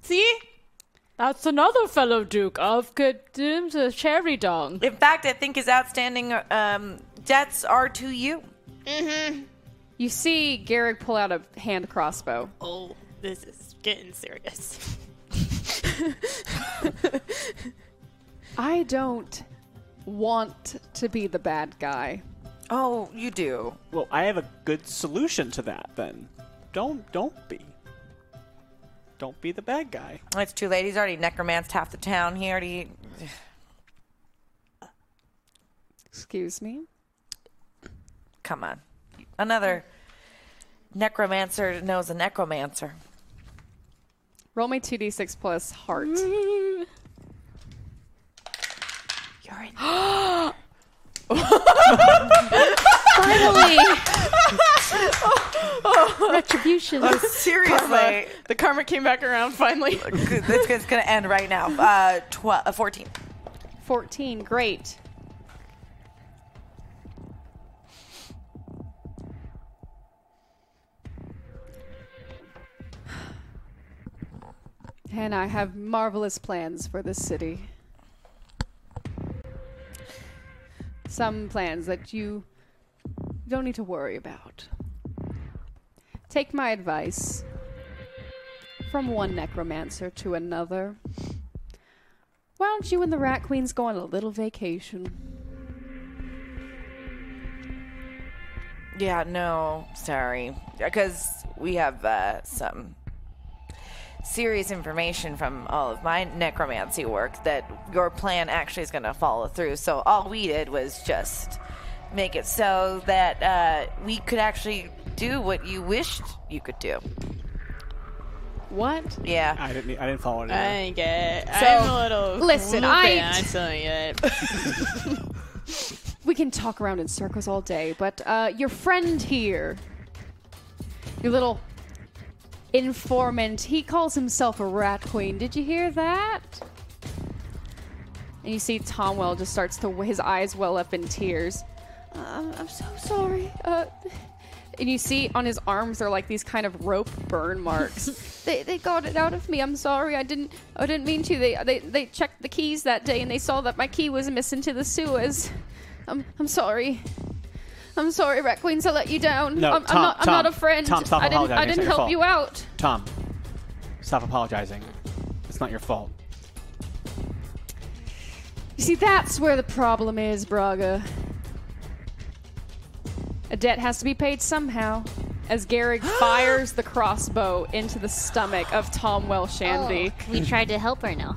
See?
That's another fellow Duke of Kadim's Cherry Dong.
In fact, I think his outstanding um, debts are to you.
You see Garrick pull out a hand crossbow.
Oh, this is getting serious.
I don't want to be the bad guy.
Oh, you do.
Well, I have a good solution to that. Then, don't don't be. Don't be the bad guy.
It's too late. He's already necromanced half the town. He already.
Excuse me?
Come on. Another necromancer knows a necromancer.
Roll my 2d6 plus heart.
Finally! Retribution.
Seriously.
But the karma came back around finally.
this is going to end right now. Uh, tw- uh, 14.
14, great. And I have marvelous plans for this city. Some plans that you don't need to worry about. Take my advice from one necromancer to another. Why don't you and the Rat Queens go on a little vacation?
Yeah, no, sorry. Because we have uh, some serious information from all of my necromancy work that your plan actually is going to follow through. So all we did was just make it so that uh, we could actually do what you wished you could do.
What?
Yeah.
I didn't. I didn't follow it.
I
either.
ain't get it.
So,
I'm a little.
listen,
loopy,
I-
I'm telling you it.
We can talk around in circles all day, but uh, your friend here, your little informant, he calls himself a Rat Queen. Did you hear that? And you see Tomwell just starts to, his eyes well up in tears. Uh, I'm, I'm so sorry. Uh, and you see on his arms are like these kind of rope burn marks. they, they got it out of me. I'm sorry. I didn't I didn't mean to. They, they they checked the keys that day and they saw that my key was missing to the sewers. I'm I'm sorry. I'm sorry, Rat Queens. I let you down.
No,
I'm,
Tom,
I'm not. I'm
Tom,
not a friend.
Tom, stop
I didn't.
apologizing.
I
It's not
didn't
your
help
fault.
you out.
Tom, stop apologizing. It's not your fault.
You see, that's where the problem is, Braga. A debt has to be paid somehow. As Garrig fires the crossbow into the stomach of Tomwell Shandy.
We tried to help her now.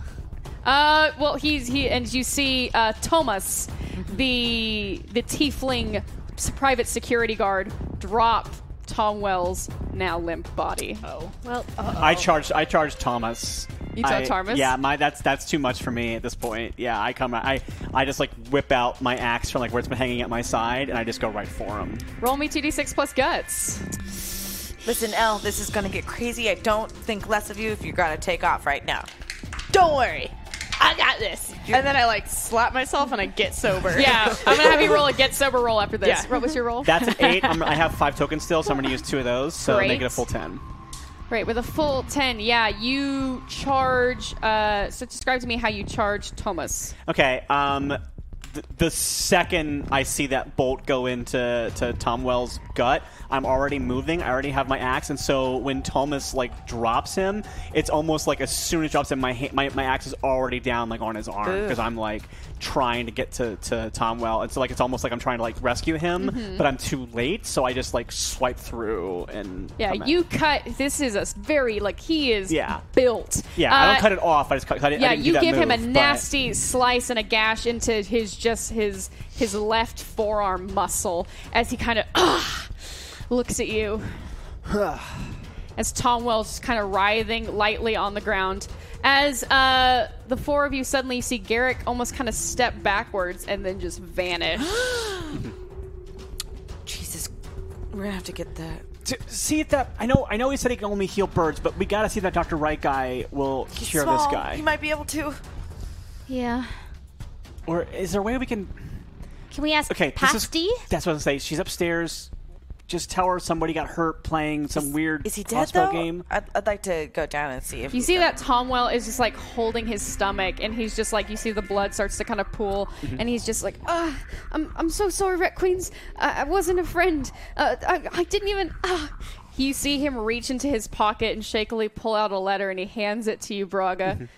Uh, well, he's he, and you see uh, Thomas, the the tiefling s- private security guard, drop Tomwell's now limp body.
I
Oh.
charged. I charged Thomas.
You charged
I-
Thomas?
Yeah, my that's that's too much for me at this point. Yeah, I come. I I just like whip out my axe from like where it's been hanging at my side, and I just go right for him.
Roll me two d six plus guts.
Listen, Elle, this is going to get crazy. I don't think less of you if you're going to take off right now.
Don't worry. I got this. And then I like slap myself and I get sober.
Yeah, I'm gonna have you roll a get sober roll after this.
Yeah.
What was your roll?
That's an eight. I'm, I have five tokens still, so I'm going to use two of those. So
Great.
make it a full ten.
Right, with a full 10, yeah, you charge. Uh, so describe to me how you charge Thomas.
Okay. Um, th- the second I see that bolt go into to Tomwell's gut, I'm already moving. I already have my axe, and so when Thomas like drops him, it's almost like as soon as it drops him, my ha- my, my axe is already down like on his arm because I'm like trying to get to to Tomwell, and so like it's almost like I'm trying to like rescue him,
Mm-hmm.
but I'm too late, so I just like swipe through and
Yeah,
come at-
you cut. This is a s- very like he is
Yeah.
built.
yeah. I
Uh,
don't cut it off. I just cut. cut it, I
Yeah,
didn't do
you
that
give him a
move, but-
nasty slice and a gash into his just his his left forearm muscle as he kind of looks at you. as Tomwell's kind of writhing lightly on the ground. As uh, the four of you suddenly see Garrick almost kind of step backwards and then just vanish.
Jesus, we're gonna have to get that.
to see if that I know I know he said he can only heal birds, but we gotta see if that Dr. Right guy will
He's
cure
small.
this guy.
He might be able to.
Yeah.
or is there a way we can
Can we ask
Okay,
Pasty?
this is that's what I'm saying. She's upstairs. Just tell her somebody got hurt playing some weird
Is he dead
crossbow
though? Uh,
game.
I'd, I'd like to go down and see if
You
he's
see
dead.
that Tomwell is just like holding his stomach, and he's just like you see the blood starts to kind of pool, and he's just like, "Ah, I'm I'm so sorry, Rat Queens. I, I wasn't a friend. Uh, I I didn't even." Uh. You see him reach into his pocket and shakily pull out a letter, and he hands it to you, Braga.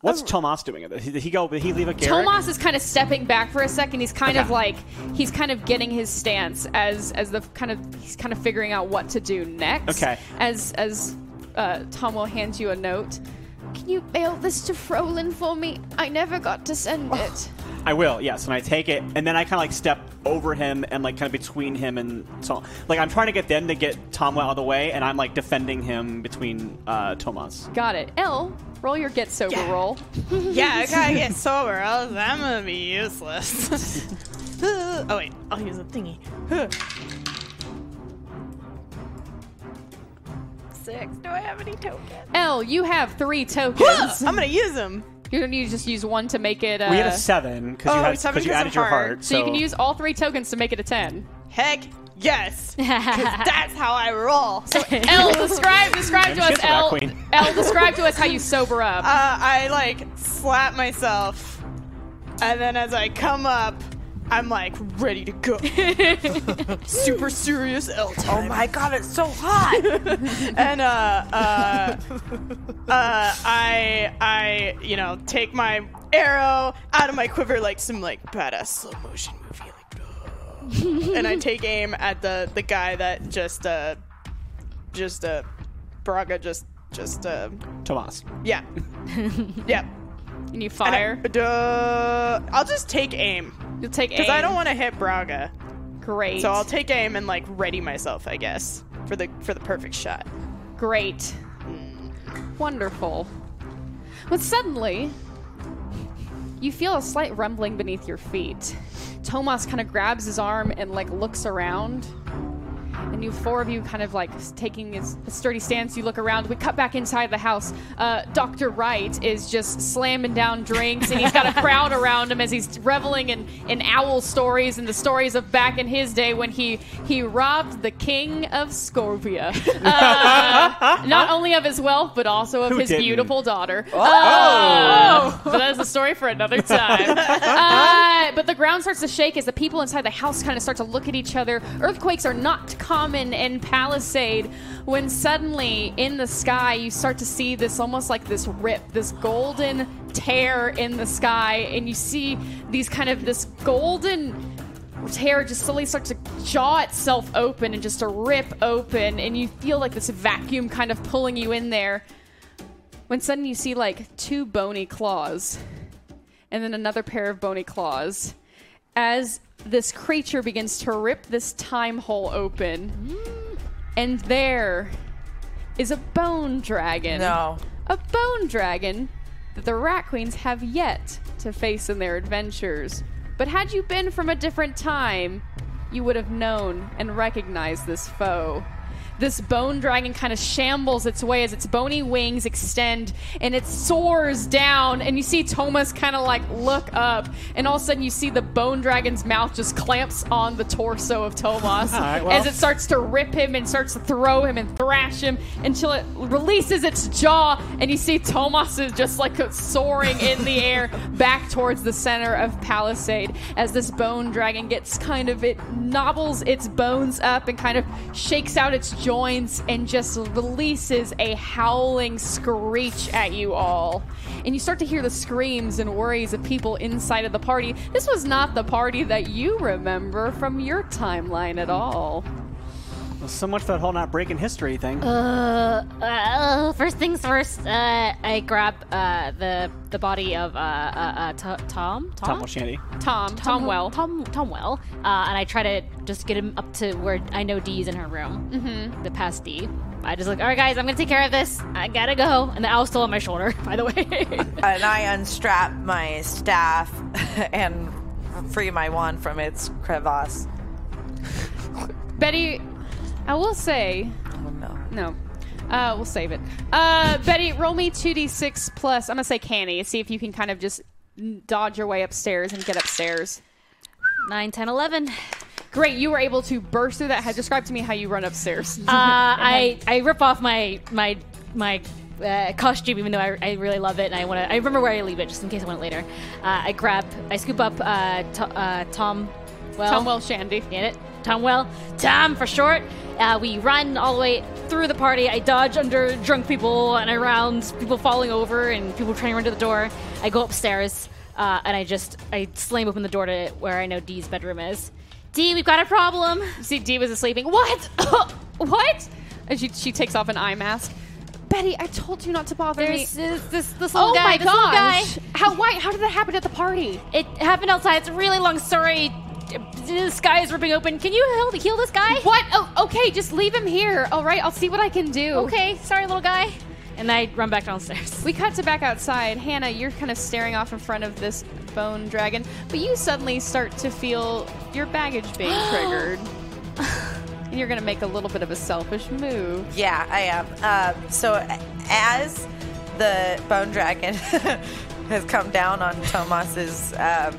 What's Tomas doing at this? Did he go did he leave a Garrick?
Tomas is kind of stepping back for a second. He's kind of
Okay.
like he's kind of getting his stance as as the kind of he's kind of figuring out what to do next.
Okay.
As as uh, Tomwell hands you a note.
Can you mail this to Frolin for me? I never got to send it.
I will, yes, and I take it and then I kinda like step over him and like kinda between him and Tom like I'm trying to get them to get Tomwell out of the way and I'm like defending him between uh Tomas.
Got it. L, roll your get sober roll.
Yeah, I gotta get sober, else I'm gonna be useless. oh wait, I'll use a thingy. Six. Do I have any tokens?
L, you have three tokens.
I'm gonna use them.
You're gonna need to just use one to make it. Uh,
we had a seven because
oh,
you, had,
seven
'cause you
'cause
added
of
your
heart.
heart.
so, you can use all three tokens to make it a ten.
Heck yes. 'Cause that's how I roll. So, uh,
L, describe describe to
Maybe
us.
she's a rat
L,
queen. Uh,
L, describe to us how you sober up.
Uh, I like slap myself, and then as I come up, I'm like ready to go. Super serious L
Oh
time.
my god, it's so hot!
and uh, uh, uh, I, I, you know, take my arrow out of my quiver like some like badass slow motion movie, like, and I take aim at the the guy that just, uh, just, uh, Braga just, just, uh,
Tomas.
yeah, yeah.
and you
And I-
fire.
duh, I'll just take aim
You'll take
because
aim.
I don't want to hit Braga,
Great.
so I'll take aim and like ready myself, I guess, for the for the perfect shot.
Great. Wonderful. When suddenly, you feel a slight rumbling beneath your feet. Tomas kind of grabs his arm and like looks around. And you four of you kind of like s- taking his a sturdy stance, you look around. We cut back inside the house. Uh, Dr. Wright is just slamming down drinks, and he's got a crowd around him as he's reveling in, in owl stories and the stories of back in his day when he, he robbed the king of Scorpia. Uh, not only of his wealth, but also of
Who
his
didn't? Oh!
beautiful daughter. Uh, but that is a story for another time. Uh, but the ground starts to shake as the people inside the house kind of start to look at each other. Earthquakes are not common in Palisade. When suddenly in the sky, you start to see this almost like this rip, this golden tear in the sky, and you see these kind of this golden tear just slowly starts to jaw itself open and just to rip open, and you feel like this vacuum kind of pulling you in there. When suddenly you see like two bony claws, and then another pair of bony claws, as this creature begins to rip this time hole open, and there is a bone dragon.
no.
A bone dragon that the Rat Queens have yet to face in their adventures. But had you been from a different time, you would have known and recognized this foe. This bone dragon kind of shambles its way as its bony wings extend and it soars down. And you see Thomas kind of like look up, and all of a sudden you see the bone dragon's mouth just clamps on the torso of Thomas
right, well.
as it starts to rip him and starts to throw him and thrash him until it releases its jaw. And you see Tomas is just like soaring in the air back towards the center of Palisade as this bone dragon gets kind of it nobbles its bones up and kind of shakes out its joints and just releases a howling screech at you all. And you start to hear the screams and worries of people inside of the party. This was not the party that you remember from your timeline at all.
Well, so much for that whole not breaking history thing.
Uh, uh, first things first. Uh, I grab uh, the the body of uh, uh, uh, to- Tom. Tom.
Tom O'Shanty.
Tom, Tom Well.
Tom. Tomwell. Uh, and I try to just get him up to where I know Dee's in her room. Mm-hmm. The past D. I just like, all right, guys, I'm gonna take care of this. I gotta go. And the owl's still on my shoulder, by the way.
and I unstrap my staff and free my wand from its crevasse.
Betty, I will say,
Oh no.
no. Uh, we'll save it. Uh, Betty, roll me 2d6 plus. I'm going to say canny. See if you can kind of just dodge your way upstairs and get upstairs.
9, 10, 11.
Great. You were able to burst through that. Had Describe to me how you run upstairs.
Uh, I I rip off my my my uh, costume, even though I, I really love it, and I want to. I remember where I leave it, just in case I want it later. Uh, I grab, I scoop up uh, to, uh, Tom. Well,
Tom Well Shandy.
get it, Tom. Well, Tom for short. Uh, we run all the way through the party. I dodge under drunk people and around people falling over and people trying to run to the door. I go upstairs uh, and I just I slam open the door to where I know Dee's bedroom is. Dee, we've got a problem.
See, Dee was sleeping. What? what? And she, she takes off an eye mask. Betty, I told you not to bother
There's
me.
this this, this little
Oh
guy.
my
this little guy.
gosh! How why? How did that happen at the party?
It happened outside. It's a really long story. This guy is ripping open. Can you heal, heal this guy?
What? Oh, okay. Just leave him here. All right. I'll see what I can do.
Okay, sorry, little guy. And I run back downstairs.
We cut to back outside. Hannah, you're kind of staring off in front of this bone dragon, but you suddenly start to feel your baggage being triggered. And you're going to make a little bit of a selfish move.
Yeah, I am. Um, so as the bone dragon has come down on Tomas's um,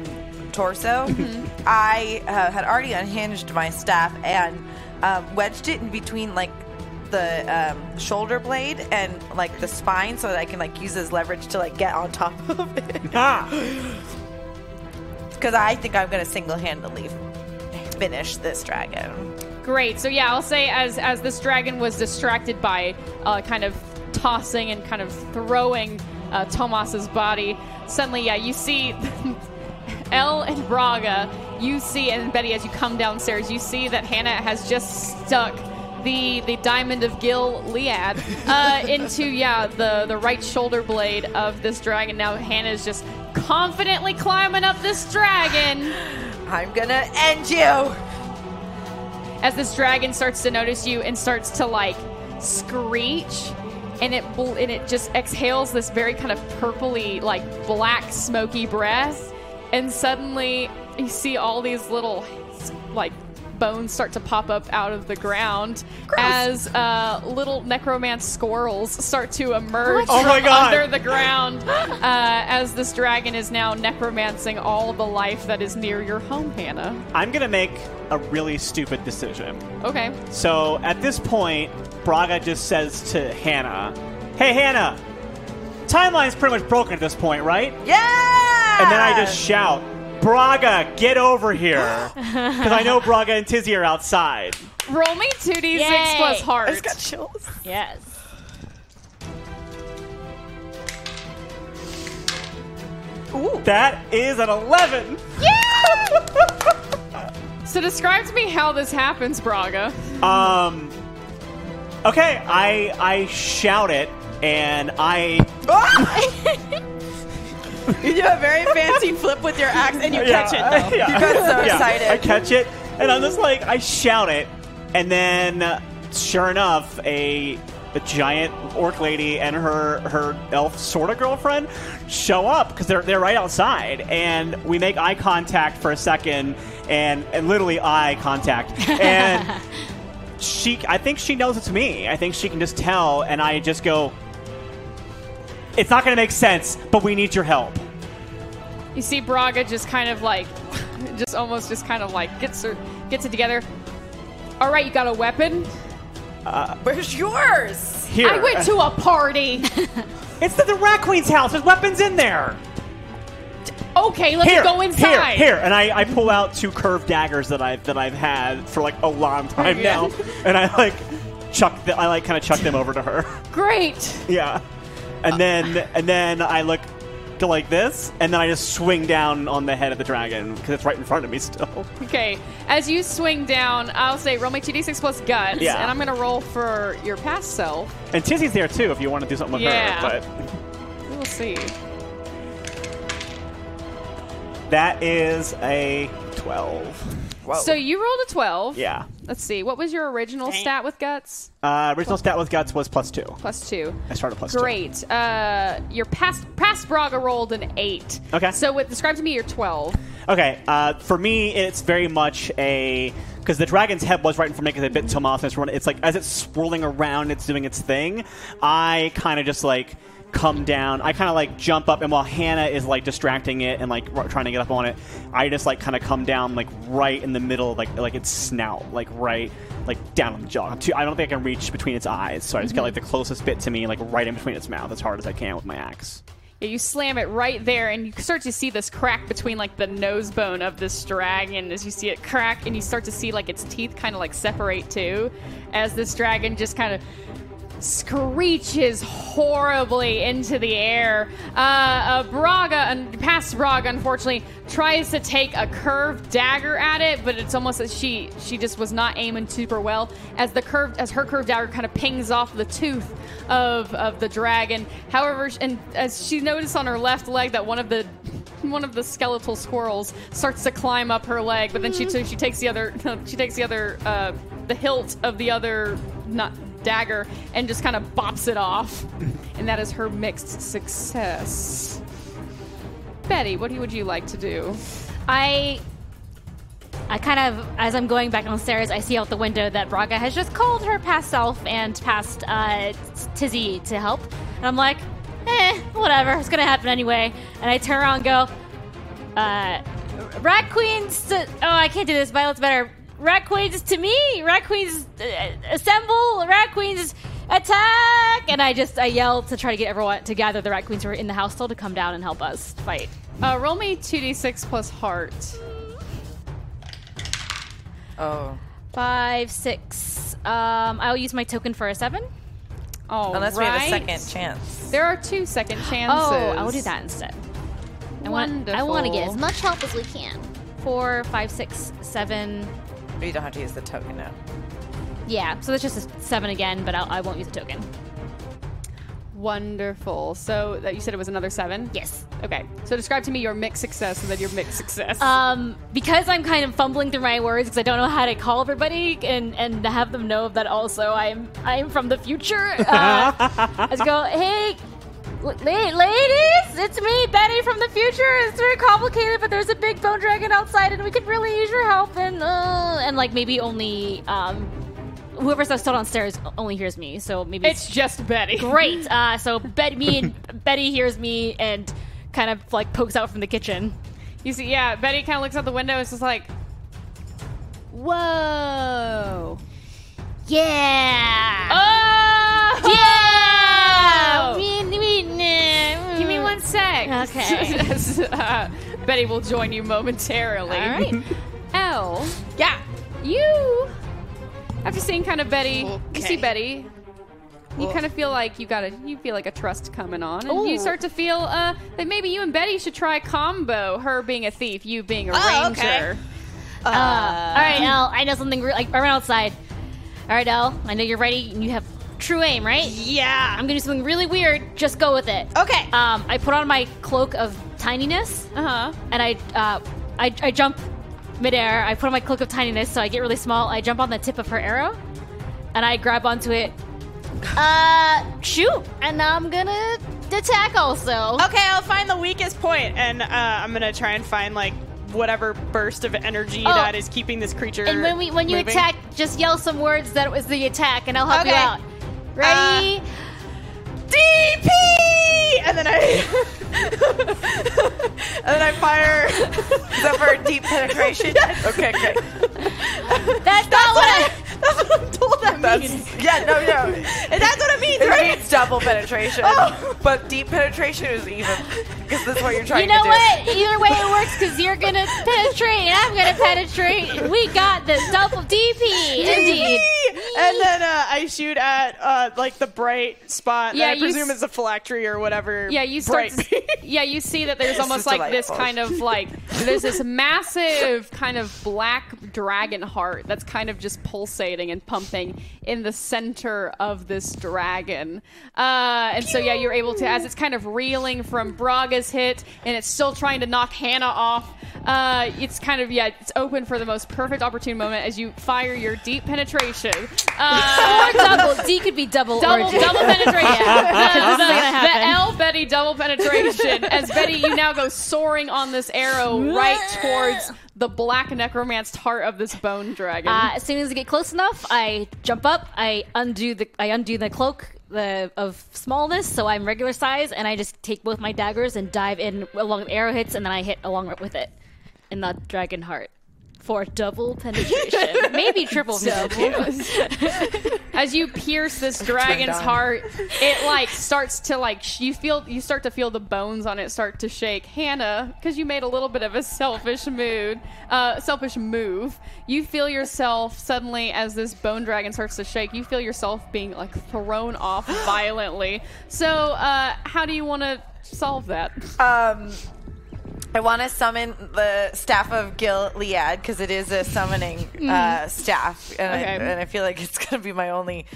torso, I uh, had already unhinged my staff and um, wedged it in between like the um, shoulder blade and like the spine, so that I can like use as leverage to like get on top of it. Because I think I'm gonna single-handedly finish this dragon.
Great. So yeah, I'll say as as this dragon was distracted by uh, kind of tossing and kind of throwing uh, Tomas's body, suddenly yeah, you see El and Braga. You see and Betty as you come downstairs, you see that Hannah has just stuck the the diamond of Gil Liad uh, into yeah the the right shoulder blade of this dragon. Now Hannah is just confidently climbing up this dragon.
I'm gonna end you.
as this dragon starts to notice you and starts to like screech and it bl- and it just exhales this very kind of purpley like black smoky breath and suddenly you see all these little like bones start to pop up out of the ground as uh, little necromance squirrels start to emerge
Oh my
from
God.
under the ground uh, as this dragon is now necromancing all the life that is near your home hannah
I'm gonna make a really stupid decision.
okay
So at this point, Braga just says to Hannah, "Hey, Hannah, timeline's pretty much broken at this point, right?"
Yeah.
And then I just shout, "Braga, get over here!" Because I know Braga and Tizzy are outside.
Roll me 2d6
Yay.
plus
I
heart.
just got chills.
Yes.
That is an 11.
So describe to me how this happens, Braga.
Um. Okay, I I shout it, and I
You do a very fancy flip with your axe and you catch it.
Uh,
it. Yeah.
You got so
Yeah,
excited.
I catch it, and I'm just like, I shout it, and then, uh, sure enough, a a giant orc lady and her her elf sort of girlfriend show up because they're they're right outside, and we make eye contact for a second, and and literally eye contact, and she, I think she knows it's me. I think she can just tell, and I just go. It's not going to make sense, but we need your help.
You see Braga just kind of like, just almost just kind of like gets her, gets it together. All right, you got a weapon?
Where's yours?
Here,
I went to a party.
It's the, the Rat Queen's house. There's weapons in there.
Okay, let's
here,
go inside.
Here, here, and I, I pull out two curved daggers that I've that I've had for like a long time now, and I like chuck the, I like kind of chuck them over to her.
Great.
yeah, and then and then I look to like this, and then I just swing down on the head of the dragon because it's right in front of me still.
Okay, as you swing down, I'll say roll my 2d6 plus guts,
Yeah.
and I'm gonna roll for your past self.
And Tizzy's there too if you want to do something with
Yeah.
her. But
We'll see.
that is a twelve.
So you rolled a 12.
Yeah.
Let's see. What was your original stat with guts?
Uh, original stat with guts was plus two.
Plus two.
I started plus two.
Great. Uh, your past past Braga rolled an eight.
Okay.
So what describe to me your 12.
Okay, uh, for me, it's very much a because the dragon's head was right in front of me because it bit Tomas. And it's, run- it's like as it's swirling around, it's doing its thing. I kind of just like come down. I kind of like jump up, and while Hannah is like distracting it and like r- trying to get up on it, I just like kind of come down like right in the middle, like like its snout, like right like down on the jaw. I'm too- I don't think I can reach between its eyes, so I just got like the closest bit to me, like right in between its mouth, as hard as I can with my axe.
Yeah, you slam it right there, and you start to see this crack between like the nose bone of this dragon. As you see it crack, and you start to see like its teeth kind of like separate too, as this dragon just kind of screeches horribly into the air. Uh, uh, Braga, and past Braga, unfortunately, tries to take a curved dagger at it, but it's almost as she she just was not aiming super well. As the curved as her curved dagger kind of pings off the tooth of of the dragon. However, sh- and as she noticed on her left leg that one of the one of the skeletal squirrels starts to climb up her leg, but then she so she takes the other she takes the other uh, the hilt of the other not dagger and just kind of bops it off, and that is her mixed success. Betty, what do- would you like to do?
I I kind of as I'm going back downstairs, I see out the window that Braga has just called her past self and past uh, Tizzy to help, and I'm like, eh, whatever, it's gonna happen anyway. And I turn around and go, uh, Rat Queens. To, oh, I can't do this. Violet's better. Rat Queens to me. Rat Queens uh, assemble. Rat Queens attack. And I just I yell to try to get everyone to gather the Rat Queens who are in the house still to come down and help us fight.
Uh, roll me two d six plus heart.
Oh.
Five, six. Um, I'll use my token for a seven.
All
Unless we have
right.
a second chance.
There are two second chances.
Oh, I will do that instead. I want.
Wonderful.
I want to get
As much help as we can.
four, five, six, seven.
You don't have to use the token now.
Yeah. So that's just a seven again, but I'll, I won't use a token.
Wonderful. So that you said it was another seven.
Yes.
Okay. So describe to me your mixed success and then your mixed success.
Um, because I'm kind of fumbling through my words because I don't know how to call everybody and and have them know that also I'm I'm from the future. Uh, I just go, hey, la- la- ladies, it's me, Betty from the future. It's very complicated, but there's a big bone dragon outside, and we could really use your help. And uh, and like maybe only um, whoever's still downstairs only hears me, so maybe
it's just Betty.
great. Uh, so Bet me and Betty hears me and kind of like pokes out from the kitchen.
You see, yeah, Betty kind of looks out the window. It's just like, whoa.
Yeah. Yeah.
Oh!
Me, me,
Mm.
Give me one sec.
Okay.
As, uh, Betty will join you momentarily.
All right.
Elle,
Yeah.
you, after seeing kind of Betty, you see
Okay.
Betty, you kind of feel like you got a, you feel like a trust coming on, and you
Ooh.
start to feel uh, that maybe you and Betty should try a combo. Her being a thief, you being a
Oh,
ranger.
okay.
Uh, All right, Elle, I know something real, like around outside. All right, Elle, I know you're ready and you have true aim, right?
Yeah.
I'm gonna do something really weird. Just go with it.
Okay.
Um, I put on my cloak of tininess
Uh huh.
and I, uh, I, I jump midair. I put on my cloak of tininess, so I get really small. I jump on the tip of her arrow, and I grab onto it. Uh, shoot! And I'm gonna attack also.
Okay, I'll find the weakest point, and uh, I'm gonna try and find like whatever burst of energy that is keeping this creature.
And when we when you
moving.
attack, just yell some words that it was the attack, and I'll help you
Okay.
out. Ready?
DP, and then I
Oh,
and then I fire.
Is that for deep penetration? Okay, great.
that's, not what I.
That's what I'm told that means.
Yeah, no, no.
And that's what it means,
It
right?
means Oh. double penetration. But deep penetration is even. Because that's what you're trying
You know
to do.
what? Either way, it works because you're gonna penetrate and I'm gonna penetrate. We got this double DP, indeed.
And then uh, I shoot at uh, like the bright spot.
Yeah,
Yeah, I
you
presume
s-
it's a phylactery or whatever.
Yeah, you start.
bright
to-
beam.
yeah, you see that there's almost
is
like this
delightful.
kind of like there's this massive kind of black dragon heart that's kind of just pulsating and pumping in the center of this dragon. Uh, and so yeah, you're able to as it's kind of reeling from Braga's hit and it's still trying to knock Hannah off. Uh, it's kind of yeah, it's open for the most perfect opportune moment as you fire your deep penetration. Uh,
Or double. D could be double.
double
or D.
double penetration.
Yeah.
The- the,
happen.
the L Betty double penetration. As Betty, you now go soaring on this arrow right towards the black necromanced heart of this bone dragon.
Uh, as soon as I get close enough, I jump up. I undo the I undo the cloak the, of smallness, so I'm regular size, and I just take both my daggers and dive in along with arrow hits, and then I hit along with it in the dragon heart for double penetration, maybe triple penetration.
As you pierce this dragon's
on.
heart, it like starts to like sh- you feel you start to feel the bones on it start to shake. Hannah, because you made a little bit of a selfish mood, uh, selfish move, you feel yourself suddenly as this bone dragon starts to shake. You feel yourself being like thrown off violently. So, uh, how do you want to solve that?
Um, I want to summon the staff of Gilead because it is a summoning uh, staff, and, I,
Okay.
and I feel like it's going to be my only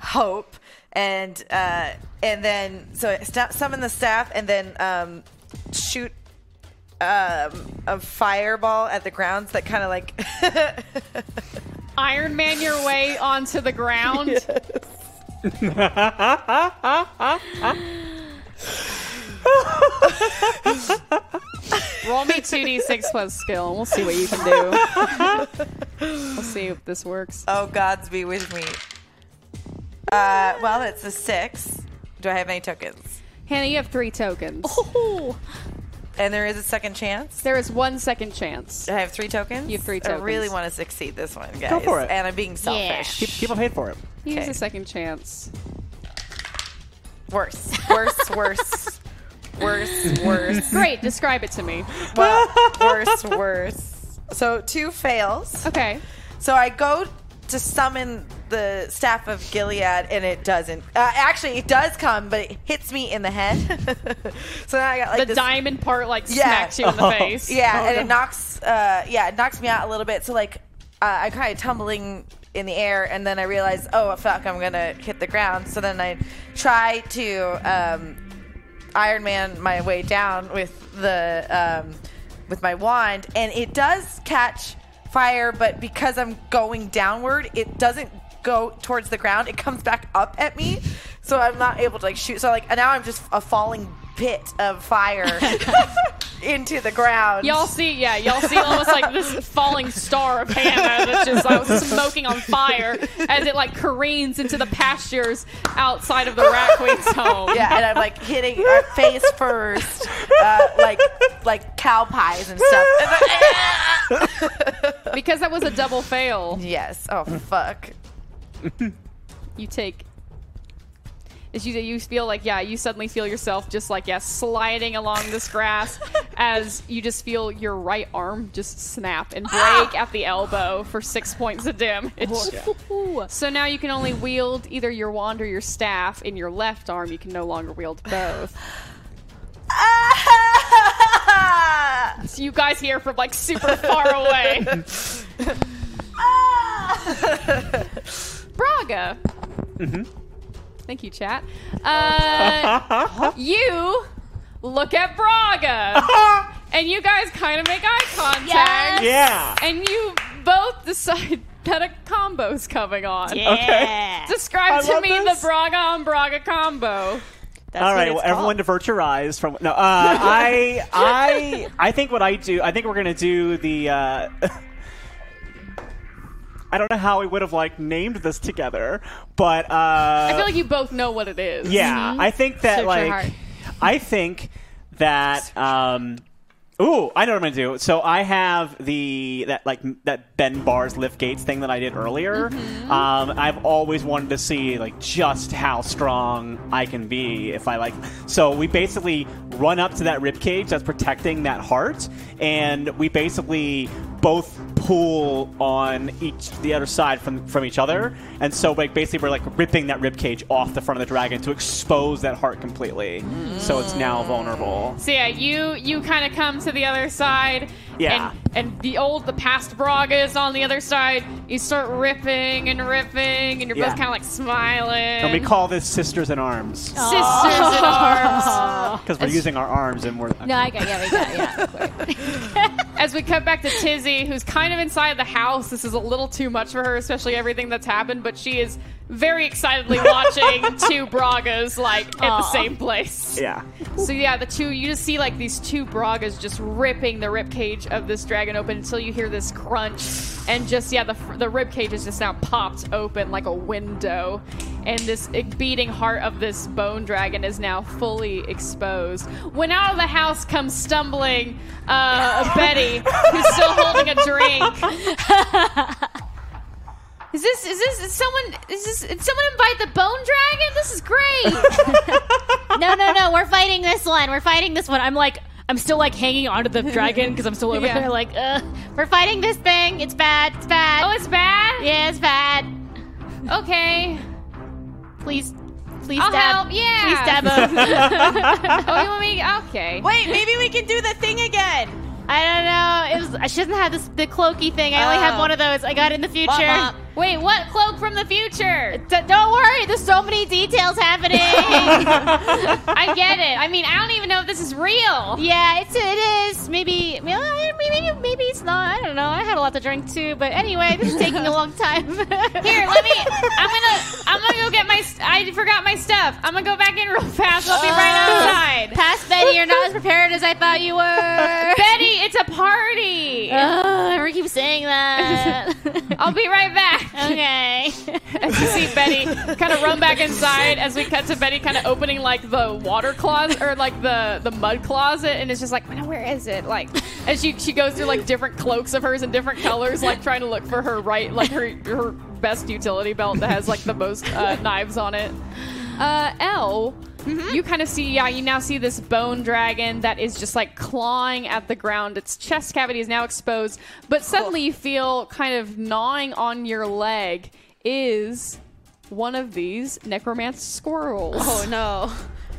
hope. And uh, and then so sta- summon the staff, and then um, shoot um, a fireball at the grounds that kind of like
Iron Man your way onto the ground. Roll me 2d6 plus skill. and We'll see what you can do. we'll see if this works.
oh gods be with me. Uh, well, it's a six. Do I have any tokens?
Hannah, you have three tokens.
Oh. And there is a second chance.
There is one second chance.
I have three tokens.
You have three
I really
tokens.
want to succeed this one, guys.
for it.
And I'm being selfish.
People paid for it.
Use
Okay.
a second chance.
Worse, worse, worse, worse, worse,
Great, describe it to me.
well, worse, worse. So two fails.
Okay.
So I go to summon the staff of Gilead, and it doesn't. Uh, actually, it does come, but it hits me in the head. so now I got like
The
this. Oh,
diamond Oh, part like
Yeah.
smacks you in the face.
Yeah, and it knocks. Uh, yeah, it knocks me out a little bit. So like, uh, I kind of tumbling in the air, and then I realize, oh fuck, I'm gonna hit the ground. So then I try to um, Iron Man my way down with the um, with my wand, and it does catch fire. But because I'm going downward, it doesn't go towards the ground. It comes back up at me, so I'm not able to like shoot. So like now I'm just a falling pit of fire into the ground.
Y'all see, yeah, y'all see almost like this falling star of Hannah that's just like smoking on fire as it like careens into the pastures outside of the Rat Queen's home.
Yeah, and I'm like hitting uh, face first, uh, like like cow pies and stuff. And I-
Because that was a double fail,
yes. Oh fuck.
you take. Is you you feel like yeah you suddenly feel yourself just like yeah sliding along this grass as you just feel your right arm just snap and break at the elbow for six points of damage. So now you can only wield either your wand or your staff in your left arm. You can no longer wield both. So you guys hear from like super far away.
Ah!
Braga. Mm-hmm. Thank you, chat. Uh, you look at Braga, and you guys kind of make eye contact,
Yes.
Yeah.
and you both decide that a combo's coming on.
Yeah.
Describe
I
to
love
me
this.
the Braga on Braga combo.
That's
All
what
right,
it's
well, everyone
called.
divert your eyes from no. Uh, I, I, I think what I do. I think we're gonna do the. Uh, I don't know how we would have like named this together, but uh,
I feel like you both know what it is.
yeah, I think that
Search your heart.
like, I think that um, ooh, I know what I'm gonna do. So I have the that like m- that Ben Bars lift gates thing that I did earlier. Um, I've always wanted to see like just how strong I can be if I like. So we basically run up to that rib cage that's protecting that heart, and we basically both pull on each the other side from from each other, and so like basically we're like ripping that rib cage off the front of the dragon to expose that heart completely, so it's now vulnerable.
So yeah, you you kind of come to the other side.
Yeah.
And, and the old, the past Braga is on the other side. You start ripping and ripping, and you're
Yeah.
both kind of like smiling.
And we call this sisters in arms
sisters in arms.
because we're using our arms and we're
No, I got yeah, we got yeah. of course.
As we cut back to Tizzy, who's kind of inside the house, this is a little too much for her, especially everything that's happened. But she is very excitedly watching two Bragas like at the same place.
yeah.
So yeah, the two you just see like these two Bragas just ripping the rib cage of this dragon open until you hear this crunch, and just yeah, the the rib cage is just now popped open like a window, and this beating heart of this bone dragon is now fully exposed. When out of the house comes stumbling uh, Betty, who's still holding a drink.
Is this is this is someone is this did someone invite the bone dragon? This is great.
No, no, no. We're fighting this one. We're fighting this one. I'm like, I'm still like hanging onto the dragon because I'm still over
Yeah.
there. Like, uh, we're fighting this thing. It's bad. It's bad.
Oh, it's bad.
yeah, it's bad.
Okay,
Please, please
I'll
stab.
help. Yeah.
Please stab him.
Oh, you want me? Okay.
Wait, maybe we can do the thing again.
I don't know. It was. I shouldn't have this the cloaky thing. I only have
Oh.
Ah.
one of those. I got it in the future.
Womp
Wait, what cloak from the future?
D- don't worry. There's so many details happening.
I get it. I mean, I don't even know if this is real.
yeah, it's it is. Maybe maybe maybe maybe it's not. I don't know. I had a lot to drink too. But anyway, this is taking a long time.
Here, let me. I'm gonna. I'm gonna go get my. st- I forgot my stuff. I'm gonna go back in real fast. I'll be right outside.
Past Betty, you're not as prepared as I thought you were.
Betty, it's a party.
Ugh, I keep saying that.
I'll be right back.
okay.
As you see Betty kind of run back inside, as we cut to Betty kind of opening like the water closet or like the the mud closet, and it's just like, "Now, where is it? Like, as she she goes through like different cloaks of hers in different colors, like trying to look for her right like her her best utility belt that has like the most uh, knives on it. Uh, L.
Mm-hmm.
You kind of see, yeah, you now see this bone dragon that is just like clawing at the ground. Its chest cavity is now exposed, but suddenly you feel kind of gnawing on your leg is one of these necromance squirrels.
Oh no.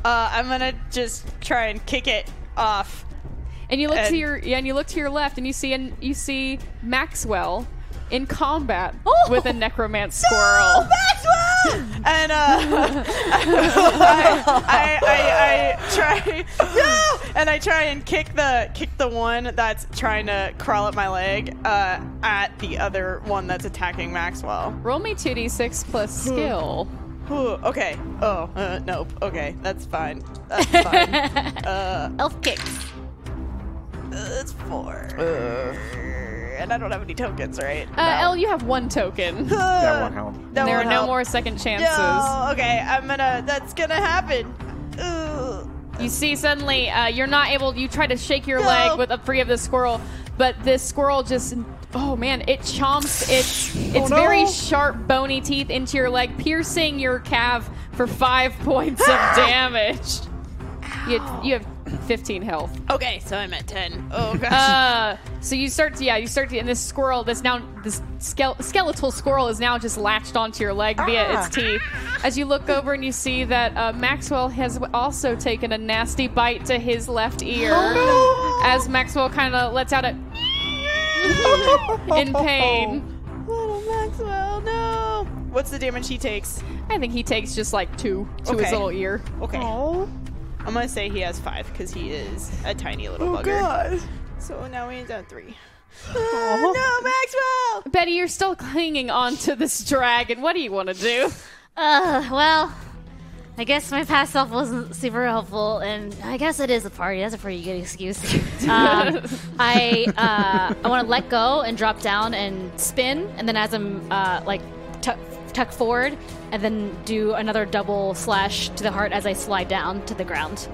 Uh, I'm gonna just try and kick it off.
And you look to
And-
your yeah, and you look to your left, and you see and you see Maxwell in combat
Oh!
with a necromance squirrel.
and uh, I, I, I, I try no, and I try and kick the kick the one that's trying to crawl up my leg uh, at the other one that's attacking Maxwell.
Roll me two d six plus
Hmm.
skill.
Ooh, okay. Oh uh, nope. Okay, that's fine. That's fine. uh,
Elf kicks.
that's four. and I don't have any tokens, right?
Uh, L, you have one token.
That won't help.
That
there are
won't
no
help.
more second chances.
No. Oh, Okay, I'm gonna. That's gonna happen. Ooh.
You see, suddenly uh, you're not able. You try to shake your
No.
leg with a free of the squirrel, but this squirrel just. Oh man, it chomps its its very sharp bony teeth into your leg, piercing your calf for five points of damage. You, you have 15 health.
Okay, so I'm at ten. Oh gosh.
Uh, so you start to yeah, you start to, and this squirrel, this now this skele- skeletal squirrel is now just latched onto your leg via its teeth. As you look over and you see that uh, Maxwell has also taken a nasty bite to his left ear, as Maxwell kind of lets out a in pain.
Little Oh, Maxwell, no. What's the damage he takes?
I think he takes just like two to his
Okay.
little ear.
Okay. I'm gonna say he has five because he is a tiny little bugger. So now he's at three. Ah, no, Maxwell!
Betty, you're still clinging on to this dragon. What do you want to do?
Uh, well,
I guess my past self wasn't super helpful, and I guess it is a party. That's a pretty good excuse. um, I uh, I want to let go and drop down and spin, and then as I'm uh, like tuck, tuck forward, and then do another double slash to the heart as I slide down to the ground.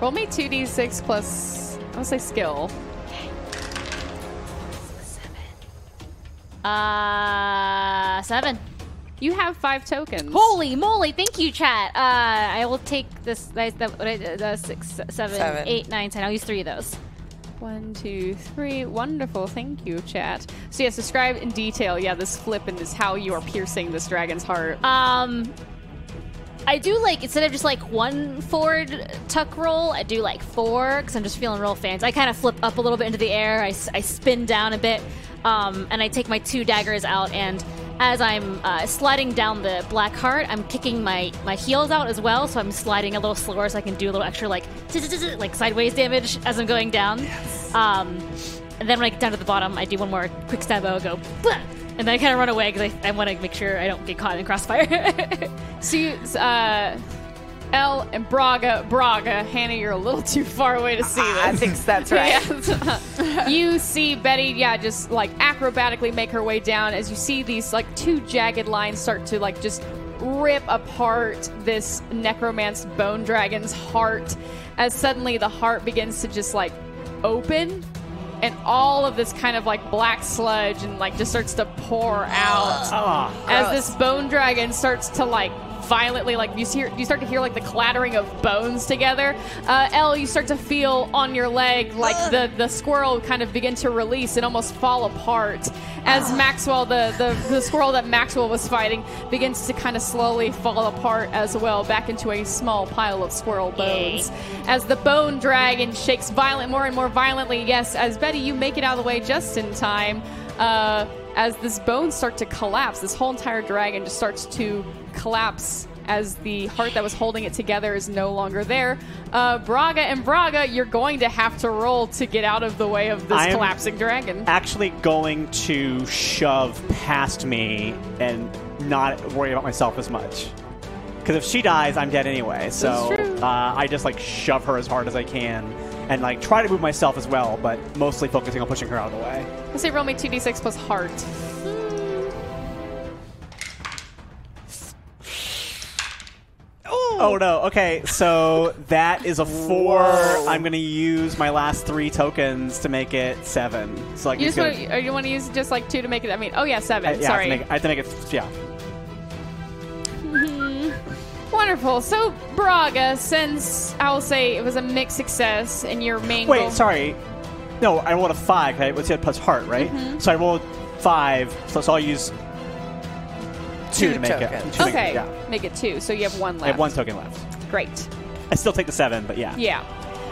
Roll me 2d6 plus, I would say skill.
Uh, seven.
You have five tokens.
Holy moly! Thank you, chat. Uh, I will take this. I- the- what I- the six, seven,
Seven.
eight, nine, ten. I'll use three of those.
One, two, three. Wonderful. Thank you, chat. So, yes, describe in detail, yeah, this flip and this how you are piercing this dragon's heart. Uh,
Um, I do like instead of just like one forward tuck roll, I do like four because I'm just feeling real fancy. I kind of flip up a little bit into the air. I, s- I spin down a bit, um, and I take my two daggers out. And as I'm uh, sliding down the black heart, I'm kicking my my heels out as well. So I'm sliding a little slower, so I can do a little extra like like sideways damage as I'm going down. Um, and then when I get down to the bottom, I do one more quick stab bow, go, "Bleh!" and then I kind of run away because I, I want to make sure I don't get caught in crossfire.
So, you, uh, L and Braga, Braga, Hannah, you're a little too far away to see this.
I think that's right.
Yes. you see Betty, yeah, just like acrobatically make her way down as you see these like two jagged lines start to like just rip apart this necromance's bone dragon's heart as suddenly the heart begins to just like open and all of this kind of like black sludge and like just starts to pour out
Ah.
as this bone dragon starts to like violently like you hear you start to hear like the clattering of bones together uh l you start to feel on your leg like the the squirrel kind of begin to release and almost fall apart as maxwell the, the the squirrel that maxwell was fighting begins to kind of slowly fall apart as well back into a small pile of squirrel bones as the bone dragon shakes violent more and more violently yes as betty you make it out of the way just in time uh as this bones start to collapse, this whole entire dragon just starts to collapse as the heart that was holding it together is no longer there. Uh, Braga and Braga, you're going to have to roll to get out of the way of this
I'm-
collapsing dragon.
actually going to shove past me and not worry about myself as much. Because if she dies, I'm dead anyway. So
true.
uh, I just like shove her as hard as I can and like try to move myself as well, but mostly focusing on pushing her out of the way.
Let's say roll me 2d6 plus heart.
Oh no. Okay, so that is a four. I'm gonna use my last three tokens to make it seven. So like
You
it's
just
gonna-
want to, you want to use just like two to make it. I mean, oh yeah, seven.
I- Uh, yeah,
sorry.
I have, to make it, I have to make it. Yeah.
Wonderful. So Braga, since I will say it was a mixed success and your main
Wait,
goal-
sorry. No, I rolled a five. Okay, what's it plus heart, right?
Mm-hmm.
So I rolled five. So, so I'll use two,
Two
to make it.
tokens.
to make it,
Okay,
yeah.
make it two. So you have one left.
I have one token left.
Great.
I still take the seven, but yeah.
Yeah.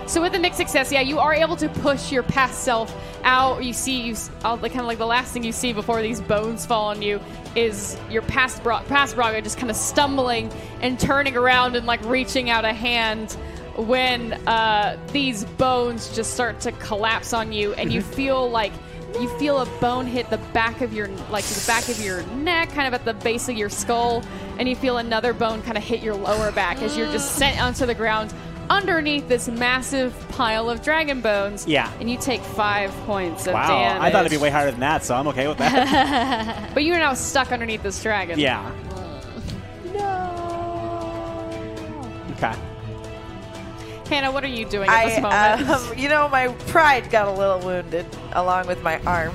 So with the mixed success, yeah, you are able to push your past self out. You see, you all the kind of like the last thing you see before these bones fall on you is your past bra- past Braga just kind of stumbling and turning around and like reaching out a hand when uh, these bones just start to collapse on you, and you feel like you feel a bone hit the back of your like the back of your neck, kind of at the base of your skull, and you feel another bone kind of hit your lower back as you're just sent onto the ground underneath this massive pile of dragon bones.
Yeah.
And you take five points of
Wow,
damage.
I thought it'd be way higher than that, so I'm okay with that.
But you are now stuck underneath this dragon.
yeah. No. Okay.
Hannah, what are you doing at this
I,
moment?
um, you know, my pride got a little wounded along with my arm.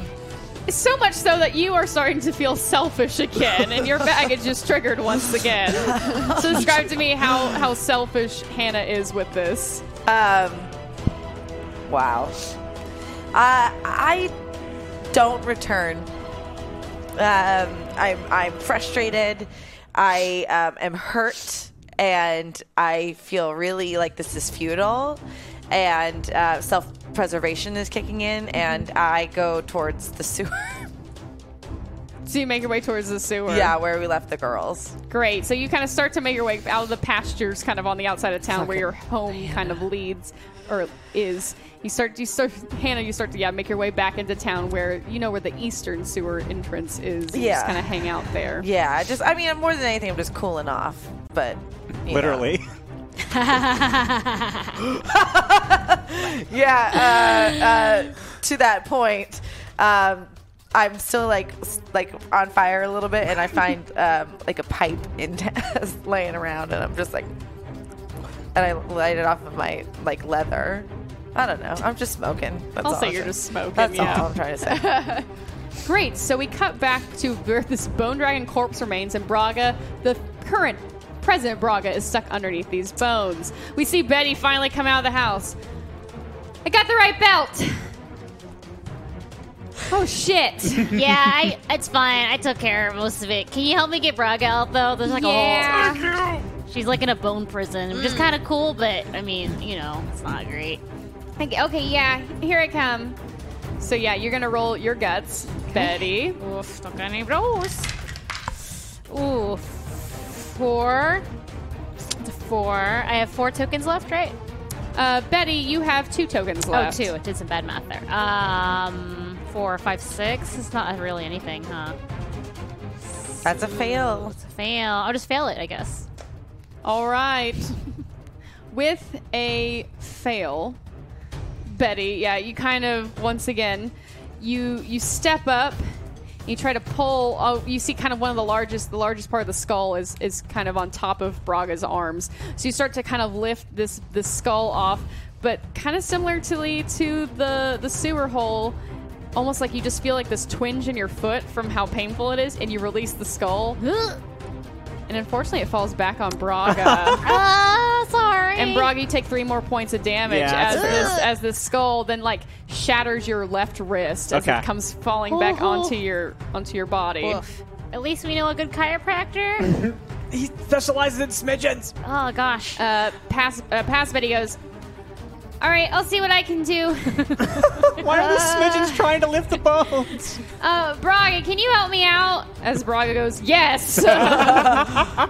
so much so that you are starting to feel selfish again, and your baggage is triggered once again. so describe to me how, how selfish Hannah is with this.
Um, wow. Uh, I don't return. Um, I'm I'm frustrated. I um, am hurt, and I feel really like this is futile, and uh, self preservation is kicking in, and I go towards the sewer.
So you make your way towards the sewer.
yeah, where we left the girls.
Great. So you kind of start to make your way out of the pastures, kind of on the outside of town where your home kind of leads or is. You start, you start, Hannah. You start to yeah, make your way back into town where you know where the eastern sewer entrance is. You
Yeah.
just kind of hang out there.
Yeah, I just I mean, more than anything, I'm just cooling off, but
literally.
Yeah. Uh, uh, to that point, um, I'm still like s- like on fire a little bit, and I find um, like a pipe in laying around, and I'm just like, and I light it off of my like leather. I don't know. I'm just smoking. That's
I'll
all
say
I'm
you're
saying.
just smoking,
That's
yeah.
all I'm trying to say.
Great. So we cut back to where this bone dragon corpse remains, and Braga, the current present Braga, is stuck underneath these bones. We see Betty finally come out of the house. I got the right belt. Oh shit!
yeah, I, it's fine. I took care of most of it. Can you help me get Braga out though? There's like a
yeah.
whole. She's like in a bone prison, which is kind of cool, but I mean, you know, it's not great.
Okay, okay, yeah, here I come.
So yeah, you're gonna roll your guts, Betty.
Oof, don't got any rolls. Ooh, four. It's a four. I have four tokens left, right?
Uh, Betty, you have two tokens left.
Oh, two. I did some bad math there. Um, four, five, six. It's not really anything, huh?
That's a fail.
It's a fail. I'll just fail it, I guess.
All right. With a fail, Betty, yeah, you kind of once again, you you step up, you try to pull. Oh, you see, kind of one of the largest, the largest part of the skull is is kind of on top of Braga's arms. So you start to kind of lift this this skull off, but kind of similarly to the the sewer hole. Almost like you just feel like this twinge in your foot from how painful it is, and you release the skull, and unfortunately, it falls back on Braga.
Ah, sorry.
And Brog, you take three more points of damage
Yeah, that's
as
fair.
this as this skull then like shatters your left wrist as
Okay.
it comes falling back
Ooh.
onto your onto your body.
At least we know a good chiropractor.
He specializes in smidgens.
oh gosh.
Uh, pass uh, pass Betty goes.
All right, I'll see what I can do.
Why are the smidgens trying to lift the bones?
Uh, Braga, can you help me out?
As Braga goes, yes. uh,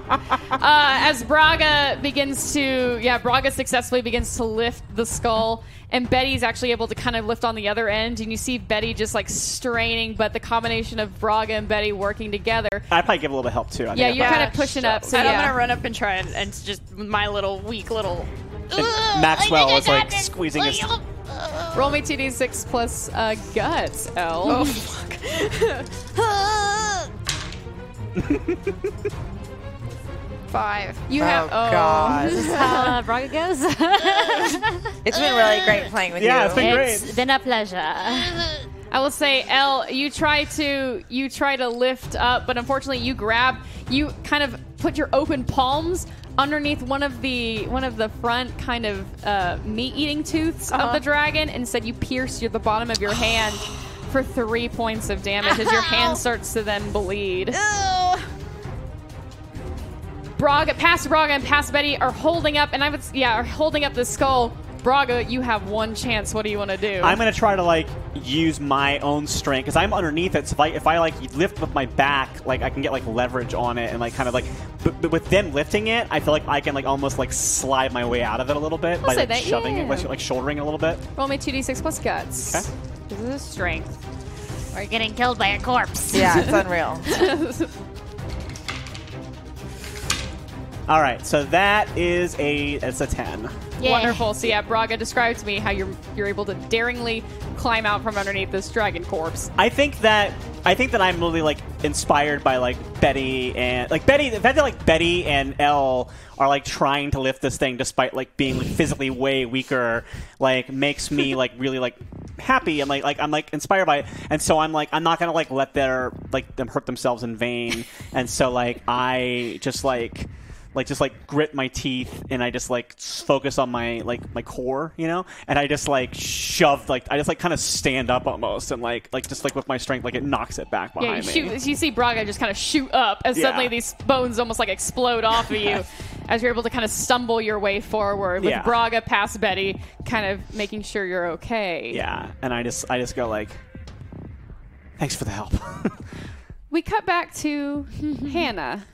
as Braga begins to, yeah, Braga successfully begins to lift the skull, and Betty's actually able to kind of lift on the other end, and you see Betty just like straining, but the combination of Braga and Betty working together,
I probably give a little bit of help too. I
yeah,
think
you're
I
kind of pushing up. So
and
yeah.
I'm gonna run up and try and, and it's just my little weak little.
probably- and Maxwell is like squeezing his.
Roll me 2d6 plus uh, guts, L.
Oh fuck! Five.
you
Oh
have.
God.
uh, Braga goes.
It's been really great playing with
Yeah,
you.
it's been great.
it's been a pleasure.
I will say, L, you try to you try to lift up, but unfortunately, you grab. You kind of put your open palms underneath one of the one of the front kind of uh, meat-eating tooths of the dragon. Instead, you pierce your, the bottom of your hand for three points of damage as your hand starts to then bleed. Braga, past Braga and past Betty are holding up, and I would, s- yeah, are holding up the skull. Braga, you have one chance. What do you want to do?
I'm gonna try to like use my own strength because I'm underneath it. So if I, if I like lift with my back, like I can get like leverage on it and like kind of like. But, but with them lifting it, I feel like I can like almost like slide my way out of it a little bit by
say
like,
that,
shoving
yeah.
it, like, like shouldering it a little bit.
Roll me 2d6 plus guts.
Okay.
This is a strength.
We're getting killed by a corpse.
Yeah, it's unreal.
All right, so that is a it's a ten.
Yay.
Wonderful. So yeah, Braga described to me how you're you're able to daringly climb out from underneath this dragon corpse.
I think that I think that I'm really like inspired by like Betty and like Betty. The fact that like Betty and Elle are like trying to lift this thing despite like being like, physically way weaker, like makes me like really like happy and like like I'm like inspired by it. And so I'm like I'm not gonna like let their like them hurt themselves in vain. And so like I just like. Like just like grit my teeth and I just like s- focus on my like my core, you know, and I just like shove like I just like kind of stand up almost and like like just like with my strength like it knocks it back
Yeah, you
behind me.
shoot. You see Braga just kind of shoot up as
Yeah.
suddenly these bones almost like explode off of you. As you're able to kind of stumble your way forward with
Yeah.
Braga past Betty, kind of making sure you're okay.
Yeah, and I just I just go like, thanks for the help.
We cut back to Hannah.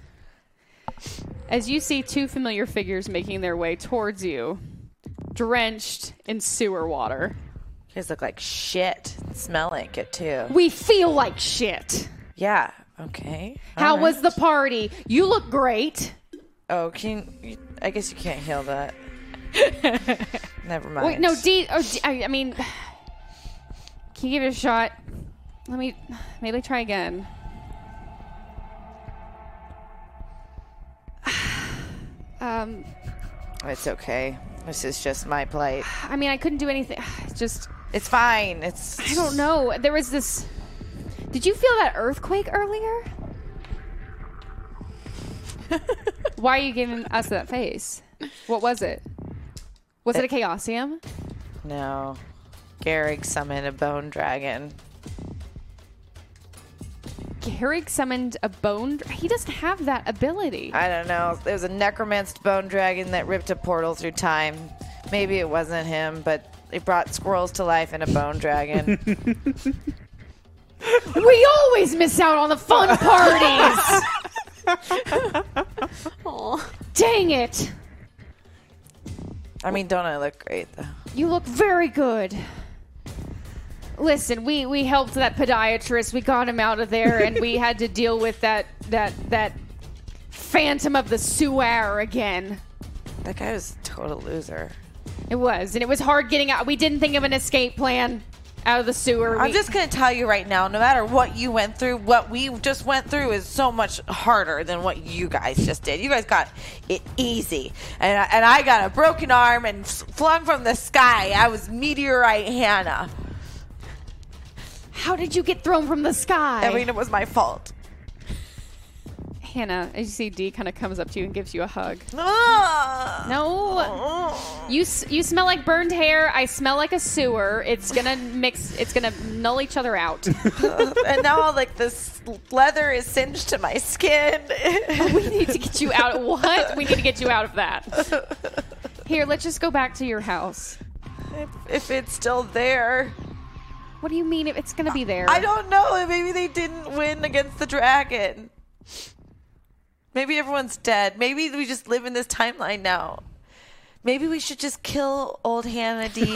As you see two familiar figures making their way towards you, drenched in sewer water.
You guys look like shit. Smell like it too.
We feel like shit.
yeah. Okay.
How was the party? You look great.
Oh, can you, I guess you can't heal that. Never mind.
Wait, no, D. Or D I, I mean, can you give it a shot? Let me maybe try again. um,
It's okay. This is just my plight.
I mean, I couldn't do anything. Just
It's fine. It's
I don't know. There was this. Did you feel that earthquake earlier? Why are you giving us that face? What was it? Was it a chaosium?
No. Garrick summoned a bone dragon.
Garrick summoned a bone. dr- He doesn't have that ability.
I don't know. It was a necromanced bone dragon that ripped a portal through time. Maybe it wasn't him, but it brought squirrels to life and a bone dragon.
We always miss out on the fun parties. Dang it!
I mean, don't I look great though?
You look very good. Listen, we we helped that podiatrist. We got him out of there, and we had to deal with that that that phantom of the sewer again.
That guy was a total loser.
It was, and it was hard getting out. We didn't think of an escape plan out of the sewer.
I'm
We-
just gonna tell you right now, no matter what you went through, what we just went through is so much harder than what you guys just did. You guys got it easy, and I, and I got a broken arm and s- flung from the sky. I was meteorite Hannah.
How did you get thrown from the sky?
I mean, it was my fault.
Hannah, as you see, D kind of comes up to you and gives you a hug.
Ah.
No, you s- you smell like burned hair. I smell like a sewer. It's gonna mix. It's gonna null each other out.
and now like this leather is singed to my skin.
we need to get you out. What? We need to get you out of that. Here, let's just go back to your house.
if, if it's still there,
What do you mean? If it's gonna be there?
I don't know. Maybe they didn't win against the dragon. Maybe everyone's dead. Maybe we just live in this timeline now. Maybe we should just kill old Hannah D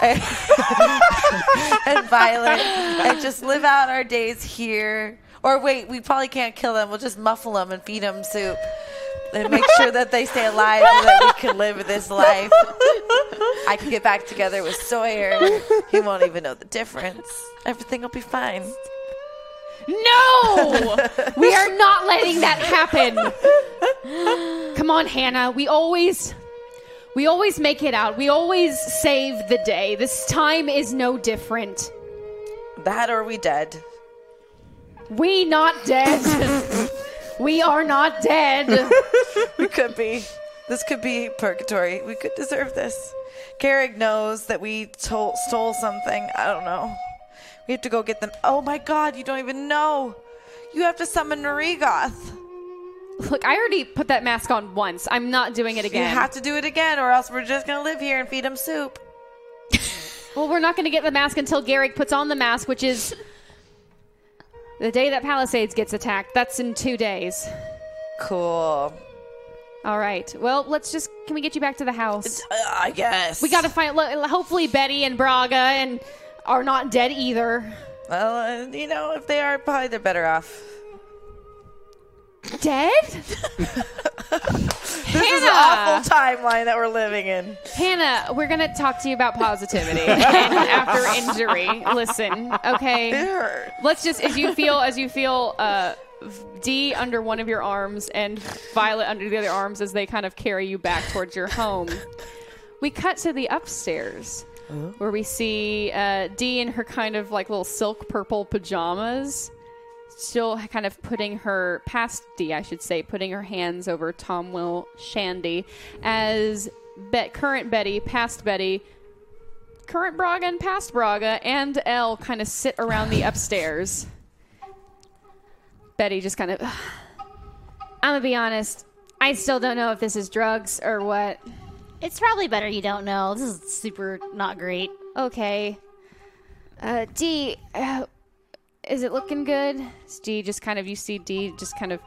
and, and Violet and just live out our days here. Or wait, we probably can't kill them. We'll just muffle them and feed them soup and make sure that they stay alive and that we can live this life. I can get back together with Sawyer. He won't even know the difference. Everything will be fine.
No, we are not letting that happen. Come on, Hannah. We always. We always make it out. We always save the day. This time is no different.
That or we dead.
We not dead. we are not dead.
We could be. This could be purgatory. We could deserve this. Garrick knows that we tol- stole something. I don't know. We have to go get them. Oh my god, you don't even know. You have to summon Narigoth.
Look, I already put that mask on once. I'm not doing it
You
again.
have to do it again, or else we're just gonna live here and feed him soup.
well, we're not going to get the mask until Garrick puts on the mask, which is the day that Palisades gets attacked. That's in two days.
Cool.
All right. Well, let's just. Can we get you back to the house?
Uh, I guess.
We got to find. lo- Hopefully, Betty and Braga and are not dead either.
Well, uh, you know, if they are, probably they're better off.
Dead?
This is an awful timeline that we're living in.
Hannah, we're going to talk to you about positivity and after injury. Listen, okay?
It hurt.
Let's just as you feel as you feel uh, D under one of your arms and Violet under the other arms as they kind of carry you back towards your home. We cut to the upstairs where we see uh, D in her kind of like little silk purple pajamas, still kind of putting her past D, I should say, putting her hands over Tom Will Shandy as Bet current Betty, past Betty, current Braga and past Braga and Elle kind of sit around the upstairs. Betty just kind of.
I'm gonna be honest.
I still don't know if this is drugs or what.
It's probably better you don't know. This is super not great.
Okay. Uh, D, uh, is it looking good? Is D just kind of. You see D just kind of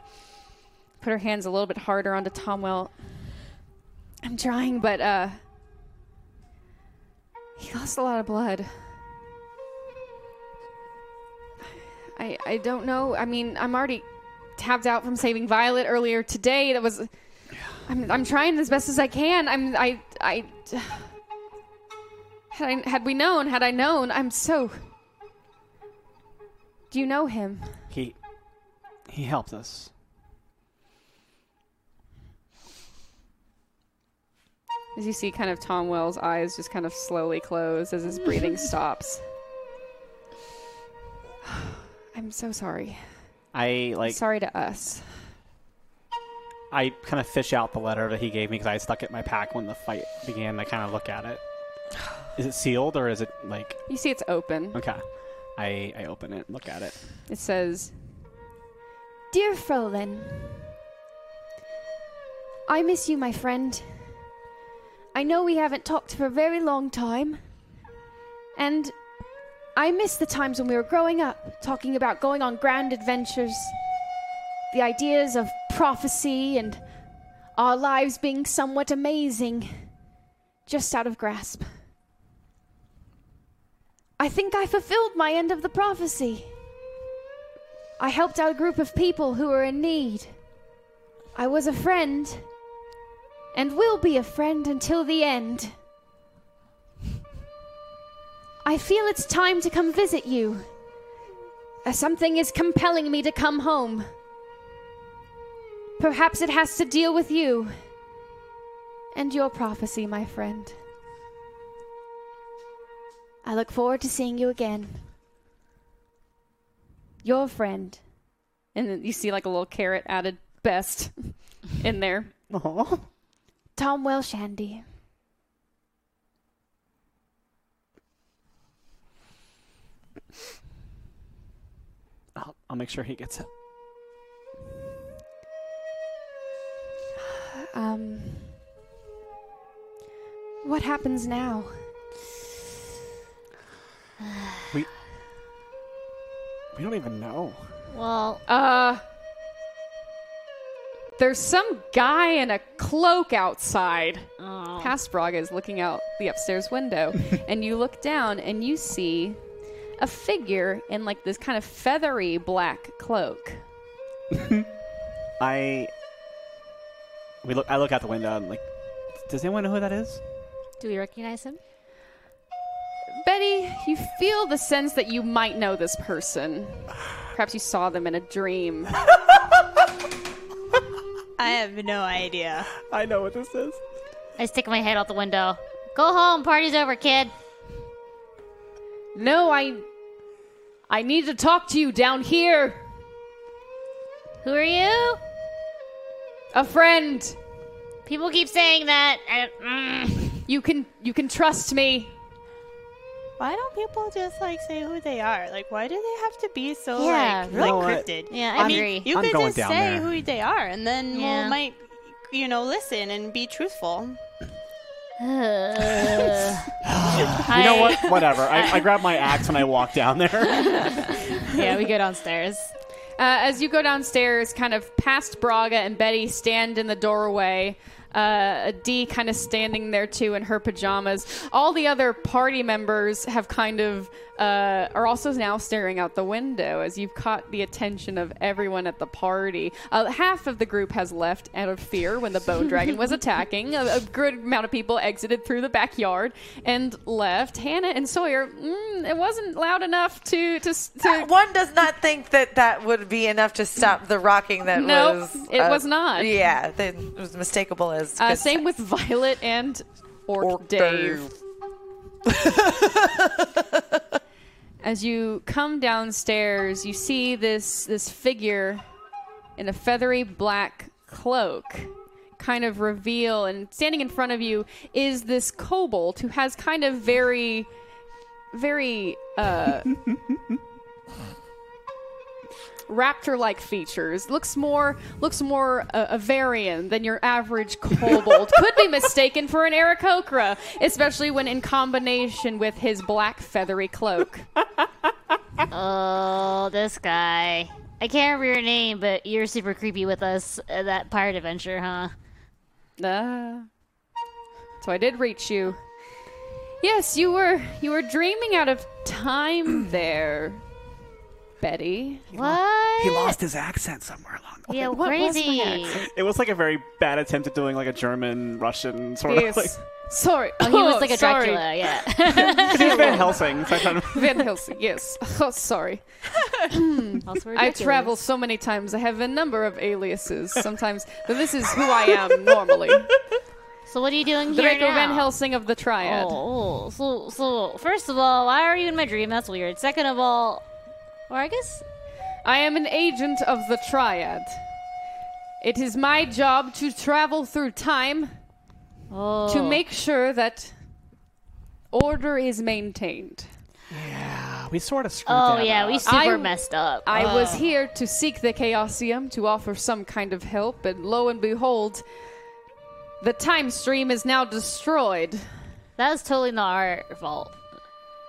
put her hands a little bit harder onto Tomwell. I'm trying, but uh, he lost a lot of blood. I I don't know. I mean, I'm already tapped out from saving Violet earlier today. That was I'm, I'm trying as best as I can. I'm I I. Had, I, had we known, had I known, I'm so. Do you know him?
He he helped us.
As you see, kind of Tom Wells' eyes just kind of slowly close as his breathing stops. I'm so sorry.
I like
Sorry to us.
I kind of fish out the letter that he gave me because I stuck it in my pack when the fight began. I kind of look at it. Is it sealed or is it like
You see, it's open.
okay? I I open it, look at it.
It says,
Dear Frolin, I miss you, my friend. I know we haven't talked for a very long time, and I miss the times when we were growing up, talking about going on grand adventures, the ideas of prophecy, and our lives being somewhat amazing, just out of grasp. I think I fulfilled my end of the prophecy. I helped out a group of people who were in need. I was a friend, and will be a friend until the end. I feel it's time to come visit you. Uh, Something is compelling me to come home. Perhaps it has to deal with you and your prophecy, my friend. I look forward to seeing you again. Your friend.
and then you see like a little carrot added best in there.
Oh,
Tom Welshandy.
I'll, I'll make sure he gets it.
Um. What happens now?
We we don't even know.
Well,
Uh, there's some guy in a cloak outside. Past Braga is looking out the upstairs window, and you look down and you see a figure in like this kind of feathery black cloak.
I we look. I look out the window and like, does anyone know who that is?
do we recognize him?
Betty, you feel the sense that you might know this person. Perhaps you saw them in a dream.
I have no idea.
I know what this is.
I stick my head out the window. Go home, party's over, kid.
No, I. I need to talk to you down here.
Who are you?
A friend.
People keep saying that. I, mm.
You can you can trust me.
Why don't people just like say who they are? Like, why do they have to be so
Yeah,
like,
you
like
know what?
cryptid?
Yeah, I
I mean,
agree.
you
I'm
could
going
just
down
say
there.
who they are, and then
Yeah.
we'll might you know listen and be truthful.
mm. Hi.
You know what? Whatever. I, I grab my axe and I walk down there.
yeah, we go downstairs.
Uh, as you go downstairs, kind of past Braga and Betty stand in the doorway. Uh, Dee kind of standing there too in her pajamas. All the other party members have kind of uh, are also now staring out the window as you've caught the attention of everyone at the party. Uh, half of the group has left out of fear when the bone dragon was attacking. A, a good amount of people exited through the backyard and left. Hannah and Sawyer, mm, it wasn't loud enough to to, to
One does not think that that would be enough to stop the rocking that
Nope,
was.
it was not.
Yeah, that was mistakable as.
Uh,
good
same with
sex.
Violet and Orc,
Orc
Dave.
Dave.
As you come downstairs, you see this this figure in a feathery black cloak kind of reveal and standing in front of you is this kobold who has kind of very very uh raptor-like features. Looks more looks more uh, Avarian than your average kobold. Could be mistaken for an Aarakocra, especially when in combination with his black feathery cloak.
Oh, this guy. I can't remember your name, but you're super creepy with us uh, that pirate adventure, huh?
Ah. So I did reach you. Yes, you were you were dreaming out of time there. Betty.
What?
He lost his accent somewhere along the way.
yeah,
What was my
crazy.
accent?
It was like a very bad attempt at doing like a German, Russian sort of like.
Yes. Sorry.
Oh, he was like a
sorry.
Dracula, yeah.
He's Van Helsing. so I kind of-
Van Helsing, yes. Oh, sorry.
Also
I
ridiculous.
travel so many times. I have a number of aliases. Sometimes but this is who I am normally.
So what are you doing here
Draco
now?
Van Helsing of the Triad.
Oh, oh, so so first of all, why are you in my dream? That's weird. Second of all, or I guess
I am an agent of the Triad. It is my job to travel through time
oh.
to make sure that order is maintained.
we sort of screwed
Oh
that
yeah,
up.
we super
I-
messed up.
I was here to seek the Chaosium to offer some kind of help, and lo and behold, the time stream is now destroyed.
that was totally not our fault.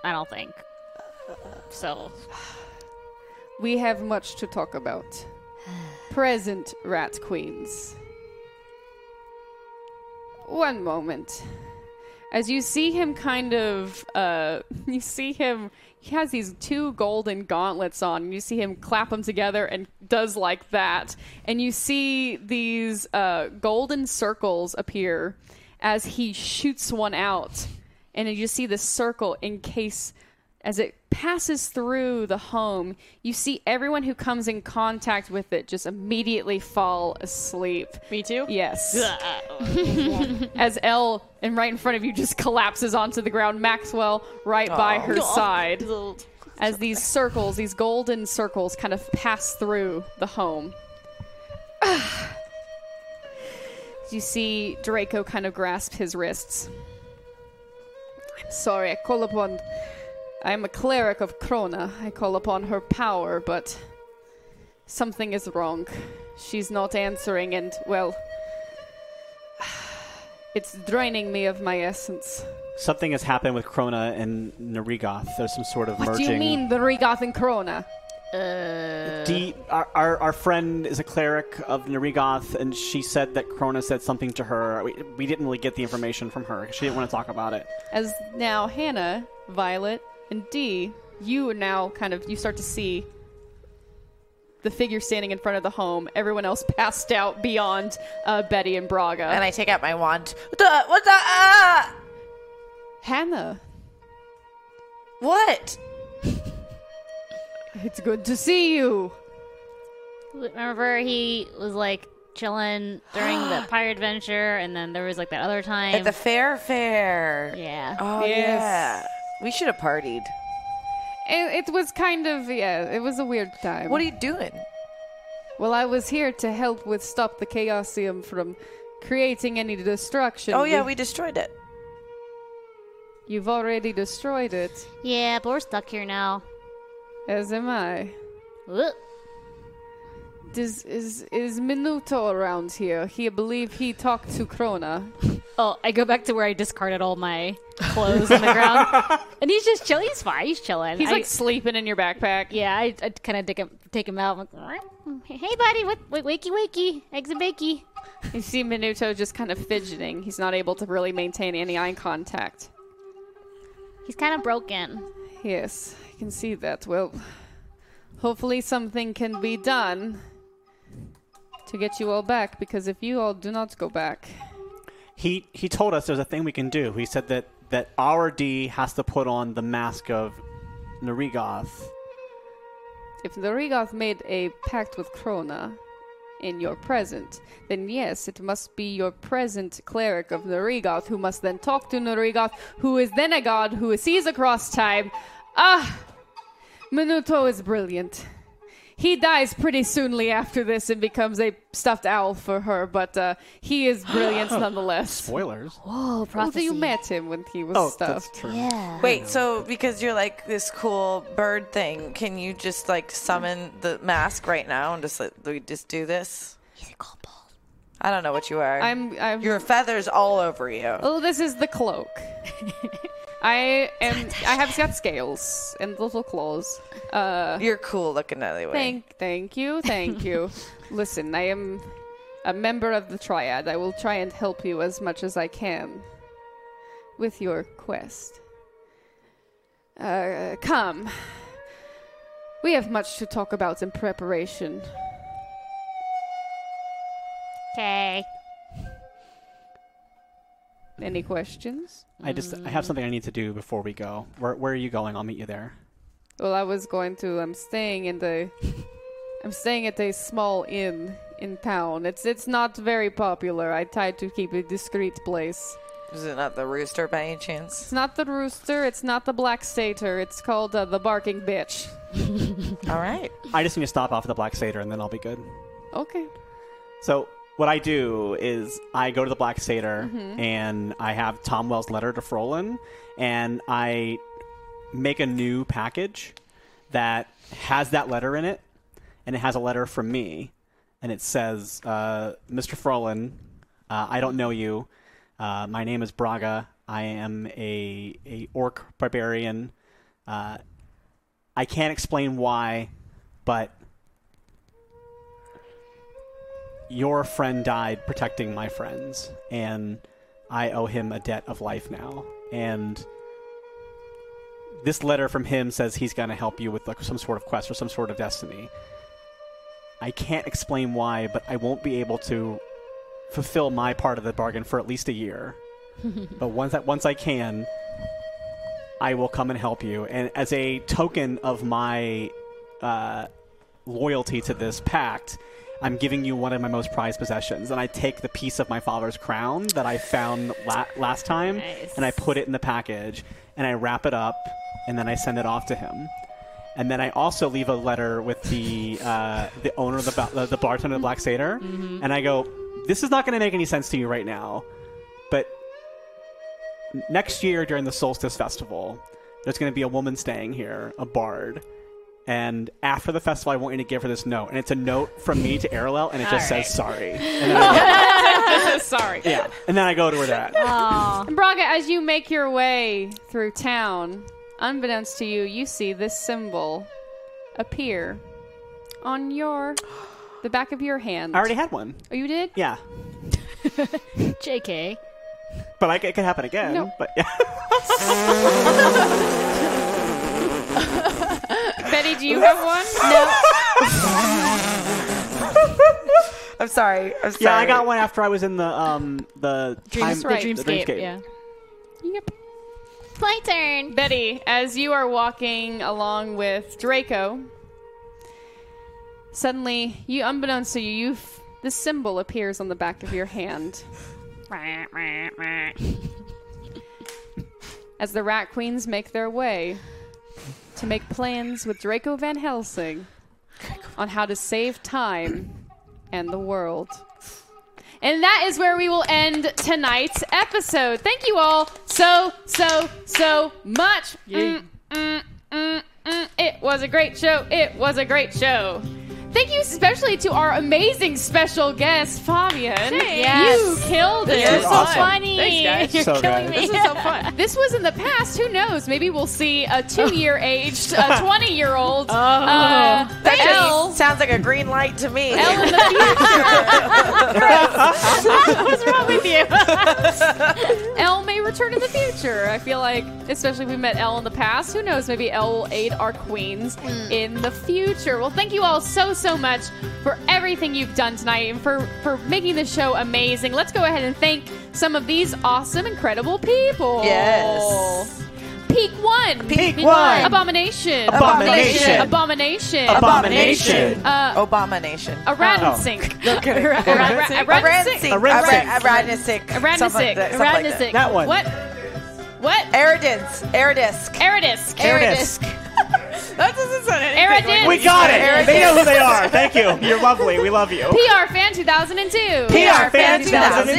I don't think. So
We have much to talk about. Present rat queens. One moment. As you see him kind of uh you see him he has these two golden gauntlets on and you see him clap them together and does like that and you see these uh golden circles appear as he shoots one out and you see the circle encase as it passes through the home, you see everyone who comes in contact with it just immediately fall asleep.
Me too.
Yes. As Elle, and right in front of you, just collapses onto the ground. Maxwell, right by her side. As these circles, these golden circles, kind of pass through the home. you see Draco kind of grasp his wrists. I'm sorry, I call upon. I am a cleric of Krona. I call upon her power, but something is wrong. She's not answering, and, well, it's draining me of my essence.
Something has happened with Krona and Narigoth. There's some sort of
What
merging.
do you mean, the Regoth and Corona?
Do you- our, our, our friend is a cleric of Narigoth, and she said that Krona said something to her. We, we didn't really get the information from her. She didn't want to talk about it.
As now Hannah, Violet, and Dee, you are now kind of you start to see the figure standing in front of the home. Everyone else passed out beyond uh, Betty and Braga.
And I take out my wand. What the? What the? Ah!
Hannah,
What?
it's good to see you.
remember he was like chilling during the pirate adventure, and then there was like that other time.
At the fair, fair.
yeah.
Oh
Yes.
yeah. We should have partied.
It, it was kind of yeah, it was a weird time.
What are you doing?
well, I was here to help with stop the chaosium from creating any destruction.
Oh yeah, we destroyed it.
you've already destroyed it,
Yeah, but we're stuck here now.
as am I.
Ugh.
Is is is Minuto around here? He I believe he talked to Krona.
Oh, I go back to where I discarded all my clothes on the ground, and he's just chilling. He's fine. He's chilling.
He's
I-
like sleeping in your backpack.
yeah, I, I kind of take him, take him out. I'm like, hey, buddy, what, wait, wakey, wakey, eggs and bakey.
You see Minuto just kind of fidgeting. He's not able to really maintain any eye contact.
He's kind of broken.
Yes, I can see that. Well, hopefully something can be done to get you all back because if you all do not go back,
He he told us there's a thing we can do. He said that that our D has to put on the mask of Narigoth.
if the Rigoth made a pact with Krona in your present, then yes, it must be your present cleric of Narigoth who must then talk to Narigoth, who is then a god who sees across time. Ah! Minuto is brilliant. He dies pretty soonly after this and becomes a stuffed owl for her, but uh, he is brilliant nonetheless.
Spoilers.
Whoa, prophecy.
Although you met him when he was
Oh, that's
stuffed.
true.
Yeah.
Wait, so because you're like this cool bird thing, can you just like summon the mask right now and just like, we just do this?
He's a gold ball.
I don't know what you are.
I'm, I'm
Your feathers all over you.
Oh, this is the cloak. I am. I have got scales and little claws. Uh,
You're cool looking anyway.
thank, thank you, thank you. Listen, I am a member of the Triad. I will try and help you as much as I can with your quest. Uh, come. We have much to talk about in preparation.
Okay.
Any questions?
I just I have something I need to do before we go. Where where are you going? I'll meet you there.
Well, I was going to. I'm staying in the. I'm staying at a small inn in town. It's it's not very popular. I tried to keep a discreet place.
Is it not the rooster by any chance?
It's not the rooster. It's not the black satyr. It's called uh, the barking bitch.
All right.
I just need to stop off at the Black Seder and then I'll be good.
Okay.
So what I do is I go to the Black Seder and I have Tomwell's letter to Frolin and I make a new package that has that letter in it and it has a letter from me and it says, uh, Mr. Frolin, uh, I don't know you. Uh, my name is Braga. I am a, a orc barbarian. Uh, I can't explain why, but your friend died protecting my friends, and I owe him a debt of life now. And this letter from him says he's going to help you with like some sort of quest or some sort of destiny. I can't explain why, but I won't be able to fulfill my part of the bargain for at least a year. but once I, once I can, I will come and help you. And as a token of my uh, loyalty to this pact, I'm giving you one of my most prized possessions. And I take the piece of my father's crown that I found la- last time and I put it in the package and I wrap it up and then I send it off to him. And then I also leave a letter with the uh, the owner of the, ba- the, the bartender, of the Black Seder, and I go, "This is not going to make any sense to you right now, but next year during the solstice festival there's going to be a woman staying here a bard and after the festival i want you to give her this note and it's a note from me to Aralel, and it just says sorry and then I
Sorry.
go, yeah and then i go to where they're at
And Braga, as you make your way through town, unbeknownst to you, you see this symbol appear on your the back of your hand.
i already had one
oh, you did?
yeah
JK.
but I, c- it could happen again but yeah
Betty, do you have one?
I'm sorry. I'm sorry.
yeah i got one after i was in the um the time,
right.
the
Dreamscape, yeah.
Yep.
My turn.
Betty, as you are walking along with Draco, suddenly, you unbeknownst to you, you f- this symbol appears on the back of your hand. as the Rat Queens make their way to make plans with Draco Van Helsing on how to save time and the world. And that is where we will end tonight's episode. Thank you all so, so, so much. Mm, mm, mm, mm. It was a great show. It was a great show. Thank you especially to our amazing special guest, Fabian.
Yes.
You killed it.
You're so awesome.
funny.
Thanks, guys.
You're
So
killing
good.
me.
This was so fun. This was in the past. Who knows? Maybe we'll see a two-year aged, a twenty-year-old. uh,
Oh. That just
Elle.
sounds like a green light to me.
Elle in the future.
What's wrong with you?
Elle may return in the future. I feel like, especially if we met Elle in the past, who knows? Maybe Elle will aid our queens
Hmm.
in the future. Well, thank you all so, so much for everything you've done tonight and for, for making the show amazing. Let's go ahead and thank some of these awesome, incredible people.
Yes.
Peak one.
Peak one.
Abomination.
Abomination.
Abomination.
Abomination.
Uh,
Abomination.
a rat
Oh.
in sync.
No kidding. A
A rat in
Aradnisic.
sync.
Aradnisic.
Aradnisic.
Aradnisic.
that one
What? What?
Aradins. Aradisc.
Eridisc.
Aradisc.
That doesn't sound anything.
Eridisc.
we got it
Eric
they
is-
know who they are thank you you're lovely we love you
PR Fan 2002.
PR Fan
2002.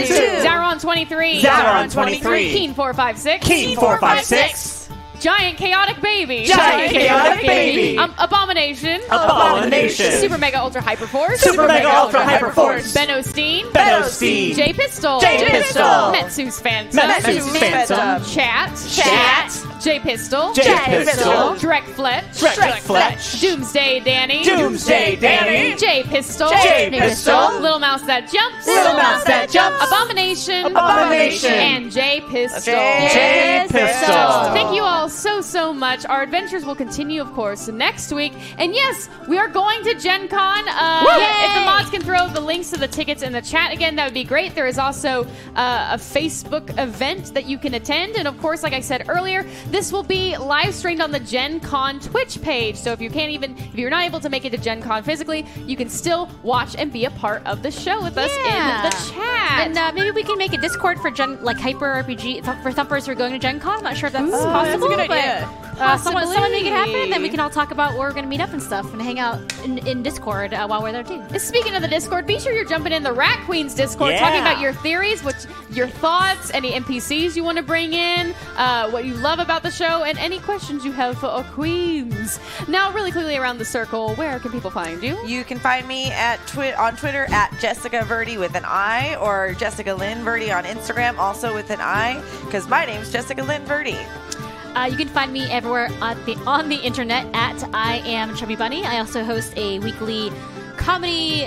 2002.
Zaron 23.
Zaron 23.
Keen 456.
Keen 456.
Giant Chaotic Baby.
Giant Chaotic Baby.
Um, Abomination.
Abomination.
Super Mega Ultra Hyper Force.
Super Mega Ultra Hyper Force.
Ben Osteen.
Ben Osteen.
J Pistol.
J. Pistol.
Metsu's Fanta.
Metsu's Phantom.
Chat.
Chat.
Chat. J Pistol.
J Pistol.
Drek Fletch.
Shrek Fletch.
Doomsday Danny.
Doomsday Danny.
J Pistol.
J Pistol.
Little Mouse That Jumps.
Little Mouse That Jumps.
Abomination.
Abomination.
And J Pistol.
J
Pistol.
Thank you all so, so much. Our adventures will continue, of course, next week. And yes, we are going to Gen Con. Uh, if the mods can throw the links to the tickets in the chat again, that would be great. There is also uh, a Facebook event that you can attend. And of course, like I said earlier, this will be live streamed on the Gen Con Twitch page. So if you can't even, if you're not able to make it to Gen Con physically, you can still watch and be a part of the show with us
Yeah.
in the chat.
And uh, maybe we can make a Discord for Gen, like Hyper RPG th- for Thumpers who are going to Gen Con. I'm not sure if that's possible,
good
but
idea.
uh, someone, someone make it happen, and then
Possibly.
we can all talk about where we're going to meet up and stuff, and hang out in, in Discord uh, while we're there too.
Speaking of the Discord, be sure you're jumping in the Rat Queens Discord,
Yeah.
talking about your theories, which your thoughts, any NPCs you want to bring in, uh, what you love about the show, and any questions you have for our queens. Now, really quickly around the circle, where can people find you?
You can find me at twi- on Twitter at Jessica Verdi with an I or Jessica Lynn Verdi on Instagram also with an I because my name's Jessica Lynn Verdi.
Uh, you can find me everywhere on the on the internet at I am Chubby Bunny. I also host a weekly comedy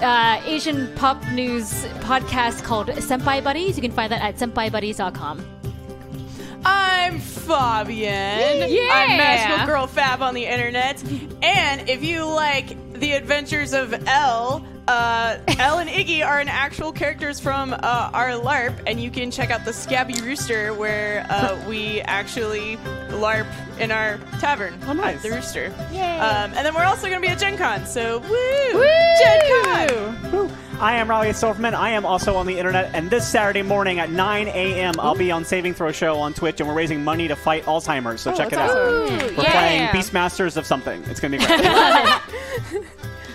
uh, Asian pop news podcast called Senpai Buddies. You can find that at senpaibuddies.com.
I'm Fabian.
Yeah.
I'm Magical Girl Fab on the internet. And if you like the adventures of Elle, uh, Elle and Iggy are an actual characters from uh, our LARP, and you can check out the Scabby Rooster where uh, we actually LARP in our tavern. Oh,
nice.
The Rooster. Um, and then we're also going to be at Gen Con, so woo!
Woo!
Gen Con!
I am Raleigh Silverman. I am also on the internet, and this Saturday morning at 9 a.m., I'll be on Saving Throw Show on Twitch, and we're raising money to fight Alzheimer's. So check it out. We're playing Beastmasters of something. It's gonna be great.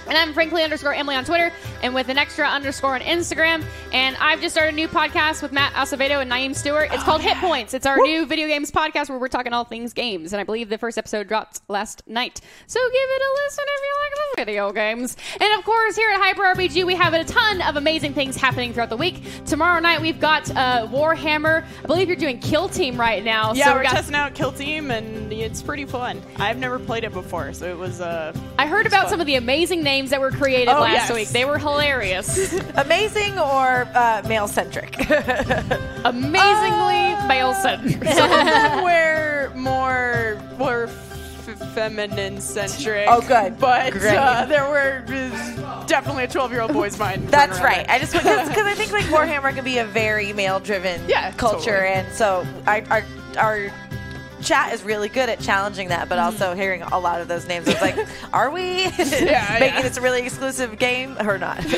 And I'm frankly underscore Emily on Twitter and with an extra underscore on Instagram. And I've just started a new podcast with Matt Acevedo and Naeem Stewart.
Oh,
It's called Hit Points. It's our new video games podcast where we're talking all things games. And I believe the first episode dropped last night. So give it a listen if you like the video games. And of course, here at Hyper RPG, we have a ton of amazing things happening throughout the week. Tomorrow night, we've got uh, Warhammer. I believe you're doing Kill Team right now.
Yeah,
so
we're
we got
testing out Kill Team, and it's pretty fun. I've never played it before, so it was. Uh,
I heard about some of the amazing names that were created
Oh,
last
yes.
week. They were hilarious.
Amazing or uh, male centric?
Amazingly
Ah.
male centric.
some of them were more more f- feminine centric.
Oh, good.
But
Great.
uh, there were uh, definitely a twelve year old boy's mind.
That's
running around
right.
there.
I just because I think like Warhammer can be a very male driven
Yeah,
culture,
totally.
and so I, our our chat is really good at challenging that, but also hearing a lot of those names, I was like, are we
Mm-hmm. yeah.
making this a really exclusive game or not?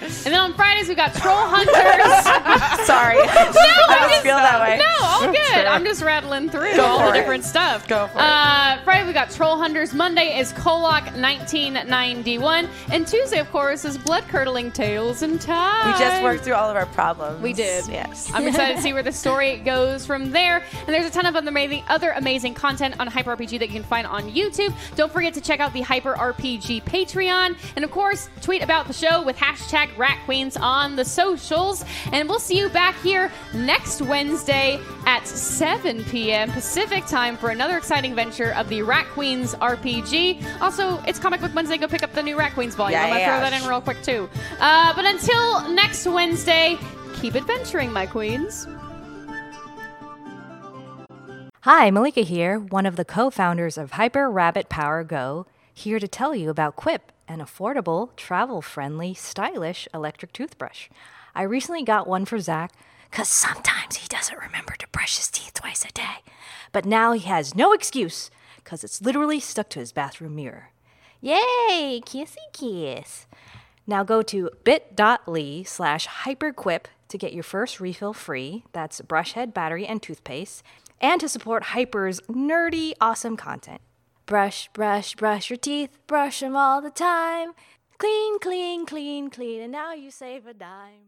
And then on Fridays we got Troll Hunters.
Sorry, I don't
just-
feel that way.
no, all good.
Sure.
I'm just rattling through all
for
the
it.
different stuff.
Go for it.
Uh, Friday we got Troll Hunters. Monday is Kolok 1991, and Tuesday, of course, is Blood Curdling Tales and Time.
We just worked through all of our problems.
We did.
Yes.
I'm excited to see where the story goes from there. And there's a ton of other amazing, other amazing content on Hyper RPG that you can find on YouTube. Don't forget to check out the Hyper RPG Patreon. And of course, tweet about the show with hashtag Rat Queens on the socials. And we'll see you back here next Wednesday at 7 p.m. Pacific time for another exciting venture of the Rat Queens RPG. Also, it's Comic Book Wednesday. Go pick up the new Rat Queens volume.
Yeah,
I'm going to
yeah,
throw that
yeah.
in real quick, too. Uh, but until next Wednesday, keep adventuring, my queens.
Hi, Malika here, one of the co founders of Hyper Rabbit Power Go, here to tell you about Quip, an affordable, travel friendly, stylish electric toothbrush. I recently got one for Zach because sometimes he doesn't remember to brush his teeth twice a day, but now he has no excuse because it's literally stuck to his bathroom mirror. Yay, kissy kiss. Now go to bit.ly slash hyperquip to get your first refill free. That's brush head, battery, and toothpaste, and to support Hyper's nerdy, awesome content. Brush, brush, brush your teeth, brush them all the time. Clean, clean, clean, clean, and now you save a dime.